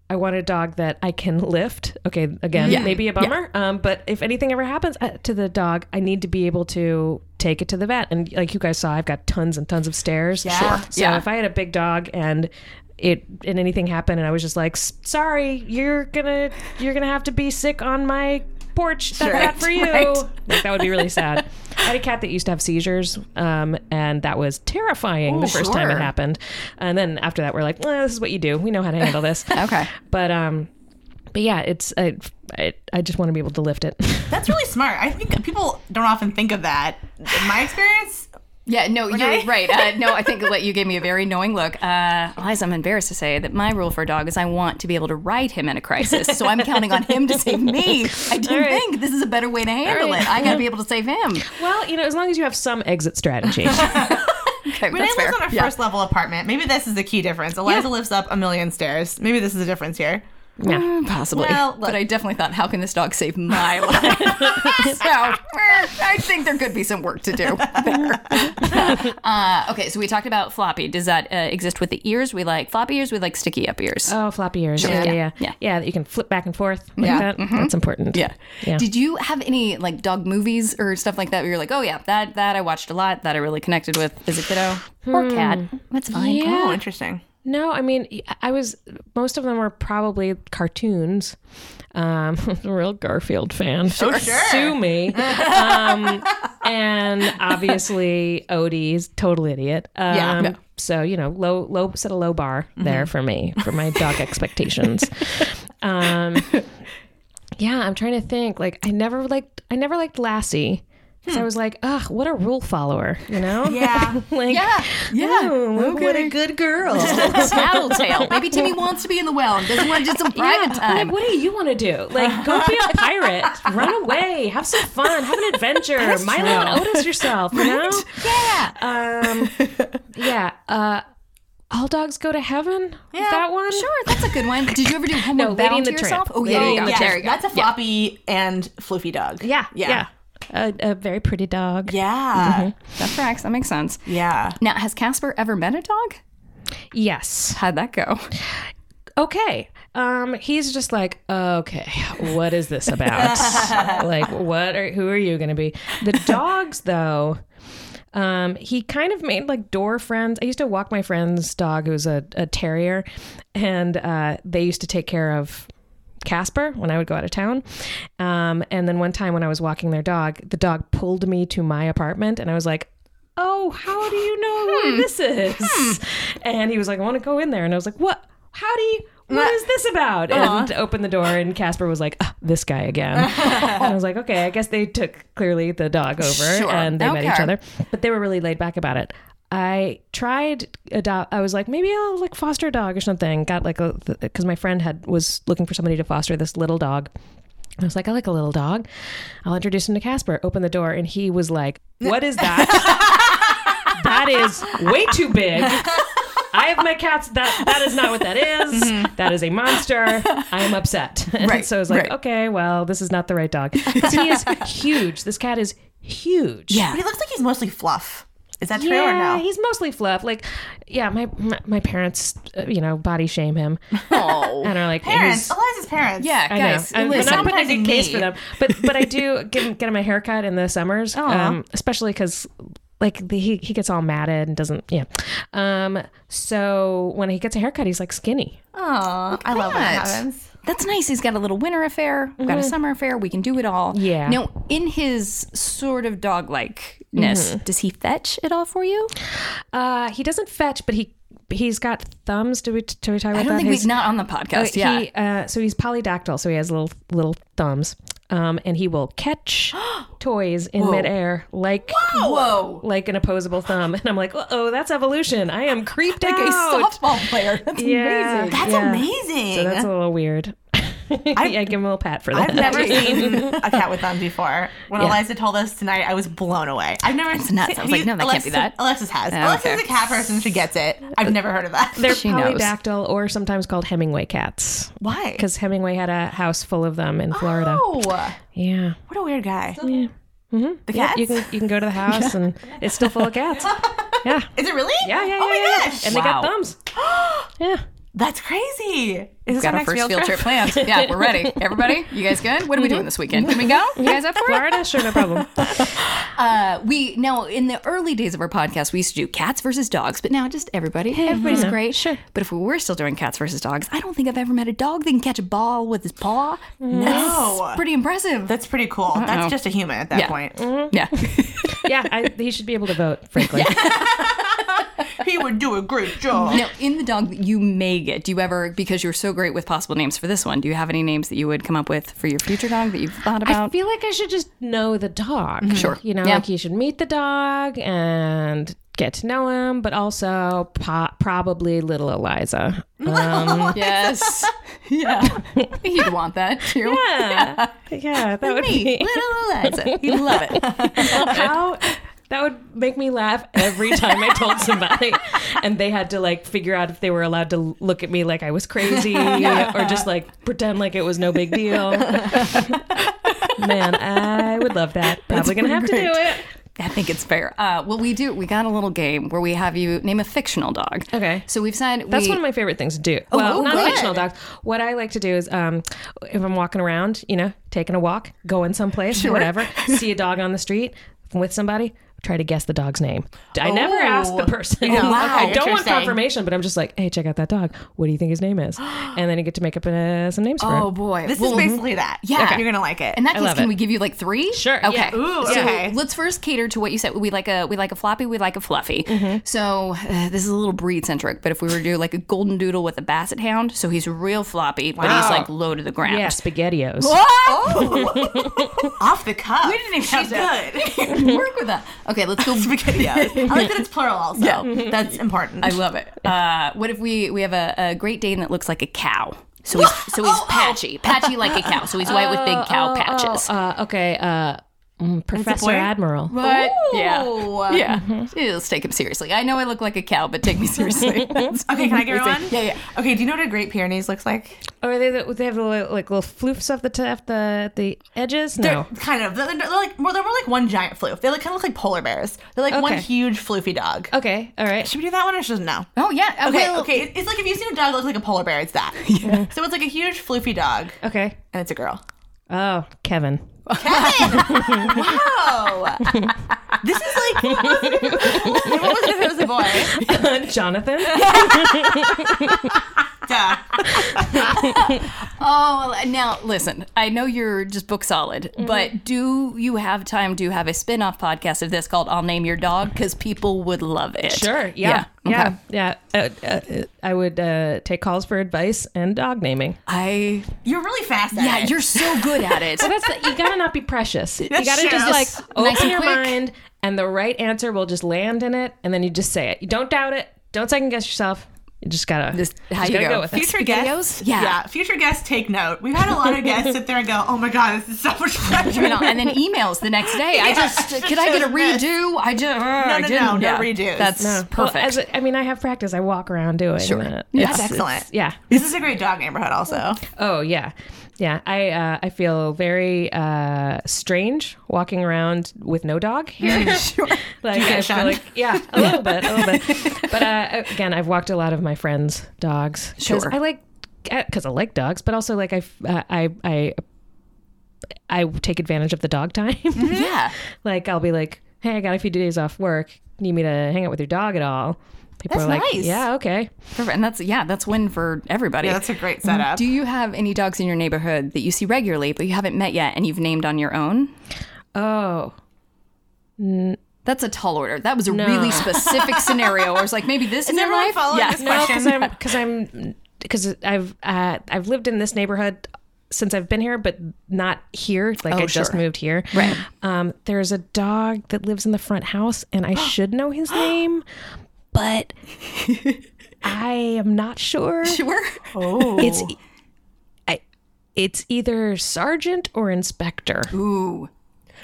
[SPEAKER 5] I want a dog that I can lift. Okay, again,
[SPEAKER 2] Yeah.
[SPEAKER 5] maybe a bummer. Um, but if anything ever happens uh, to the dog, I need to be able to take it to the vet. And like you guys saw, I've got tons and tons of stairs.
[SPEAKER 3] Yeah.
[SPEAKER 5] So
[SPEAKER 2] Yeah.
[SPEAKER 5] if I had a big dog and it and anything happened and I was just like, "S- sorry, you're gonna you're gonna have to be sick on my porch. That's
[SPEAKER 3] Right,
[SPEAKER 5] not for you.
[SPEAKER 2] right.
[SPEAKER 5] [LAUGHS] Like, that would be really sad. I had a cat that used to have seizures, um, and that was terrifying the
[SPEAKER 2] Oh,
[SPEAKER 5] first time it
[SPEAKER 2] sure.
[SPEAKER 5] happened. And then after that, we're like, "Eh, this is what you do. We know how to handle this.
[SPEAKER 2] [LAUGHS] Okay.
[SPEAKER 5] But um, but yeah, it's I, I, I just want to be able to lift
[SPEAKER 2] [LAUGHS]
[SPEAKER 5] it.
[SPEAKER 3] That's really smart. I think people don't often think of that. In my
[SPEAKER 2] [SIGHS]
[SPEAKER 3] experience,
[SPEAKER 2] Yeah, no,
[SPEAKER 3] Renee?
[SPEAKER 2] you're right. Uh, no, I think what you gave me a very knowing look. Uh, Liza, I'm embarrassed to say that my rule for a dog is I want to be able to ride him in a crisis. So I'm counting on him to save me. I do
[SPEAKER 5] right.
[SPEAKER 2] think this is a better way to handle
[SPEAKER 5] right.
[SPEAKER 2] it. I got to be able to save him.
[SPEAKER 5] well, you know, as long as you have some exit
[SPEAKER 2] [LAUGHS]
[SPEAKER 5] strategy.
[SPEAKER 2] Okay,
[SPEAKER 3] Renee
[SPEAKER 2] that's fair.
[SPEAKER 3] lives on a
[SPEAKER 2] Yeah.
[SPEAKER 3] first level apartment. Maybe this is the key difference. Eliza lives up a million stairs. Maybe this is the difference here.
[SPEAKER 5] yeah.
[SPEAKER 2] Mm, Possibly.
[SPEAKER 3] Well, look.
[SPEAKER 2] but I definitely thought, how can this dog save my life? [LAUGHS] so eh, I think there could be some work to do there. uh, okay, so we talked about floppy. Does that uh, exist with the ears? We like floppy ears, we like sticky up ears.
[SPEAKER 5] Oh, floppy ears. Yeah, yeah,
[SPEAKER 2] Yeah.
[SPEAKER 5] yeah.
[SPEAKER 2] Yeah.
[SPEAKER 5] that you can flip back and forth like
[SPEAKER 3] Yeah.
[SPEAKER 5] that. That's important.
[SPEAKER 2] Yeah.
[SPEAKER 5] Yeah.
[SPEAKER 2] Did you have any like dog movies or stuff like that where you're like, oh yeah, that that I watched a lot, that I really connected with as a kiddo
[SPEAKER 5] Hmm.
[SPEAKER 2] or cat? That's fine.
[SPEAKER 5] Yeah.
[SPEAKER 3] Oh, interesting.
[SPEAKER 5] No, I mean, I was, most of them were probably cartoons. Um, [LAUGHS] I'm a real Garfield fan. Sure.
[SPEAKER 3] sure.
[SPEAKER 5] Sue me. um, and obviously, Odie's total idiot. Um,
[SPEAKER 2] Yeah. No.
[SPEAKER 5] So, you know, low, low, set a low bar there for me, for my dog expectations. Um, yeah, I'm trying to think. Like, I never liked, I never liked Lassie. Because I was like, ugh, what a rule follower, you know?
[SPEAKER 3] [LAUGHS] Yeah.
[SPEAKER 5] [LAUGHS] like,
[SPEAKER 2] Yeah. Yeah.
[SPEAKER 5] Ooh, Hmm, look what a
[SPEAKER 2] good girl.
[SPEAKER 5] [LAUGHS]
[SPEAKER 2] Tattletale. Maybe Timmy wants to be in the well and doesn't want just some private time.
[SPEAKER 5] Like, what do you want to do? Like, go be a pirate, run away, have some fun, have an adventure, Milo and Otis yourself, you know?
[SPEAKER 2] Yeah.
[SPEAKER 5] Um, yeah. Uh, all dogs go to heaven. Yeah, that one.
[SPEAKER 2] Sure, that's a good one. Did you ever do Homeward
[SPEAKER 5] No, Lady
[SPEAKER 2] Bound
[SPEAKER 5] and
[SPEAKER 2] to
[SPEAKER 5] the
[SPEAKER 2] yourself?
[SPEAKER 5] Tramp.
[SPEAKER 2] Oh yeah,
[SPEAKER 5] Lady
[SPEAKER 2] there
[SPEAKER 5] and
[SPEAKER 2] you go.
[SPEAKER 5] the
[SPEAKER 2] There you go.
[SPEAKER 3] That's a floppy and floofy dog.
[SPEAKER 5] Yeah.
[SPEAKER 3] Yeah.
[SPEAKER 5] yeah. A, a very pretty dog.
[SPEAKER 3] Yeah.
[SPEAKER 2] That tracks. That makes sense.
[SPEAKER 3] Yeah.
[SPEAKER 2] Now, has Casper ever met a dog?
[SPEAKER 5] Yes.
[SPEAKER 2] How'd that go?
[SPEAKER 5] okay. Um, he's just like, okay, what is this about? like, what are who are you going to be? The dogs, though, um, he kind of made like door friends. I used to walk my friend's dog, who's a, a terrier, and uh, they used to take care of Casper when I would go out of town. Um, and then one time when I was walking their dog, the dog pulled me to my apartment, and I was like, "Oh, how do you know
[SPEAKER 2] Hmm.
[SPEAKER 5] where this is?" And he was like, "I want to go in there," and I was like, "What? How do you?" What is this about? And opened the door, and Casper was like, "Ah, "This guy
[SPEAKER 2] [LAUGHS]
[SPEAKER 5] again." and I was like, "Okay, I guess they took clearly the dog over,
[SPEAKER 2] Sure.
[SPEAKER 5] and they met each
[SPEAKER 2] Okay.
[SPEAKER 5] other." but they were really laid back about it. I tried adopt. I was like, maybe I'll like foster a dog or something. Got like a because my friend had was looking for somebody to foster this little dog. I was like, I like a little dog. I'll introduce him to Casper. Open the door, and he was like,
[SPEAKER 2] [LAUGHS]
[SPEAKER 5] "What is that? that is way too big." I have my cats. That that is not what that is.
[SPEAKER 3] Mm-hmm.
[SPEAKER 5] That is a monster. I am upset. [LAUGHS] And
[SPEAKER 2] Right,
[SPEAKER 5] so I was like,
[SPEAKER 2] right.
[SPEAKER 5] okay, well, this is not the right dog. 'Cause he is huge. This cat is huge. Yeah.
[SPEAKER 3] But he looks like he's mostly fluff. Is that true
[SPEAKER 5] Yeah,
[SPEAKER 3] or no?
[SPEAKER 5] he's mostly fluff. Like, yeah, my my, my parents, uh, you know, body shame him
[SPEAKER 2] Oh.
[SPEAKER 5] and are like,
[SPEAKER 3] Parents.
[SPEAKER 5] he's-
[SPEAKER 3] Eliza's parents.
[SPEAKER 2] [LAUGHS] Yeah,
[SPEAKER 5] I know.
[SPEAKER 2] guys.
[SPEAKER 5] I'm,
[SPEAKER 2] listen.
[SPEAKER 5] I'm not putting a good
[SPEAKER 3] Sometimes
[SPEAKER 5] case
[SPEAKER 3] me.
[SPEAKER 5] for them, but but I do [LAUGHS] give him, get him a haircut in the summers, um, especially because like the, he he gets all matted and doesn't yeah. Um, so when he gets a haircut, he's like skinny.
[SPEAKER 3] Aw, I love when that
[SPEAKER 2] that.
[SPEAKER 3] happens.
[SPEAKER 2] That's nice. He's got a little winter affair, We've got a summer affair. We can do it all.
[SPEAKER 5] Yeah.
[SPEAKER 2] Now, in his sort of dog likeness, does he fetch at all for you?
[SPEAKER 5] Uh, he doesn't fetch, but he he's got thumbs. Do we do we talk about
[SPEAKER 2] I
[SPEAKER 5] that?
[SPEAKER 2] don't think
[SPEAKER 5] His-
[SPEAKER 2] he's not on the podcast. yeah.
[SPEAKER 5] He, uh, so he's polydactyl, so he has little little thumbs, um, and he will
[SPEAKER 2] [GASPS]
[SPEAKER 5] catch toys in midair like
[SPEAKER 2] Whoa.
[SPEAKER 5] like an opposable thumb. And I'm like, oh, that's evolution.
[SPEAKER 2] [GASPS]
[SPEAKER 5] I am creeped
[SPEAKER 2] Like a
[SPEAKER 5] out.
[SPEAKER 2] softball player. That's
[SPEAKER 5] Yeah.
[SPEAKER 2] amazing.
[SPEAKER 3] That's
[SPEAKER 5] Yeah.
[SPEAKER 3] amazing.
[SPEAKER 5] So that's a little weird. [LAUGHS] I yeah, give him a little pat for
[SPEAKER 2] [LAUGHS]
[SPEAKER 5] that.
[SPEAKER 3] I've never seen a cat with thumbs before. When Eliza told us tonight, I was blown away. I've never. It's
[SPEAKER 2] nuts. I was like, no, that can't be that.
[SPEAKER 3] Alexis has.
[SPEAKER 2] Oh,
[SPEAKER 3] Alexis
[SPEAKER 2] okay.
[SPEAKER 3] is a cat person. She gets it. I've never heard of that.
[SPEAKER 5] They're
[SPEAKER 2] She knows.
[SPEAKER 5] polydactyl, or sometimes called Hemingway cats,
[SPEAKER 3] [LAUGHS] Why?
[SPEAKER 5] because Hemingway had a house full of them in Florida.
[SPEAKER 3] Oh,
[SPEAKER 5] Yeah,
[SPEAKER 3] what a weird guy.
[SPEAKER 2] Mm-hmm.
[SPEAKER 3] The cats.
[SPEAKER 5] you can you can go to the house and
[SPEAKER 2] [LAUGHS]
[SPEAKER 5] it's still full of cats. Yeah,
[SPEAKER 3] Is it really?
[SPEAKER 5] yeah, yeah, yeah.
[SPEAKER 3] Oh my
[SPEAKER 5] yeah, yeah.
[SPEAKER 2] [GASPS]
[SPEAKER 3] gosh.
[SPEAKER 5] And they got
[SPEAKER 2] Wow.
[SPEAKER 5] thumbs. yeah.
[SPEAKER 3] That's crazy. Is this
[SPEAKER 2] Got our
[SPEAKER 3] our next
[SPEAKER 2] first field trip planned. [LAUGHS] Yeah, we're ready. Everybody, you guys good? What are we doing this weekend? Can we go? [LAUGHS] You guys up for it?
[SPEAKER 5] Florida, sure,
[SPEAKER 2] [LAUGHS]
[SPEAKER 5] no problem.
[SPEAKER 2] Uh, we now in the early days of our podcast, we used to do cats versus dogs, but now just everybody, everybody's great. Sure, but if we were still doing cats versus dogs, I don't think I've ever met a dog that can catch a ball with his paw.
[SPEAKER 3] No.
[SPEAKER 2] [LAUGHS] That's pretty impressive.
[SPEAKER 3] That's pretty cool. That's just a human at that
[SPEAKER 2] Yeah.
[SPEAKER 3] point.
[SPEAKER 2] yeah,
[SPEAKER 5] Yeah, I, he should be able to vote, frankly.
[SPEAKER 3] He would do a
[SPEAKER 2] [LAUGHS]
[SPEAKER 3] great job.
[SPEAKER 2] [LAUGHS] Now, in the dog that you may get, do you ever, because you're so great with possible names for this one, do you have any names that you would come up with for your future dog that you've thought
[SPEAKER 5] I
[SPEAKER 2] about?
[SPEAKER 5] feel like I should just know the dog.
[SPEAKER 2] Mm-hmm. Sure.
[SPEAKER 5] You know,
[SPEAKER 2] Yeah.
[SPEAKER 5] like you should meet the dog and get to know him, but also po- probably little
[SPEAKER 2] [LAUGHS]
[SPEAKER 5] Eliza. Um,
[SPEAKER 2] yes. yeah. You'd want that too.
[SPEAKER 5] yeah. Uh, Yeah, that would
[SPEAKER 2] Me,
[SPEAKER 5] be.
[SPEAKER 2] little Eliza. You'd love it. [LAUGHS]
[SPEAKER 5] How that would make me laugh every time I told somebody, and they had to like figure out if they were allowed to look at me like I was crazy or just like pretend like it was no big deal. Man, I would love that. Probably gonna have to do it.
[SPEAKER 2] I think it's fair. Uh, well, we do. We got a little game where we have you name a fictional dog.
[SPEAKER 5] Okay.
[SPEAKER 2] So we've said
[SPEAKER 5] That's
[SPEAKER 2] we-
[SPEAKER 5] one of my favorite things to do. well,
[SPEAKER 2] oh,
[SPEAKER 5] not
[SPEAKER 2] good.
[SPEAKER 5] fictional dogs. What I like to do is, um, if I'm walking around, you know, taking a walk, going someplace, whatever, see a dog on the street with somebody, try to guess the dog's name. I never
[SPEAKER 3] Oh.
[SPEAKER 5] ask the person.
[SPEAKER 3] Yeah. Wow.
[SPEAKER 5] [LAUGHS] I don't want
[SPEAKER 3] Interesting.
[SPEAKER 5] confirmation, but I'm just like, hey, check out that dog. What do you think his name is? And then you get to make up uh, some names for
[SPEAKER 2] Oh
[SPEAKER 5] him.
[SPEAKER 2] boy.
[SPEAKER 3] This
[SPEAKER 2] Well,
[SPEAKER 3] is basically that.
[SPEAKER 2] Yeah. Okay.
[SPEAKER 3] You're going to like it.
[SPEAKER 2] In that case,
[SPEAKER 5] love
[SPEAKER 2] can
[SPEAKER 5] it.
[SPEAKER 2] we give you like three?
[SPEAKER 5] Sure, yeah.
[SPEAKER 2] Okay.
[SPEAKER 3] Ooh,
[SPEAKER 2] so
[SPEAKER 3] okay.
[SPEAKER 2] let's first cater to what you said. We like a we like a floppy. We like a fluffy.
[SPEAKER 3] Mm-hmm.
[SPEAKER 2] So uh, this is a little breed centric. But if we were to do like a golden doodle with a basset hound, so he's real floppy, but he's like low to the ground.
[SPEAKER 5] Yeah, SpaghettiOs.
[SPEAKER 2] [LAUGHS]
[SPEAKER 3] Oh. [LAUGHS] Off the cuff. We didn't even
[SPEAKER 2] have
[SPEAKER 3] She's
[SPEAKER 2] [LAUGHS]
[SPEAKER 3] good.
[SPEAKER 2] Work with that. Okay, let's
[SPEAKER 3] [LAUGHS]
[SPEAKER 2] go. [LAUGHS]
[SPEAKER 3] Spaghettios. I like [LAUGHS] that it's plural also. That's important.
[SPEAKER 2] I love it. Uh, what if we we have a, a Great Dane that looks like a cow? So
[SPEAKER 3] [LAUGHS]
[SPEAKER 2] he's so
[SPEAKER 3] Oh,
[SPEAKER 2] he's patchy, patchy like a cow. So he's white with big cow
[SPEAKER 3] oh,
[SPEAKER 2] patches.
[SPEAKER 5] Uh, okay, uh, mm, Professor
[SPEAKER 3] boy?
[SPEAKER 5] Admiral.
[SPEAKER 2] But
[SPEAKER 3] Ooh.
[SPEAKER 2] yeah, yeah.
[SPEAKER 3] Mm-hmm.
[SPEAKER 2] Let's take him seriously. I know I look like a cow, but take me
[SPEAKER 3] [LAUGHS]
[SPEAKER 2] seriously. [LAUGHS]
[SPEAKER 3] Okay, can I get one?
[SPEAKER 2] Yeah, yeah.
[SPEAKER 3] Okay, do you know what a Great Pyrenees looks like?
[SPEAKER 5] Or are they, the, they have the little, like little floofs off the top, the the edges. No,
[SPEAKER 3] Uh, Kind of. They're, they're like more. They're more like one giant floof. They like, kind of look like polar bears. They're like one
[SPEAKER 5] Okay.
[SPEAKER 3] huge floofy dog.
[SPEAKER 5] Okay, all right.
[SPEAKER 3] Oh, Should we do that one or should not know?
[SPEAKER 2] Oh yeah. uh,
[SPEAKER 3] Okay,
[SPEAKER 2] well,
[SPEAKER 3] okay. It's like if you've seen a dog that looks like a polar bear, it's [LAUGHS] that. So it's like a huge floofy dog,
[SPEAKER 5] Okay.
[SPEAKER 3] and it's a girl.
[SPEAKER 5] Oh, Kevin.
[SPEAKER 3] Oh, [LAUGHS] this is like [LAUGHS] what was it if it was a boy?
[SPEAKER 5] [LAUGHS]
[SPEAKER 3] [LAUGHS]
[SPEAKER 5] [LAUGHS] Jonathan.
[SPEAKER 3] Duh.
[SPEAKER 2] Oh, well, now listen. I know you're just book solid, but do you have time to have a spin-off podcast of this called "I'll Name Your Dog" because people would love it.
[SPEAKER 5] Sure. Yeah.
[SPEAKER 2] Yeah.
[SPEAKER 5] Yeah.
[SPEAKER 2] Okay.
[SPEAKER 5] Yeah. Uh, uh, I would uh, take calls for advice and dog naming.
[SPEAKER 2] I.
[SPEAKER 3] You're really fast at
[SPEAKER 2] Yeah,
[SPEAKER 3] it.
[SPEAKER 2] you're so good at it.
[SPEAKER 5] That's the, you gotta not be [LAUGHS] precious. You
[SPEAKER 3] That's
[SPEAKER 5] gotta
[SPEAKER 3] true.
[SPEAKER 5] just like
[SPEAKER 2] Just
[SPEAKER 5] open
[SPEAKER 2] nice and
[SPEAKER 5] your
[SPEAKER 2] quick.
[SPEAKER 5] mind, and the right answer will just land in it, and then you just say it. You don't doubt it. Don't second guess yourself. You just gotta
[SPEAKER 2] Just how
[SPEAKER 5] just
[SPEAKER 2] you
[SPEAKER 5] gotta
[SPEAKER 2] go.
[SPEAKER 5] go with it.
[SPEAKER 3] Future guests,
[SPEAKER 2] Yeah.
[SPEAKER 3] Future guests, take note. We've had a lot of guests sit there and go, "Oh my god, this is so much [LAUGHS] pressure."
[SPEAKER 2] You know, and then emails the next day. I just could I get a redo? I just
[SPEAKER 3] no,
[SPEAKER 2] I
[SPEAKER 3] no,
[SPEAKER 2] didn't.
[SPEAKER 3] no
[SPEAKER 2] yeah.
[SPEAKER 3] redos.
[SPEAKER 2] That's
[SPEAKER 5] Well,
[SPEAKER 2] perfect.
[SPEAKER 5] as a, I mean, I have practice. I walk around doing
[SPEAKER 2] Sure.
[SPEAKER 5] that.
[SPEAKER 2] That's
[SPEAKER 5] It's- it's-
[SPEAKER 2] [LAUGHS]
[SPEAKER 3] excellent.
[SPEAKER 5] Yeah.
[SPEAKER 3] this is a great dog neighborhood, also.
[SPEAKER 5] Oh yeah, yeah. I uh, I feel very uh, strange walking around with no dog [LAUGHS] here. Like I feel
[SPEAKER 3] shunned?
[SPEAKER 5] like yeah, a little bit, a little
[SPEAKER 2] [LAUGHS]
[SPEAKER 5] bit. But uh, again, I've walked a lot of my friends' dogs. 'Cause
[SPEAKER 2] Sure.
[SPEAKER 5] I like because I like dogs, but also like I f- uh, I I I take advantage of the dog [LAUGHS] time.
[SPEAKER 2] yeah.
[SPEAKER 5] like I'll be like, hey, I got a few days off work. Need me to hang out with your dog at all? People
[SPEAKER 2] That's
[SPEAKER 5] are like,
[SPEAKER 2] nice.
[SPEAKER 5] yeah, okay.
[SPEAKER 2] Perfect. And that's yeah, that's win for everybody.
[SPEAKER 3] Yeah, that's a great setup.
[SPEAKER 2] Do you have any dogs in your neighborhood that you see regularly but you haven't met yet and you've named on your own?
[SPEAKER 5] Oh,
[SPEAKER 2] That's a tall order. That was a really
[SPEAKER 3] [LAUGHS]
[SPEAKER 2] specific scenario where it's like maybe this in their
[SPEAKER 3] everyone
[SPEAKER 2] life.
[SPEAKER 3] following
[SPEAKER 2] yeah.
[SPEAKER 3] this
[SPEAKER 5] No,
[SPEAKER 3] question?
[SPEAKER 5] because I'm because I'm because I've uh, I've lived in this neighborhood since I've been here, but not here. Like I just
[SPEAKER 2] sure.
[SPEAKER 5] moved here. Right. Um, there's a dog that lives in the front house, and I should know his name, but I am not sure.
[SPEAKER 2] [LAUGHS] Sure.
[SPEAKER 5] It's I, it's either sergeant or inspector.
[SPEAKER 2] Ooh.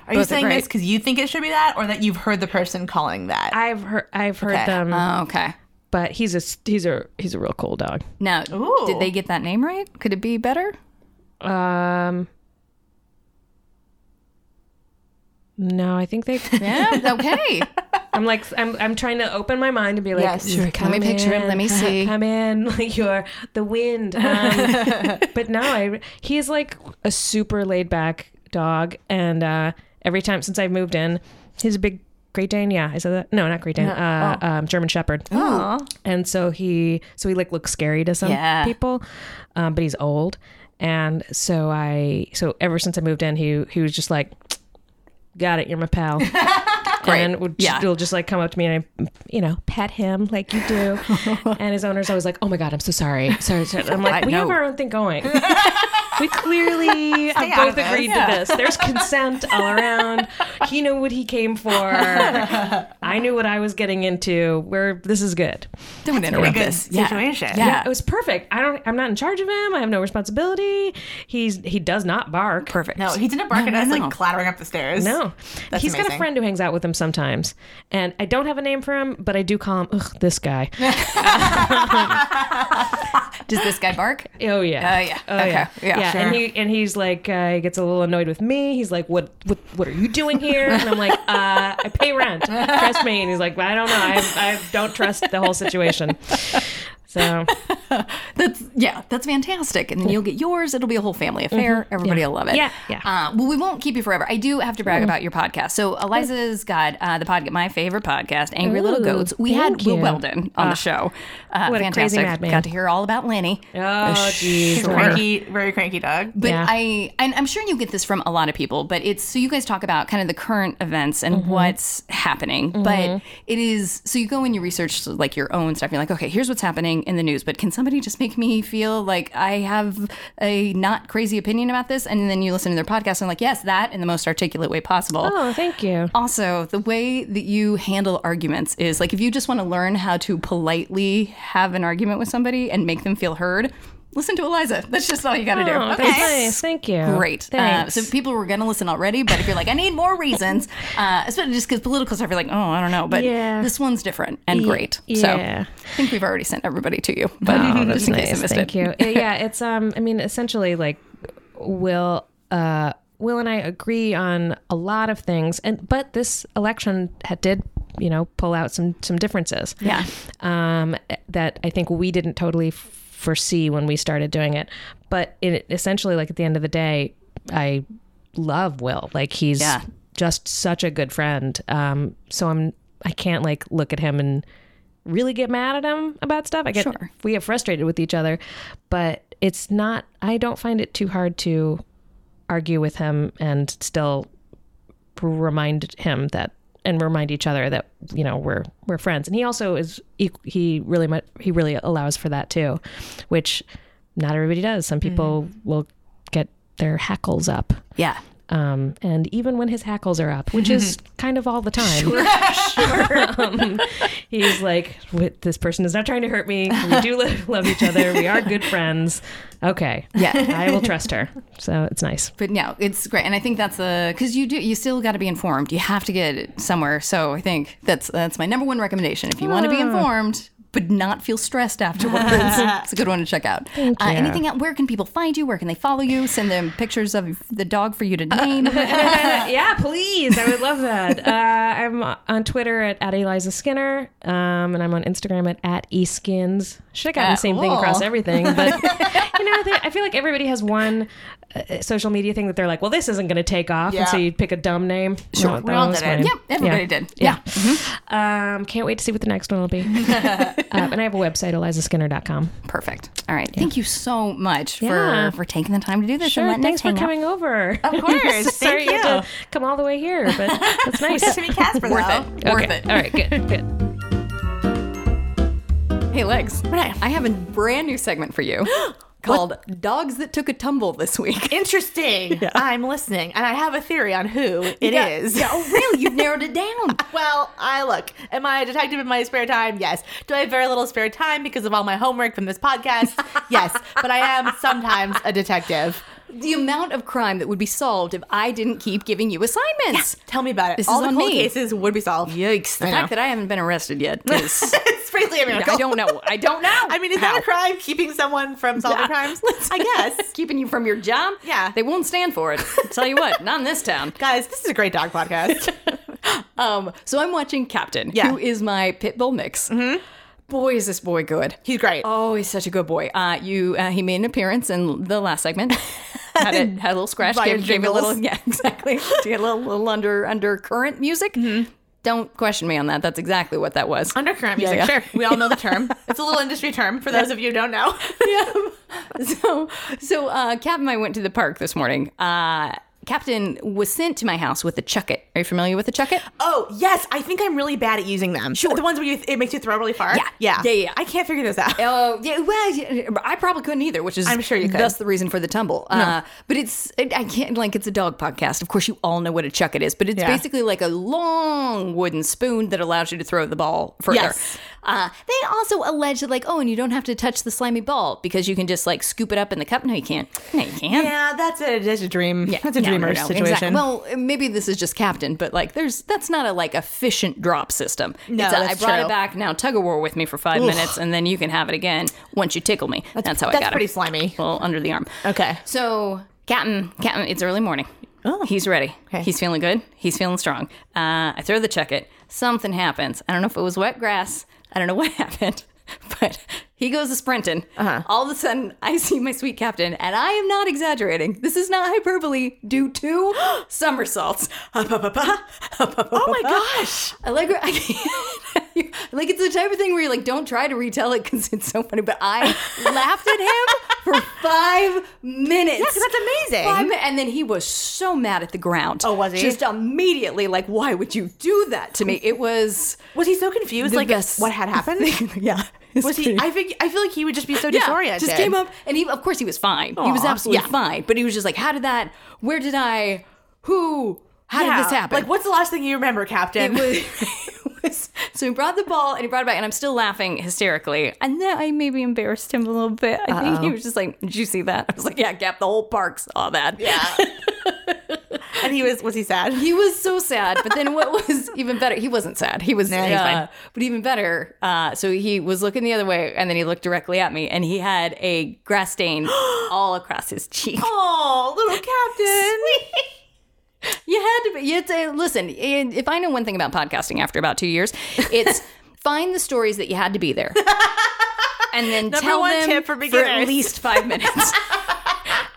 [SPEAKER 3] Are you
[SPEAKER 2] Both are
[SPEAKER 3] saying this
[SPEAKER 2] great.
[SPEAKER 3] because you think it should be that, or that you've heard the person calling that?
[SPEAKER 5] I've heard I've heard
[SPEAKER 3] Okay.
[SPEAKER 5] them,
[SPEAKER 2] Oh, okay. Uh,
[SPEAKER 5] but he's a s- he's a he's a real cool dog.
[SPEAKER 2] Now,
[SPEAKER 3] Ooh.
[SPEAKER 2] did they get that name right? Could it be better?
[SPEAKER 5] Um. No, I think they
[SPEAKER 2] [LAUGHS] Yeah. Okay.
[SPEAKER 5] I'm like I'm I'm trying to open my mind and be like,
[SPEAKER 3] Yes.
[SPEAKER 5] sure,
[SPEAKER 2] Let me picture him. Let me see."
[SPEAKER 5] Come in, [LAUGHS] like you're the wind.
[SPEAKER 2] [LAUGHS]
[SPEAKER 5] Um, but no, I he's like a super laid back dog, and uh, every time since I've moved in, he's a big Great Dane. Yeah, is that that? No, not Great Dane. Uh,
[SPEAKER 2] Oh.
[SPEAKER 5] um, German Shepherd.
[SPEAKER 3] Aw.
[SPEAKER 5] And so he so he like looks scary to some
[SPEAKER 3] Yeah.
[SPEAKER 5] people, um, but he's old. And so I so ever since I moved in, he he was just like, "Got it, you're
[SPEAKER 3] [LAUGHS]
[SPEAKER 5] my pal." And would
[SPEAKER 2] Yeah.
[SPEAKER 5] he'll just like come up to me and I, you know, pet him like you
[SPEAKER 3] [LAUGHS]
[SPEAKER 5] do. and his owner's always like, "Oh my god, I'm so sorry." Sorry, sorry. I'm like,
[SPEAKER 2] I
[SPEAKER 5] "We have
[SPEAKER 2] know.
[SPEAKER 5] our own
[SPEAKER 3] [LAUGHS]
[SPEAKER 5] thing going." We clearly have
[SPEAKER 3] out of
[SPEAKER 5] both
[SPEAKER 3] this.
[SPEAKER 5] agreed to this. There's consent all around. He knew what he
[SPEAKER 3] [LAUGHS]
[SPEAKER 5] came for. I knew what I was getting into. We're this is good.
[SPEAKER 2] Don't interrupt
[SPEAKER 3] good
[SPEAKER 2] this.
[SPEAKER 3] situation.
[SPEAKER 2] Yeah.
[SPEAKER 5] Yeah, it was perfect. I don't. I'm not in charge of him. I have no responsibility. He's he does not bark.
[SPEAKER 2] Perfect.
[SPEAKER 3] No, he didn't bark at
[SPEAKER 2] no,
[SPEAKER 3] us
[SPEAKER 2] no.
[SPEAKER 3] like clattering up the stairs.
[SPEAKER 5] No,
[SPEAKER 3] That's
[SPEAKER 5] he's got a
[SPEAKER 3] amazing.
[SPEAKER 5] friend who hangs out with him sometimes, and I don't have a name for him, but I do call him Ugh,
[SPEAKER 2] [LAUGHS]
[SPEAKER 5] this guy.
[SPEAKER 2] Oh, Does this guy bark?
[SPEAKER 5] Oh yeah.
[SPEAKER 2] Oh, yeah.
[SPEAKER 5] Oh
[SPEAKER 2] Okay.
[SPEAKER 5] yeah.
[SPEAKER 2] Yeah,
[SPEAKER 5] And
[SPEAKER 2] sure.
[SPEAKER 5] he and he's like uh, he gets a little annoyed with me. He's like, what what what are you doing here? And I'm like, uh, I pay rent. Trust me. And he's like, I don't know. I I don't trust the whole situation. So
[SPEAKER 2] That's yeah, that's fantastic. And then you'll get yours. It'll be a whole family affair. Everybody will love it.
[SPEAKER 5] Mm-hmm. Yeah, yeah.
[SPEAKER 2] Uh,
[SPEAKER 5] Mm-hmm.
[SPEAKER 2] well, we won't keep you forever. I do have to brag about your podcast. So Eliza's got uh, the podcast, my favorite podcast, Angry Little
[SPEAKER 5] Ooh,
[SPEAKER 2] Goats. We had
[SPEAKER 5] thank
[SPEAKER 2] Will
[SPEAKER 5] you. Ah,
[SPEAKER 2] Weldon on the show. Uh,
[SPEAKER 5] what a crazy
[SPEAKER 2] fantastic.
[SPEAKER 5] madman.
[SPEAKER 2] Got to hear all about Lenny.
[SPEAKER 5] oh geez.
[SPEAKER 3] Cranky, very cranky dog.
[SPEAKER 2] But
[SPEAKER 5] Yeah.
[SPEAKER 2] I, and I'm sure you get this from a lot of people, but it's so you guys talk about kind of the current events
[SPEAKER 5] Mm-hmm.
[SPEAKER 2] and what's happening. But it is so you go and you research like your own stuff. You're like, okay, here's what's happening in the news, but can somebody just make me feel like I have a not crazy opinion about this? And then you listen to their podcast and like, yes, that in the most articulate way possible.
[SPEAKER 5] Oh, thank you.
[SPEAKER 2] Also, the way that you handle arguments is like if you just want to learn how to politely have an argument with somebody and make them feel heard, listen to Eliza. That's just all you got to do.
[SPEAKER 5] Oh, that's nice. Thank you.
[SPEAKER 2] Great. Uh,
[SPEAKER 5] Thanks.
[SPEAKER 2] so people were going to listen already, but if you're like, I need more
[SPEAKER 5] [LAUGHS]
[SPEAKER 2] reasons, uh, especially just because political stuff, you're like, oh, I don't know. But
[SPEAKER 5] Yeah.
[SPEAKER 2] this one's different and great.
[SPEAKER 5] yeah.
[SPEAKER 2] So I think we've already sent everybody to you. But [LAUGHS]
[SPEAKER 5] [LAUGHS] Oh,
[SPEAKER 2] just
[SPEAKER 5] that's
[SPEAKER 2] in case I
[SPEAKER 5] nice.
[SPEAKER 2] missed
[SPEAKER 5] Thank
[SPEAKER 2] it.
[SPEAKER 5] you. [LAUGHS] Yeah, it's um. I mean, essentially, like Will, uh, Will and I agree on a lot of things, and but this election had, did, you know, pull out some some differences.
[SPEAKER 2] Yeah.
[SPEAKER 5] Um, that I think we didn't totally f- foresee when we started doing it, but it essentially, like at the end of the day, I love Will. Like he's
[SPEAKER 2] Yeah.
[SPEAKER 5] just such a good friend. Um, so I'm I can't like look at him and really get mad at him about stuff. I get
[SPEAKER 2] Sure.
[SPEAKER 5] we get frustrated with each other, but it's not. I don't find it too hard to argue with him and still remind him that and remind each other that you know we're we're friends. And he also is he, he really much he really allows for that too, which not everybody does. Some people will get their hackles up
[SPEAKER 2] Yeah.
[SPEAKER 5] um, and even when his hackles are up, which is kind of all the time. [LAUGHS] um, he's like, "Wait, "This person is not trying to hurt me. We do love, love each other. We are good friends. Okay,
[SPEAKER 2] Yeah.
[SPEAKER 5] I will trust her." So it's nice.
[SPEAKER 2] But no, it's great, and I think that's the because you do you still got to be informed. You have to get it somewhere. So I think that's that's my number one recommendation. If you want to
[SPEAKER 5] Oh.
[SPEAKER 2] be informed but not feel stressed
[SPEAKER 5] [LAUGHS]
[SPEAKER 2] afterwards, it's a good one to check out. Uh,
[SPEAKER 5] you.
[SPEAKER 2] anything out? Where can people find you? Where can they follow you? Send them pictures of the dog for you
[SPEAKER 5] [LAUGHS]
[SPEAKER 2] to name.
[SPEAKER 5] yeah, please. I would love
[SPEAKER 3] [LAUGHS]
[SPEAKER 5] that. Uh, I'm on Twitter at, at Eliza Skinner, um, and I'm on Instagram at, at eSkins. Should have gotten the same thing
[SPEAKER 3] Ah, cool.
[SPEAKER 5] across everything, but
[SPEAKER 3] [LAUGHS]
[SPEAKER 5] [LAUGHS] you know, they, I feel like everybody has one uh, social media thing that they're like, well, this isn't going to take off,
[SPEAKER 3] Yeah.
[SPEAKER 5] and so you pick a dumb name. Sure,
[SPEAKER 3] We all did it.
[SPEAKER 2] yep, everybody did. Yeah.
[SPEAKER 5] Um, can't wait to see what the next one
[SPEAKER 3] [LAUGHS]
[SPEAKER 5] will be. [LAUGHS] uh, and I have a website, ElizaSkinner.com.
[SPEAKER 2] perfect. All right, thank you so much
[SPEAKER 5] Yeah.
[SPEAKER 2] for for taking the time to do this.
[SPEAKER 5] Sure,
[SPEAKER 2] and letting
[SPEAKER 5] thanks
[SPEAKER 2] us
[SPEAKER 5] for
[SPEAKER 2] hang out.
[SPEAKER 5] coming [LAUGHS] over.
[SPEAKER 3] [LAUGHS] Of course.
[SPEAKER 5] Sorry
[SPEAKER 3] Thank you.
[SPEAKER 5] had to come all the way here, but
[SPEAKER 3] [LAUGHS]
[SPEAKER 5] that's nice.
[SPEAKER 3] Nice to meet Casper,
[SPEAKER 2] Worth
[SPEAKER 3] though.
[SPEAKER 2] it. Worth
[SPEAKER 5] okay.
[SPEAKER 2] it.
[SPEAKER 5] All right, good, good.
[SPEAKER 2] Hey, Legs. I have a brand new segment for [GASPS] you called Dogs That Took a Tumble this week.
[SPEAKER 3] [LAUGHS] Interesting. I'm listening, and I have a theory on who it is.
[SPEAKER 2] Yeah, Yeah, oh, really? You've narrowed
[SPEAKER 3] [LAUGHS]
[SPEAKER 2] it down.
[SPEAKER 3] Well, I look. Am I a detective in my spare time? Yes. Do I have very little spare time because of all my homework from this podcast? yes. But I am sometimes a detective.
[SPEAKER 2] [LAUGHS] the amount of crime that would be solved if I didn't keep giving you assignments.
[SPEAKER 3] Tell me about it.
[SPEAKER 2] This
[SPEAKER 3] all
[SPEAKER 2] is
[SPEAKER 3] the
[SPEAKER 2] on
[SPEAKER 3] cold
[SPEAKER 2] me.
[SPEAKER 3] cases would be solved.
[SPEAKER 2] Yikes. The
[SPEAKER 3] I
[SPEAKER 2] fact
[SPEAKER 3] know.
[SPEAKER 2] that I haven't been arrested [LAUGHS] yet is.
[SPEAKER 3] [LAUGHS] it's frankly a miracle.
[SPEAKER 2] I don't know. I don't know.
[SPEAKER 3] I mean, is that a crime? Keeping someone from solving
[SPEAKER 2] Yeah. [LAUGHS]
[SPEAKER 3] crimes? I guess.
[SPEAKER 2] Keeping you from your job?
[SPEAKER 3] Yeah.
[SPEAKER 2] They won't stand for it. tell you what, not in this town. [LAUGHS]
[SPEAKER 3] Guys, this is a great dog podcast.
[SPEAKER 2] Um, so I'm watching Captain,
[SPEAKER 3] Yeah. Mm-hmm.
[SPEAKER 2] who is my pit bull mix. Boy, is this boy good.
[SPEAKER 3] He's great.
[SPEAKER 2] Oh, he's such a good boy. Uh, you, uh, he made an appearance in the last
[SPEAKER 3] [LAUGHS]
[SPEAKER 2] segment. had, a, had a little scratch.
[SPEAKER 3] Via
[SPEAKER 2] Gave, gave a
[SPEAKER 3] jingles.
[SPEAKER 2] little, yeah, [LAUGHS] exactly. Did a little, little under undercurrent music.
[SPEAKER 3] Mm-hmm.
[SPEAKER 2] Don't question me on that. That's exactly what that was.
[SPEAKER 3] Undercurrent
[SPEAKER 2] Yeah,
[SPEAKER 3] music,
[SPEAKER 2] yeah.
[SPEAKER 3] sure. We all know the term. It's a little industry term for those of you who
[SPEAKER 2] [LAUGHS]
[SPEAKER 3] don't know.
[SPEAKER 2] [LAUGHS] so so uh cap and i went to the park this morning uh Captain was sent to my house with a chucket. Are you familiar with a chucket?
[SPEAKER 3] Oh yes, I think I'm really bad at using them. Sure, the ones where you it makes you throw really far.
[SPEAKER 2] Yeah.
[SPEAKER 3] yeah,
[SPEAKER 2] Yeah, yeah, yeah.
[SPEAKER 3] I can't figure this out.
[SPEAKER 2] [LAUGHS] Oh yeah, well, yeah, I probably couldn't either, which is
[SPEAKER 3] I'm sure you could.
[SPEAKER 2] That's the reason for the tumble. Uh, but it's I can't like it's a dog podcast. Of course, you all know what a chucket is, but it's
[SPEAKER 3] Yeah.
[SPEAKER 2] basically like a long wooden spoon that allows you to throw the ball further.
[SPEAKER 3] Yes.
[SPEAKER 2] Uh, they also allege that like oh, and you don't have to touch the slimy ball because you can just like scoop it up in the cup. No, you can't. No, you can't.
[SPEAKER 3] Yeah, that's a that's a dream.
[SPEAKER 2] Yeah,
[SPEAKER 3] Mm-hmm. that's a
[SPEAKER 2] no, no,
[SPEAKER 3] dreamer
[SPEAKER 2] no,
[SPEAKER 3] situation.
[SPEAKER 2] Exactly. Well, maybe this is just captain, but like, there's that's not a like efficient drop system.
[SPEAKER 3] No,
[SPEAKER 2] It's a,
[SPEAKER 3] that's
[SPEAKER 2] I brought
[SPEAKER 3] true.
[SPEAKER 2] it back. Now tug of war with me for five minutes, and then you can have it again once you tickle me. That's, how I
[SPEAKER 3] that's
[SPEAKER 2] got
[SPEAKER 3] pretty
[SPEAKER 2] it.
[SPEAKER 3] slimy.
[SPEAKER 2] Well, under the arm.
[SPEAKER 3] Okay.
[SPEAKER 2] So captain, captain, it's early morning. Oh. He's ready.
[SPEAKER 3] Okay.
[SPEAKER 2] He's feeling good. He's feeling strong. Uh, I throw the check it. Something happens. I don't know if it was wet grass. I don't know [LAUGHS] what happened, but he goes a sprinting.
[SPEAKER 3] Uh-huh.
[SPEAKER 2] All of a sudden, I see my sweet captain, and I am not exaggerating. This is not hyperbole. Do two [GASPS] somersaults. Up, up, up, up, up, up,
[SPEAKER 3] oh
[SPEAKER 2] up,
[SPEAKER 3] my
[SPEAKER 2] up.
[SPEAKER 3] gosh,
[SPEAKER 2] I like [LAUGHS] I can't, like it's the type of thing where you're like, don't try to retell it because it's so funny. But
[SPEAKER 3] [LAUGHS]
[SPEAKER 2] I laughed at him for five minutes.
[SPEAKER 3] Yeah, 'cause that's amazing.
[SPEAKER 2] Five mi- and then he was so mad at the ground.
[SPEAKER 3] Oh, was he?
[SPEAKER 2] Just immediately, like, why would you do that to me? It was
[SPEAKER 3] was he so confused?
[SPEAKER 2] The
[SPEAKER 3] Like
[SPEAKER 2] best
[SPEAKER 3] what had happened?
[SPEAKER 2] [LAUGHS] yeah.
[SPEAKER 3] was he? I think I feel like he would just be so
[SPEAKER 2] yeah,
[SPEAKER 3] disoriented.
[SPEAKER 2] just came up and he, of course, he was fine. He was
[SPEAKER 3] Aw,
[SPEAKER 2] absolutely
[SPEAKER 3] yeah.
[SPEAKER 2] fine. But he was just like, how did that? Where did I? Who? How
[SPEAKER 3] Yeah.
[SPEAKER 2] did this happen?
[SPEAKER 3] Like, what's the last thing you remember, Captain?
[SPEAKER 2] It was, [LAUGHS] it was- so he brought the ball and he brought it back, and I'm still laughing hysterically. And then I maybe embarrassed him a little bit. I think he was just like, "Did you see that?" [LAUGHS] I was like, "Yeah, Gap, the whole park saw that."
[SPEAKER 3] yeah. [LAUGHS] and he was was he sad?
[SPEAKER 2] [LAUGHS] He was so sad, but then what
[SPEAKER 3] [LAUGHS]
[SPEAKER 2] was even better? He wasn't sad. He was,
[SPEAKER 3] he's
[SPEAKER 2] uh,
[SPEAKER 3] fine.
[SPEAKER 2] but even better. Uh, so he was looking the other way, and then he looked directly at me, and he had a grass
[SPEAKER 3] [GASPS]
[SPEAKER 2] stain all across his cheek.
[SPEAKER 3] Oh, little Captain.
[SPEAKER 2] You had to. Be, you had to listen. and If I know one thing about podcasting, after about two years, it's
[SPEAKER 3] [LAUGHS]
[SPEAKER 2] find the stories that you had to be there, and then tell
[SPEAKER 3] one
[SPEAKER 2] them
[SPEAKER 3] tip for
[SPEAKER 2] at
[SPEAKER 3] beginners.
[SPEAKER 2] least five minutes.
[SPEAKER 3] [LAUGHS]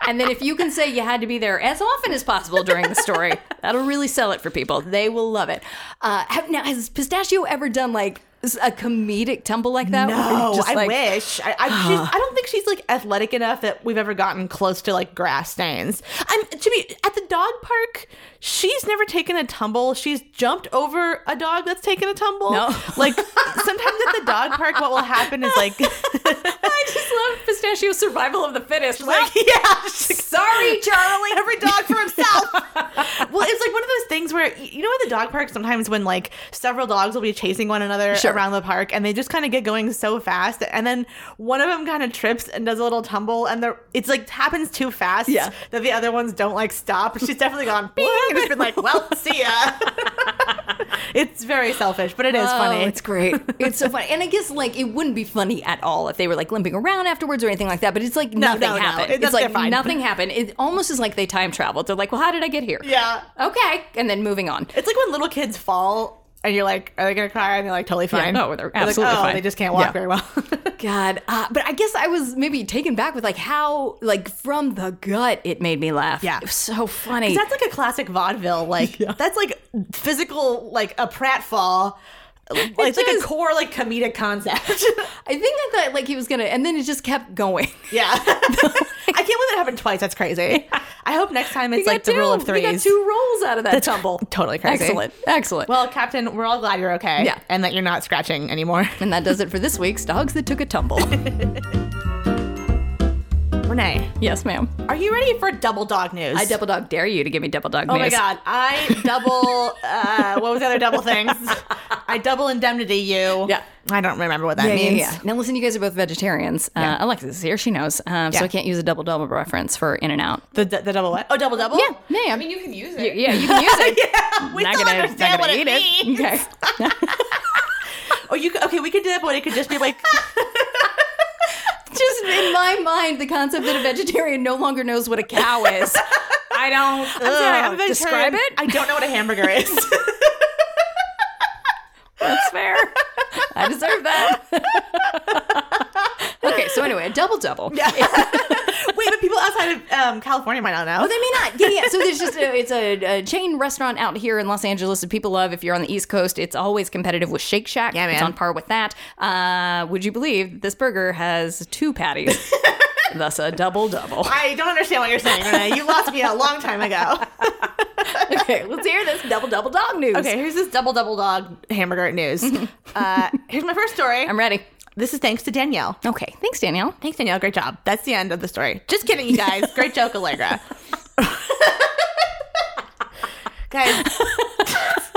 [SPEAKER 2] And then if you can say you had to be there as often as possible during the story, that'll really sell it for people. They will love it. Uh, have, now, has Pistachio ever done like s- a comedic tumble like that? where you're
[SPEAKER 3] No,
[SPEAKER 2] just
[SPEAKER 3] I
[SPEAKER 2] [LAUGHS] like-
[SPEAKER 3] wish. I, I, she's,
[SPEAKER 2] [GASPS]
[SPEAKER 3] I don't think she's like athletic enough that we've ever gotten close to like grass stains. I'm to be at the dog park. She's never taken a tumble. She's jumped over a dog that's taken a tumble.
[SPEAKER 2] No.
[SPEAKER 3] like sometimes at the dog park, what will happen is
[SPEAKER 2] [LAUGHS]
[SPEAKER 3] like,
[SPEAKER 2] I just love Pistachio survival of the fittest.
[SPEAKER 3] like yeah, she's like,
[SPEAKER 2] Sorry, Charlie.
[SPEAKER 3] [LAUGHS] every dog for himself. well, it's like one of those things where you know at the dog park sometimes when like several dogs will be chasing one another
[SPEAKER 2] Sure.
[SPEAKER 3] around the park and they just kind of get going so fast and then one of them kind of trips and does a little tumble and the it's like happens too fast
[SPEAKER 2] Yeah.
[SPEAKER 3] that the other ones don't like stop. She's
[SPEAKER 2] [LAUGHS]
[SPEAKER 3] definitely gone "Bing," and it's been like, well, see ya. it's very selfish, but it is funny.
[SPEAKER 2] Oh, it's great. It's so funny. And I guess like it wouldn't be funny at all if they were like limping around afterwards or anything like that. But it's like nothing
[SPEAKER 3] no, no.
[SPEAKER 2] happened.
[SPEAKER 3] It-
[SPEAKER 2] It's
[SPEAKER 3] that's-
[SPEAKER 2] like
[SPEAKER 3] they're fine.
[SPEAKER 2] nothing happened. It almost is like they time traveled. They're like, well, how did I get here?
[SPEAKER 3] yeah.
[SPEAKER 2] Okay, and then moving on.
[SPEAKER 3] It's like when little kids fall and you're like, are they gonna cry? And they're like, totally fine.
[SPEAKER 2] no, they're
[SPEAKER 3] like,
[SPEAKER 2] absolutely
[SPEAKER 3] oh,
[SPEAKER 2] fine.
[SPEAKER 3] They just can't walk
[SPEAKER 2] Yeah.
[SPEAKER 3] very well. [LAUGHS]
[SPEAKER 2] God, uh, but I guess I was maybe taken back with like how like from the gut it made me laugh.
[SPEAKER 3] Yeah.
[SPEAKER 2] it was so funny.
[SPEAKER 3] That's like a classic vaudeville. Like that's like physical, like a pratfall. It's like
[SPEAKER 2] is.
[SPEAKER 3] a core, like comedic concept. [LAUGHS]
[SPEAKER 2] I think I thought like he was gonna, and then it just kept going. [LAUGHS]
[SPEAKER 3] yeah, I can't believe that happened twice. That's crazy. I hope next time it's
[SPEAKER 2] We
[SPEAKER 3] like
[SPEAKER 2] got
[SPEAKER 3] the rule
[SPEAKER 2] two-
[SPEAKER 3] of threes.
[SPEAKER 2] We got two rolls out of that
[SPEAKER 3] That's
[SPEAKER 2] tumble.
[SPEAKER 3] [LAUGHS] totally crazy.
[SPEAKER 2] Excellent, excellent.
[SPEAKER 3] Well, Captain, we're all glad you're okay.
[SPEAKER 2] Yeah.
[SPEAKER 3] and that you're not scratching anymore. [LAUGHS]
[SPEAKER 2] and that does it for this week's dogs that took a tumble.
[SPEAKER 3] Renee,
[SPEAKER 2] yes, ma'am.
[SPEAKER 3] are you ready for double dog news?
[SPEAKER 2] I double dog dare you to give me double dog
[SPEAKER 3] Oh
[SPEAKER 2] news.
[SPEAKER 3] my god, I
[SPEAKER 2] [LAUGHS]
[SPEAKER 3] double. uh, what was the other double things? I double indemnity you.
[SPEAKER 2] Yeah.
[SPEAKER 3] I don't remember what that
[SPEAKER 2] Yeah, yeah,
[SPEAKER 3] means.
[SPEAKER 2] yeah. Now listen, you guys are both vegetarians. Uh, Alexis is here; she knows, um, so
[SPEAKER 3] Yeah.
[SPEAKER 2] I can't use a double double reference for In and Out.
[SPEAKER 3] The, the double what? Oh, double double.
[SPEAKER 2] Yeah, yeah, yeah.
[SPEAKER 6] I mean, you can use it.
[SPEAKER 2] You- yeah, you can use [LAUGHS] it.
[SPEAKER 3] yeah, [LAUGHS] we
[SPEAKER 2] not
[SPEAKER 3] still
[SPEAKER 2] gonna,
[SPEAKER 3] understand
[SPEAKER 2] not gonna
[SPEAKER 3] what
[SPEAKER 2] eat
[SPEAKER 3] it means.
[SPEAKER 2] [LAUGHS] Okay.
[SPEAKER 3] Or you could- okay? We could do that, but it could just be like
[SPEAKER 2] Just in my mind, the concept that a vegetarian no longer knows what a cow is. I don't.
[SPEAKER 3] [LAUGHS] I'm sorry,
[SPEAKER 2] [LAUGHS] Ugh.
[SPEAKER 3] I'm a vegetarian.
[SPEAKER 2] describe it.
[SPEAKER 3] [LAUGHS] I don't know what a hamburger is.
[SPEAKER 2] That's [LAUGHS] fair. I deserve that. [LAUGHS] okay, so anyway, a double double. Yeah.
[SPEAKER 3] Wait, but people outside of um, California might not know.
[SPEAKER 2] Oh, they may not. Yeah, yeah. So there's just a, it's a, a chain restaurant out here in Los Angeles that people love. If you're on the East Coast, it's always competitive with Shake Shack.
[SPEAKER 3] Yeah,
[SPEAKER 2] It's
[SPEAKER 3] man.
[SPEAKER 2] on par with that. Uh, would you believe this burger has two [LAUGHS] patties? Thus, a double double.
[SPEAKER 3] I don't understand what you're saying, Renee. You lost me a long time ago.
[SPEAKER 2] [LAUGHS] Okay, let's hear this double double dog news.
[SPEAKER 3] [LAUGHS] [LAUGHS] Okay, here's this double double dog hamburger [LAUGHS] news. uh, here's my first story.
[SPEAKER 2] I'm ready.
[SPEAKER 3] this is thanks to Danielle.
[SPEAKER 2] Okay, thanks, Danielle.
[SPEAKER 3] Thanks, Danielle. Great job. That's the end of the story. Just kidding, you guys. Great joke, Allegra. [LAUGHS] guys,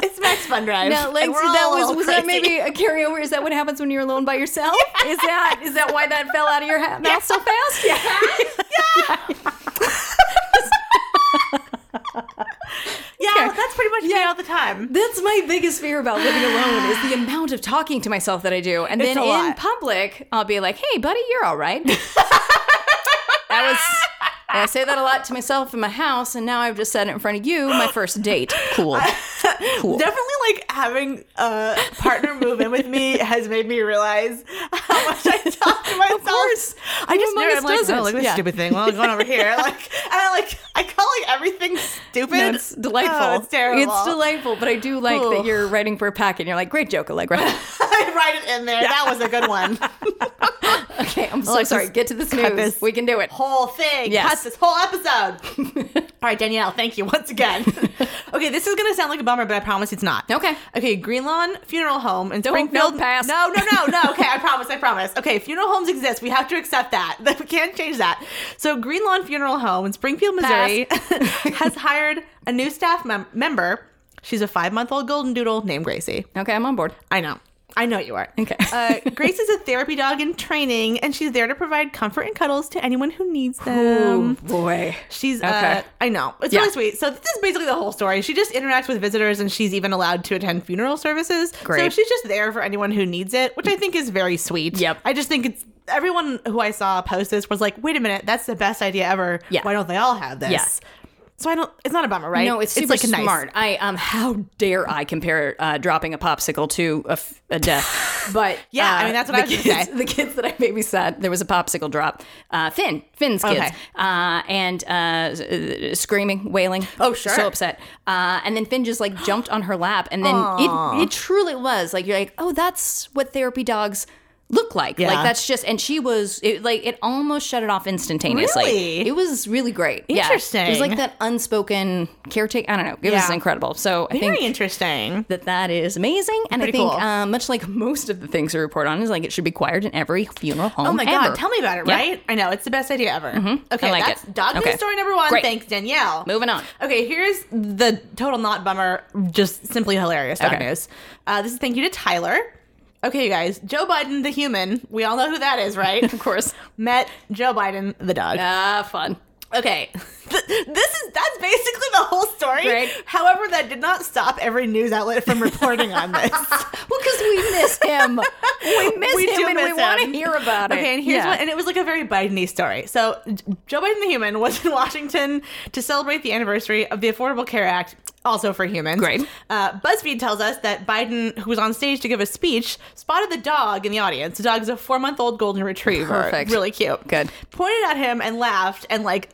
[SPEAKER 3] it's Max Fun Drive.
[SPEAKER 2] Now, like,
[SPEAKER 3] And
[SPEAKER 2] so
[SPEAKER 3] we're
[SPEAKER 2] that
[SPEAKER 3] all a
[SPEAKER 2] was
[SPEAKER 3] little
[SPEAKER 2] was that
[SPEAKER 3] crazy.
[SPEAKER 2] maybe a carryover? Is that what happens when you're alone by [LAUGHS] yourself? Is that is that why that fell out of your ha- mouth so fast? Yeah.
[SPEAKER 3] Yeah, that's pretty much me all the [LAUGHS] time.
[SPEAKER 2] That's my biggest fear about living alone is
[SPEAKER 3] [SIGHS]
[SPEAKER 2] the amount of talking to myself that I do. And
[SPEAKER 3] It's
[SPEAKER 2] then
[SPEAKER 3] a
[SPEAKER 2] in
[SPEAKER 3] lot.
[SPEAKER 2] public, I'll be like, hey, buddy, you're all
[SPEAKER 3] [LAUGHS]
[SPEAKER 2] right. that was. And I say that a lot to myself in my house, and now I've just said it in front of you, my
[SPEAKER 3] [LAUGHS]
[SPEAKER 2] first date. Cool. Cool.
[SPEAKER 3] Definitely, like having a partner move in with me has made me realize how much [LAUGHS] I talk to myself. Of
[SPEAKER 2] course.
[SPEAKER 3] I
[SPEAKER 2] Who
[SPEAKER 3] just
[SPEAKER 2] among
[SPEAKER 3] know
[SPEAKER 2] us
[SPEAKER 3] I'm like,
[SPEAKER 2] doesn't?
[SPEAKER 3] oh, look at this
[SPEAKER 2] Yeah.
[SPEAKER 3] stupid thing. Well, I'm going over [LAUGHS] here. Like, and I like, I call like everything stupid.
[SPEAKER 2] No, [LAUGHS] it's delightful.
[SPEAKER 3] Oh, it's terrible. [LAUGHS]
[SPEAKER 2] It's delightful, but I do like that
[SPEAKER 3] Ooh.
[SPEAKER 2] you're writing for a pack and you're like, great joke,
[SPEAKER 3] [LAUGHS]
[SPEAKER 2] Allegra. [LAUGHS]
[SPEAKER 3] I write it in there. That was a good [LAUGHS] one.
[SPEAKER 2] okay, I'm so
[SPEAKER 3] Alexis,
[SPEAKER 2] sorry. Get to this news.
[SPEAKER 3] cut this.
[SPEAKER 2] We can do it. [LAUGHS]
[SPEAKER 3] whole thing.
[SPEAKER 2] Yes.
[SPEAKER 3] Cut this whole episode. [LAUGHS] All right, Danielle, thank you once [LAUGHS] again. okay, this is gonna sound like a bummer, but I promise it's not.
[SPEAKER 2] Okay.
[SPEAKER 3] Okay, Greenlawn Funeral Home in
[SPEAKER 2] no,
[SPEAKER 3] Springfield.
[SPEAKER 2] pass.
[SPEAKER 3] No, no, no, no. Okay, [LAUGHS] I promise, I promise. Okay, funeral homes exist. We have to accept that. [LAUGHS] We can't change that. So Greenlawn Funeral Home in Springfield, Missouri [LAUGHS] has hired a new staff mem- member. She's a five month old golden doodle named Gracie.
[SPEAKER 2] Okay, I'm on board.
[SPEAKER 3] I know. I know you are.
[SPEAKER 2] Okay.
[SPEAKER 3] Uh, Grace is a therapy dog in training, and she's there to provide comfort and cuddles to anyone who needs
[SPEAKER 2] Um,
[SPEAKER 3] them.
[SPEAKER 2] boy.
[SPEAKER 3] She's, uh,
[SPEAKER 2] Okay.
[SPEAKER 3] I know. It's
[SPEAKER 2] Yeah.
[SPEAKER 3] really sweet. So, this is basically the whole story. She just interacts with visitors, and she's even allowed to attend funeral services. So,
[SPEAKER 2] Great.
[SPEAKER 3] she's just there for anyone who needs it, which I think is very sweet.
[SPEAKER 2] Yep.
[SPEAKER 3] I just think it's everyone who I saw post this was like, wait a minute, that's the best idea ever.
[SPEAKER 2] Yeah.
[SPEAKER 3] Why don't they all have this?
[SPEAKER 2] Yeah.
[SPEAKER 3] So, I don't, it's not a bummer, right?
[SPEAKER 2] No, it's super smart. I um, how dare I compare uh, dropping a popsicle to a, f- a
[SPEAKER 3] [SIGHS]
[SPEAKER 2] death? But
[SPEAKER 3] Yeah, I
[SPEAKER 2] uh,
[SPEAKER 3] mean, that's what
[SPEAKER 2] the
[SPEAKER 3] I was gonna
[SPEAKER 2] kids, [LAUGHS]
[SPEAKER 3] say.
[SPEAKER 2] The kids that I babysat, there was a popsicle drop. Uh, Finn, Finn's kids,
[SPEAKER 3] Okay.
[SPEAKER 2] uh, and uh, s- uh, screaming, wailing.
[SPEAKER 3] Oh, sure.
[SPEAKER 2] so upset. Uh, and then Finn just like jumped on her lap, and then it, it truly was like you're like, oh, that's what therapy dogs look like.
[SPEAKER 3] Yeah.
[SPEAKER 2] Like that's just, and she was it, like, it almost shut it off instantaneously.
[SPEAKER 3] Really?
[SPEAKER 2] It was really great. Yeah. It was like
[SPEAKER 3] Interesting.
[SPEAKER 2] that that unspoken caretake. I don't know. It was
[SPEAKER 3] Yeah.
[SPEAKER 2] incredible. So I
[SPEAKER 3] Very
[SPEAKER 2] think
[SPEAKER 3] interesting.
[SPEAKER 2] that that is amazing, and I
[SPEAKER 3] Pretty
[SPEAKER 2] think
[SPEAKER 3] cool.
[SPEAKER 2] um, much like most of the things we report on is like it should be required in every funeral home.
[SPEAKER 3] Oh my god,
[SPEAKER 2] ever.
[SPEAKER 3] tell me about it,
[SPEAKER 2] Yeah. Mm-hmm.
[SPEAKER 3] right? I know, it's the best idea ever.
[SPEAKER 2] I
[SPEAKER 3] Okay,
[SPEAKER 2] like
[SPEAKER 3] that's
[SPEAKER 2] it.
[SPEAKER 3] dog news
[SPEAKER 2] Okay.
[SPEAKER 3] story number one.
[SPEAKER 2] Great.
[SPEAKER 3] Thanks, Danielle.
[SPEAKER 2] Moving on.
[SPEAKER 3] Okay, here's the total not bummer, just simply hilarious dog
[SPEAKER 2] Okay.
[SPEAKER 3] news. Uh, this is thank you to Tyler. Okay, you guys, Joe Biden, the human, we all know who that is, right?
[SPEAKER 2] [LAUGHS] Of course.
[SPEAKER 3] Met Joe Biden, the dog.
[SPEAKER 2] Ah, fun.
[SPEAKER 3] Okay, [LAUGHS] Th- this is that's basically the whole story.
[SPEAKER 2] Great.
[SPEAKER 3] However, that did not stop every news outlet from reporting
[SPEAKER 2] [LAUGHS]
[SPEAKER 3] on this.
[SPEAKER 2] Well, because we miss him. [LAUGHS] We miss
[SPEAKER 3] We do
[SPEAKER 2] him, and
[SPEAKER 3] miss
[SPEAKER 2] we want to
[SPEAKER 3] him.
[SPEAKER 2] hear about it.
[SPEAKER 3] Okay, and here's
[SPEAKER 2] Yeah.
[SPEAKER 3] what, and it was like a very Biden-y story. So J- Joe Biden the human was in [LAUGHS] Washington to celebrate the anniversary of the Affordable Care Act, also for humans.
[SPEAKER 2] Great.
[SPEAKER 3] Uh, BuzzFeed tells us that Biden, who was on stage to give a speech, spotted the dog in the audience. The dog is a four-month-old golden retriever.
[SPEAKER 2] Perfect.
[SPEAKER 3] Really cute.
[SPEAKER 2] Good.
[SPEAKER 3] Pointed at him and laughed and like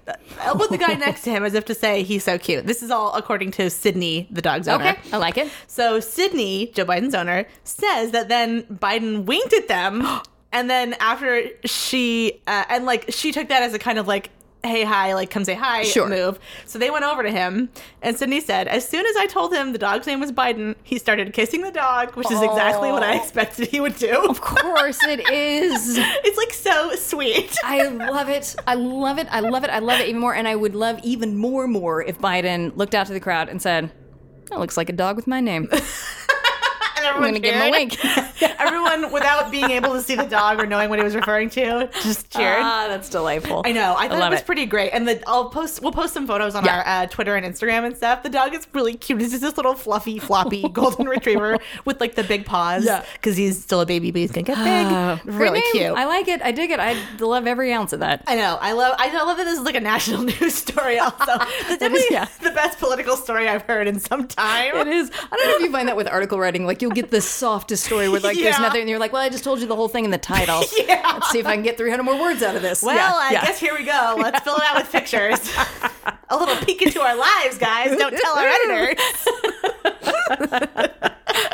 [SPEAKER 2] [LAUGHS]
[SPEAKER 3] elbowed the guy next to him as if to say he's so cute. This is all according to Sydney, the dog's owner.
[SPEAKER 2] Okay, I like it.
[SPEAKER 3] So Sydney, Joe Biden's owner, says that then Biden winked at
[SPEAKER 2] [GASPS]
[SPEAKER 3] them, and then after she uh, and like she took that as a kind of like hey hi like come say hi
[SPEAKER 2] Sure.
[SPEAKER 3] move. So they went over to him, and Sydney said, as soon as I told him the dog's name was Biden, he started kissing the dog, which is exactly what I expected he would do.
[SPEAKER 2] Of course, it is.
[SPEAKER 3] It's like so sweet.
[SPEAKER 2] I love it. I love it. I love it. I love it even more. And I would love even more, more if Biden looked out to the crowd and said, "That looks like a dog with my name."
[SPEAKER 3] and
[SPEAKER 2] I'm
[SPEAKER 3] everyone
[SPEAKER 2] gonna give him a
[SPEAKER 3] [LAUGHS]
[SPEAKER 2] [LAUGHS]
[SPEAKER 3] cheered.
[SPEAKER 2] wink.
[SPEAKER 3] Everyone, without being able to see the dog or knowing what he was referring to, just cheered.
[SPEAKER 2] Ah, that's delightful.
[SPEAKER 3] I know. I thought
[SPEAKER 2] love
[SPEAKER 3] it was
[SPEAKER 2] it.
[SPEAKER 3] pretty great. And the, I'll post. We'll post some photos on
[SPEAKER 2] Yeah.
[SPEAKER 3] our uh, Twitter and Instagram and stuff. The dog is really cute. It's just this little
[SPEAKER 2] [LAUGHS]
[SPEAKER 3] fluffy, floppy golden retriever with like the big paws.
[SPEAKER 2] Yeah.
[SPEAKER 3] because he's still a baby, but he's gonna get
[SPEAKER 2] Uh,
[SPEAKER 3] big.
[SPEAKER 2] great
[SPEAKER 3] really
[SPEAKER 2] name.
[SPEAKER 3] cute.
[SPEAKER 2] I like it. I dig it. I love every ounce of that.
[SPEAKER 3] I know. I love. I love that this is like a national [LAUGHS] news
[SPEAKER 2] [LAUGHS]
[SPEAKER 3] story. Also, that's
[SPEAKER 2] It is,
[SPEAKER 3] definitely
[SPEAKER 2] yeah.
[SPEAKER 3] the best political story I've heard in some time.
[SPEAKER 2] It is. I don't know if you find that with article writing. Like you'll get the softest story where like there's
[SPEAKER 3] Yeah.
[SPEAKER 2] nothing, and you're like, well, I just told you the whole thing in the title. [LAUGHS] yeah. Let's see if I can get 300 more words out of this.
[SPEAKER 3] Well,
[SPEAKER 2] Yeah, [LAUGHS]
[SPEAKER 3] I
[SPEAKER 2] yeah.
[SPEAKER 3] guess here we go. Let's fill it out with pictures. a little peek into our lives, guys. Don't tell
[SPEAKER 2] [LAUGHS]
[SPEAKER 3] our editor.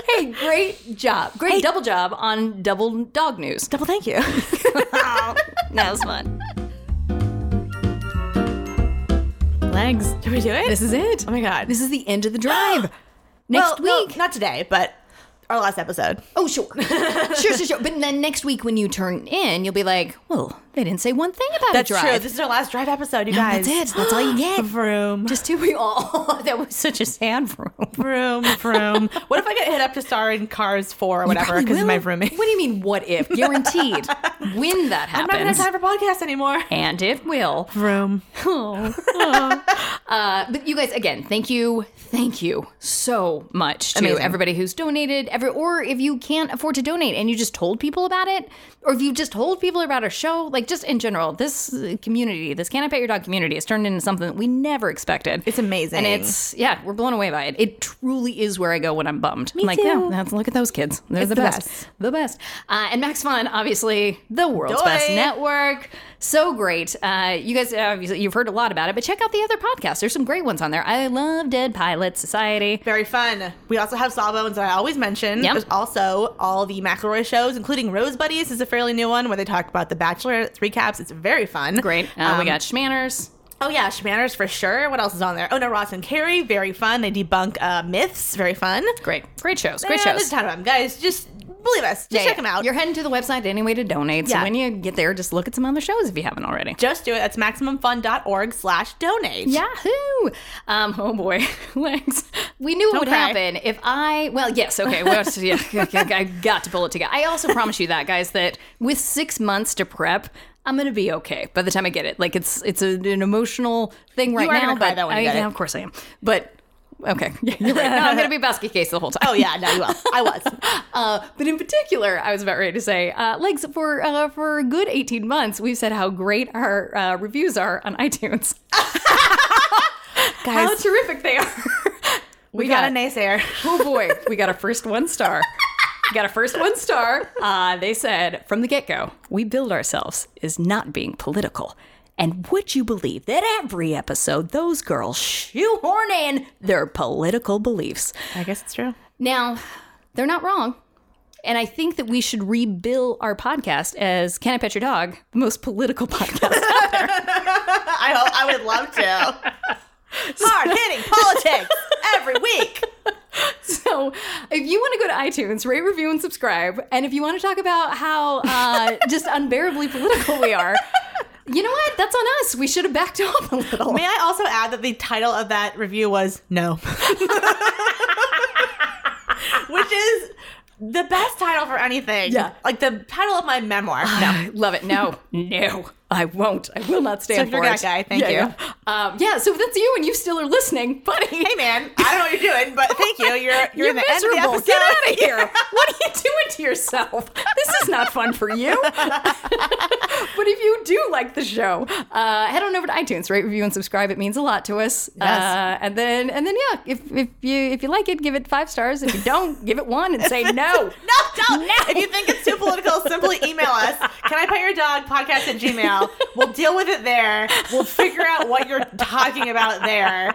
[SPEAKER 2] Hey, great job. Great double job on Double Dog News. Oh,
[SPEAKER 3] Double
[SPEAKER 2] [LAUGHS]
[SPEAKER 3] thank you.
[SPEAKER 2] That was fun.
[SPEAKER 3] Legs. Did we do it?
[SPEAKER 2] This is it.
[SPEAKER 3] oh my god.
[SPEAKER 2] This is the end of the [GASPS] drive. Next
[SPEAKER 3] Well, no,
[SPEAKER 2] week.
[SPEAKER 3] not today, but our last episode.
[SPEAKER 2] Oh, [LAUGHS] sure. sure, sure, sure. But then next week when you turn in, you'll be like, well, they didn't say one thing about a drive.
[SPEAKER 3] This is our last drive episode, you
[SPEAKER 2] No,
[SPEAKER 3] guys.
[SPEAKER 2] that's it. That's all
[SPEAKER 3] [GASPS]
[SPEAKER 2] you get.
[SPEAKER 3] Vroom,
[SPEAKER 2] Just to we all. [LAUGHS] that was such a sad room.
[SPEAKER 3] vroom, vroom. what if I get hit up to star in Cars 4 or whatever
[SPEAKER 2] Probably
[SPEAKER 3] because of my
[SPEAKER 2] will.
[SPEAKER 3] roommate? [LAUGHS]
[SPEAKER 2] What do you mean, what if? Guaranteed. when that
[SPEAKER 3] I'm not going to
[SPEAKER 2] happens.
[SPEAKER 3] have time for podcasts anymore.
[SPEAKER 2] and it will. [LAUGHS]
[SPEAKER 3] Vroom. [LAUGHS]
[SPEAKER 2] Uh, but you guys, again, thank you, thank you so much to
[SPEAKER 3] Amazing.
[SPEAKER 2] everybody who's donated. Every or if you can't afford to donate and you just told people about it, or if you just told people about our show, like just in general, this uh, community, this Can I Pet Your Dog community, has turned into something that we never expected.
[SPEAKER 3] It's amazing.
[SPEAKER 2] and it's yeah, we're blown away by it. It truly is where I go when I'm bummed. I'm like,
[SPEAKER 3] too.
[SPEAKER 2] yeah, that's look at those kids. They're
[SPEAKER 3] It's
[SPEAKER 2] the,
[SPEAKER 3] the
[SPEAKER 2] best.
[SPEAKER 3] best.
[SPEAKER 2] the best. Uh, and Max Fun, obviously, the world's
[SPEAKER 3] Doi.
[SPEAKER 2] best network. So great. Uh, you guys, obviously, you've heard a lot about it, but check out the other podcasts. There's some great ones on there. I love Dead Pilot Society.
[SPEAKER 3] Very fun. We also have Sawbones that I always mention.
[SPEAKER 2] Yep.
[SPEAKER 3] There's also all the McElroy shows, including Rose Buddies is a fairly new one where they talk about The Bachelor. It's recaps. It's very fun.
[SPEAKER 2] Great. Uh, we
[SPEAKER 3] Um,
[SPEAKER 2] got Schmanners.
[SPEAKER 3] Oh yeah, Schmanners for sure. What else is on there? Oh no, Ross and Carrie, very fun. They debunk uh, myths, very fun. Uh,
[SPEAKER 2] Great. Great shows. Great
[SPEAKER 3] Yeah,
[SPEAKER 2] shows.
[SPEAKER 3] There's a ton of them, guys. Just believe us. Just
[SPEAKER 2] Yeah,
[SPEAKER 3] check them out.
[SPEAKER 2] You're heading to the website anyway to donate. So
[SPEAKER 3] Yeah.
[SPEAKER 2] when you get there, just look at some other shows if you haven't already.
[SPEAKER 3] just do it. That's maximumfun.org slash donate.
[SPEAKER 2] Yahoo! Um, oh boy, [LAUGHS] Lex. We knew what would
[SPEAKER 3] cry.
[SPEAKER 2] happen if I. Well, yes, okay. Well, [LAUGHS] so, yeah, okay, I got to pull it together. I also promise you that, guys, that with six months to prep, I'm gonna be okay by the time I get it. Like it's it's a- an emotional thing right
[SPEAKER 3] are
[SPEAKER 2] now,
[SPEAKER 3] gonna cry
[SPEAKER 2] but
[SPEAKER 3] though when you
[SPEAKER 2] I-
[SPEAKER 3] get it.
[SPEAKER 2] yeah, of course I am. But okay, [LAUGHS] yeah, you're right. No, I'm gonna be a basket case the whole time.
[SPEAKER 3] Oh yeah, no, you will. I was.
[SPEAKER 2] Uh, but in particular, I was about ready to say, uh, legs for uh, for a good 18 months, we've said how great our uh, reviews are on [LAUGHS] iTunes. how
[SPEAKER 3] Guys,
[SPEAKER 2] terrific they are.
[SPEAKER 3] we got a naysayer.
[SPEAKER 2] [LAUGHS] Oh boy, we got a first one star. We got a first one star. Uh, they said from the get go, we build ourselves is not being political. And would you believe that every episode those girls shoehorn in their political beliefs?
[SPEAKER 3] I guess it's true.
[SPEAKER 2] Now, they're not wrong. And I think that we should rebill our podcast as Can I Pet Your Dog, the most political [LAUGHS] podcast.
[SPEAKER 3] I hope I would love [LAUGHS] to. Hard hitting politics every week.
[SPEAKER 2] So, if you want to go to iTunes, rate, review, and subscribe, and if you want to talk about how uh, [LAUGHS] just unbearably political we are, you know what? That's on us. We should have backed [LAUGHS] off a little.
[SPEAKER 3] May I also add that the title of that review was No. [LAUGHS] Which is the best title for anything.
[SPEAKER 2] Yeah.
[SPEAKER 3] Like the title of my memoir.
[SPEAKER 2] [SIGHS] No, love it. No, no, I won't. I will not stand
[SPEAKER 3] So if you're
[SPEAKER 2] for
[SPEAKER 3] that
[SPEAKER 2] it.
[SPEAKER 3] guy, thank
[SPEAKER 2] Yeah,
[SPEAKER 3] you.
[SPEAKER 2] Yeah. Um, yeah. So if that's you, and you still are listening, buddy.
[SPEAKER 3] Hey man, I don't know what you're doing, but thank you. You're you're,
[SPEAKER 2] You're
[SPEAKER 3] in the end of the
[SPEAKER 2] miserable.
[SPEAKER 3] episode.
[SPEAKER 2] Get out of here.
[SPEAKER 3] [LAUGHS]
[SPEAKER 2] What are you doing to yourself? This is not fun for
[SPEAKER 3] [LAUGHS]
[SPEAKER 2] you. but if you do like the show, uh, head on over to iTunes, rate, review, and subscribe. It means a lot to us. Uh, and then, and then, yeah, if, if you if you like it, give it five stars. If you don't, give it one and
[SPEAKER 3] [LAUGHS]
[SPEAKER 2] say no.
[SPEAKER 3] No, don't. If you think it's too political, simply email us. Can I pet your dog podcast at Gmail? We'll deal with it there. We'll figure out what you're talking about there.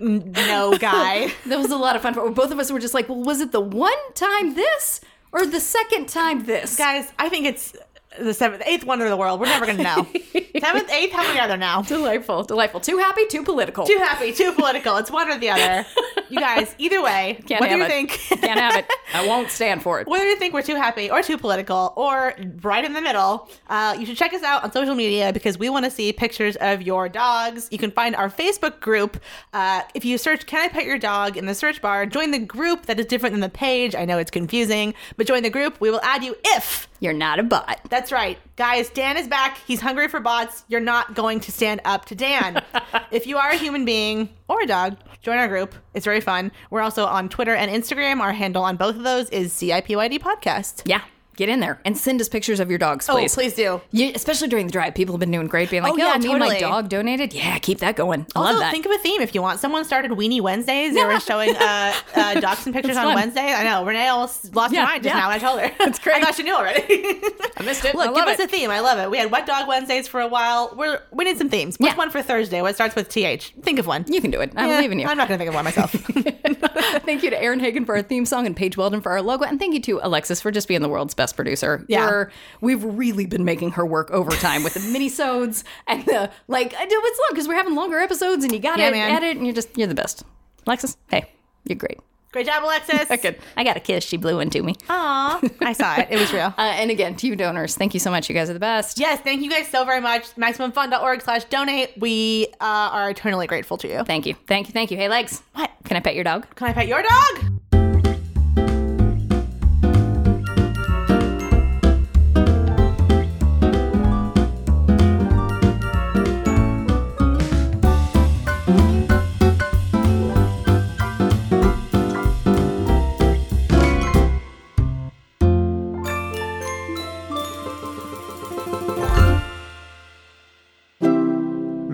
[SPEAKER 3] N- No, guy.
[SPEAKER 2] That was a lot of fun. But both of us were just like, well, was it the one time this or the second time this?
[SPEAKER 3] [LAUGHS] Guys, I think it's the seventh, eighth wonder of the world. We're never going to know. [LAUGHS] seventh, eighth, how many are there now?
[SPEAKER 2] Delightful, delightful. Too happy, too political.
[SPEAKER 3] Too happy, too political. It's one or the other. You guys, either way,
[SPEAKER 2] Can't
[SPEAKER 3] whether
[SPEAKER 2] have
[SPEAKER 3] you
[SPEAKER 2] it.
[SPEAKER 3] [LAUGHS] think
[SPEAKER 2] Can't have it. I won't stand for it.
[SPEAKER 3] whether you think we're too happy or too political or right in the middle, uh, you should check us out on social media because we want to see pictures of your dogs. You can find our Facebook group. Uh, if you search Can I Pet Your Dog in the search bar, join the group that is different than the page. I know it's confusing, but join the group. We will add you if.
[SPEAKER 2] You're not a bot.
[SPEAKER 3] That's right. Guys, Dan is back. He's hungry for bots. You're not going to stand up to Dan. if you are a human being or a dog, join our group. It's very fun. We're also on Twitter and Instagram. Our handle on both of those is CIPYD Podcast.
[SPEAKER 2] Yeah. Get in there and send us pictures of your dogs,
[SPEAKER 3] Oh,
[SPEAKER 2] please.
[SPEAKER 3] please do.
[SPEAKER 2] You, especially during the drive, people have been doing great, being like,
[SPEAKER 3] Oh,
[SPEAKER 2] "Oh,
[SPEAKER 3] yeah,
[SPEAKER 2] me and my
[SPEAKER 3] totally.
[SPEAKER 2] dog donated." Yeah, keep that going. I
[SPEAKER 3] Also,
[SPEAKER 2] love that.
[SPEAKER 3] think of a theme if you want. Someone started Weenie Wednesdays.
[SPEAKER 2] [LAUGHS]
[SPEAKER 3] They were showing uh, uh, dogs and pictures
[SPEAKER 2] It's
[SPEAKER 3] on
[SPEAKER 2] fun.
[SPEAKER 3] Wednesday. I know. Renee almost lost
[SPEAKER 2] Yeah,
[SPEAKER 3] her mind just
[SPEAKER 2] yeah.
[SPEAKER 3] now. when I told
[SPEAKER 2] [LAUGHS]
[SPEAKER 3] her. That's
[SPEAKER 2] great.
[SPEAKER 3] I thought she knew already.
[SPEAKER 2] I missed it.
[SPEAKER 3] Look,
[SPEAKER 2] I
[SPEAKER 3] give
[SPEAKER 2] love
[SPEAKER 3] us
[SPEAKER 2] it.
[SPEAKER 3] a theme. [LAUGHS] I love it. We had Wet Dog Wednesdays for a while. We're we need some themes. What's
[SPEAKER 2] Yeah.
[SPEAKER 3] one for Thursday? What starts with th? Think of one.
[SPEAKER 2] you can do it. I
[SPEAKER 3] Yeah,
[SPEAKER 2] believe in you.
[SPEAKER 3] I'm not gonna think of one myself.
[SPEAKER 2] [LAUGHS]
[SPEAKER 3] [LAUGHS]
[SPEAKER 2] thank you to Aaron Hagen for our theme song and Paige Weldon for our logo. And thank you to Alexis for just being the world's best producer.
[SPEAKER 3] Yeah.
[SPEAKER 2] We're, we've really been making her work overtime with the minisodes [LAUGHS] and the, like, I do it's long because we're having longer episodes and you got to
[SPEAKER 3] Yeah, man.
[SPEAKER 2] edit and you're just, you're the best. Alexis, hey, you're great.
[SPEAKER 3] Great job, Alexis.
[SPEAKER 2] Good. I got a kiss. She blew into me. Uh,
[SPEAKER 3] Aw, I saw it. It
[SPEAKER 2] [LAUGHS]
[SPEAKER 3] was real.
[SPEAKER 2] and again, to you donors, thank you so much. You guys are the best.
[SPEAKER 3] Yes, thank you guys so very much. MaximumFun.org slash donate. We uh, are eternally grateful to you.
[SPEAKER 2] Thank you. Thank you. Thank you. Hey, legs.
[SPEAKER 3] What?
[SPEAKER 2] Can I pet your dog?
[SPEAKER 3] Can I pet your dog?
[SPEAKER 6] MaximumFun.org.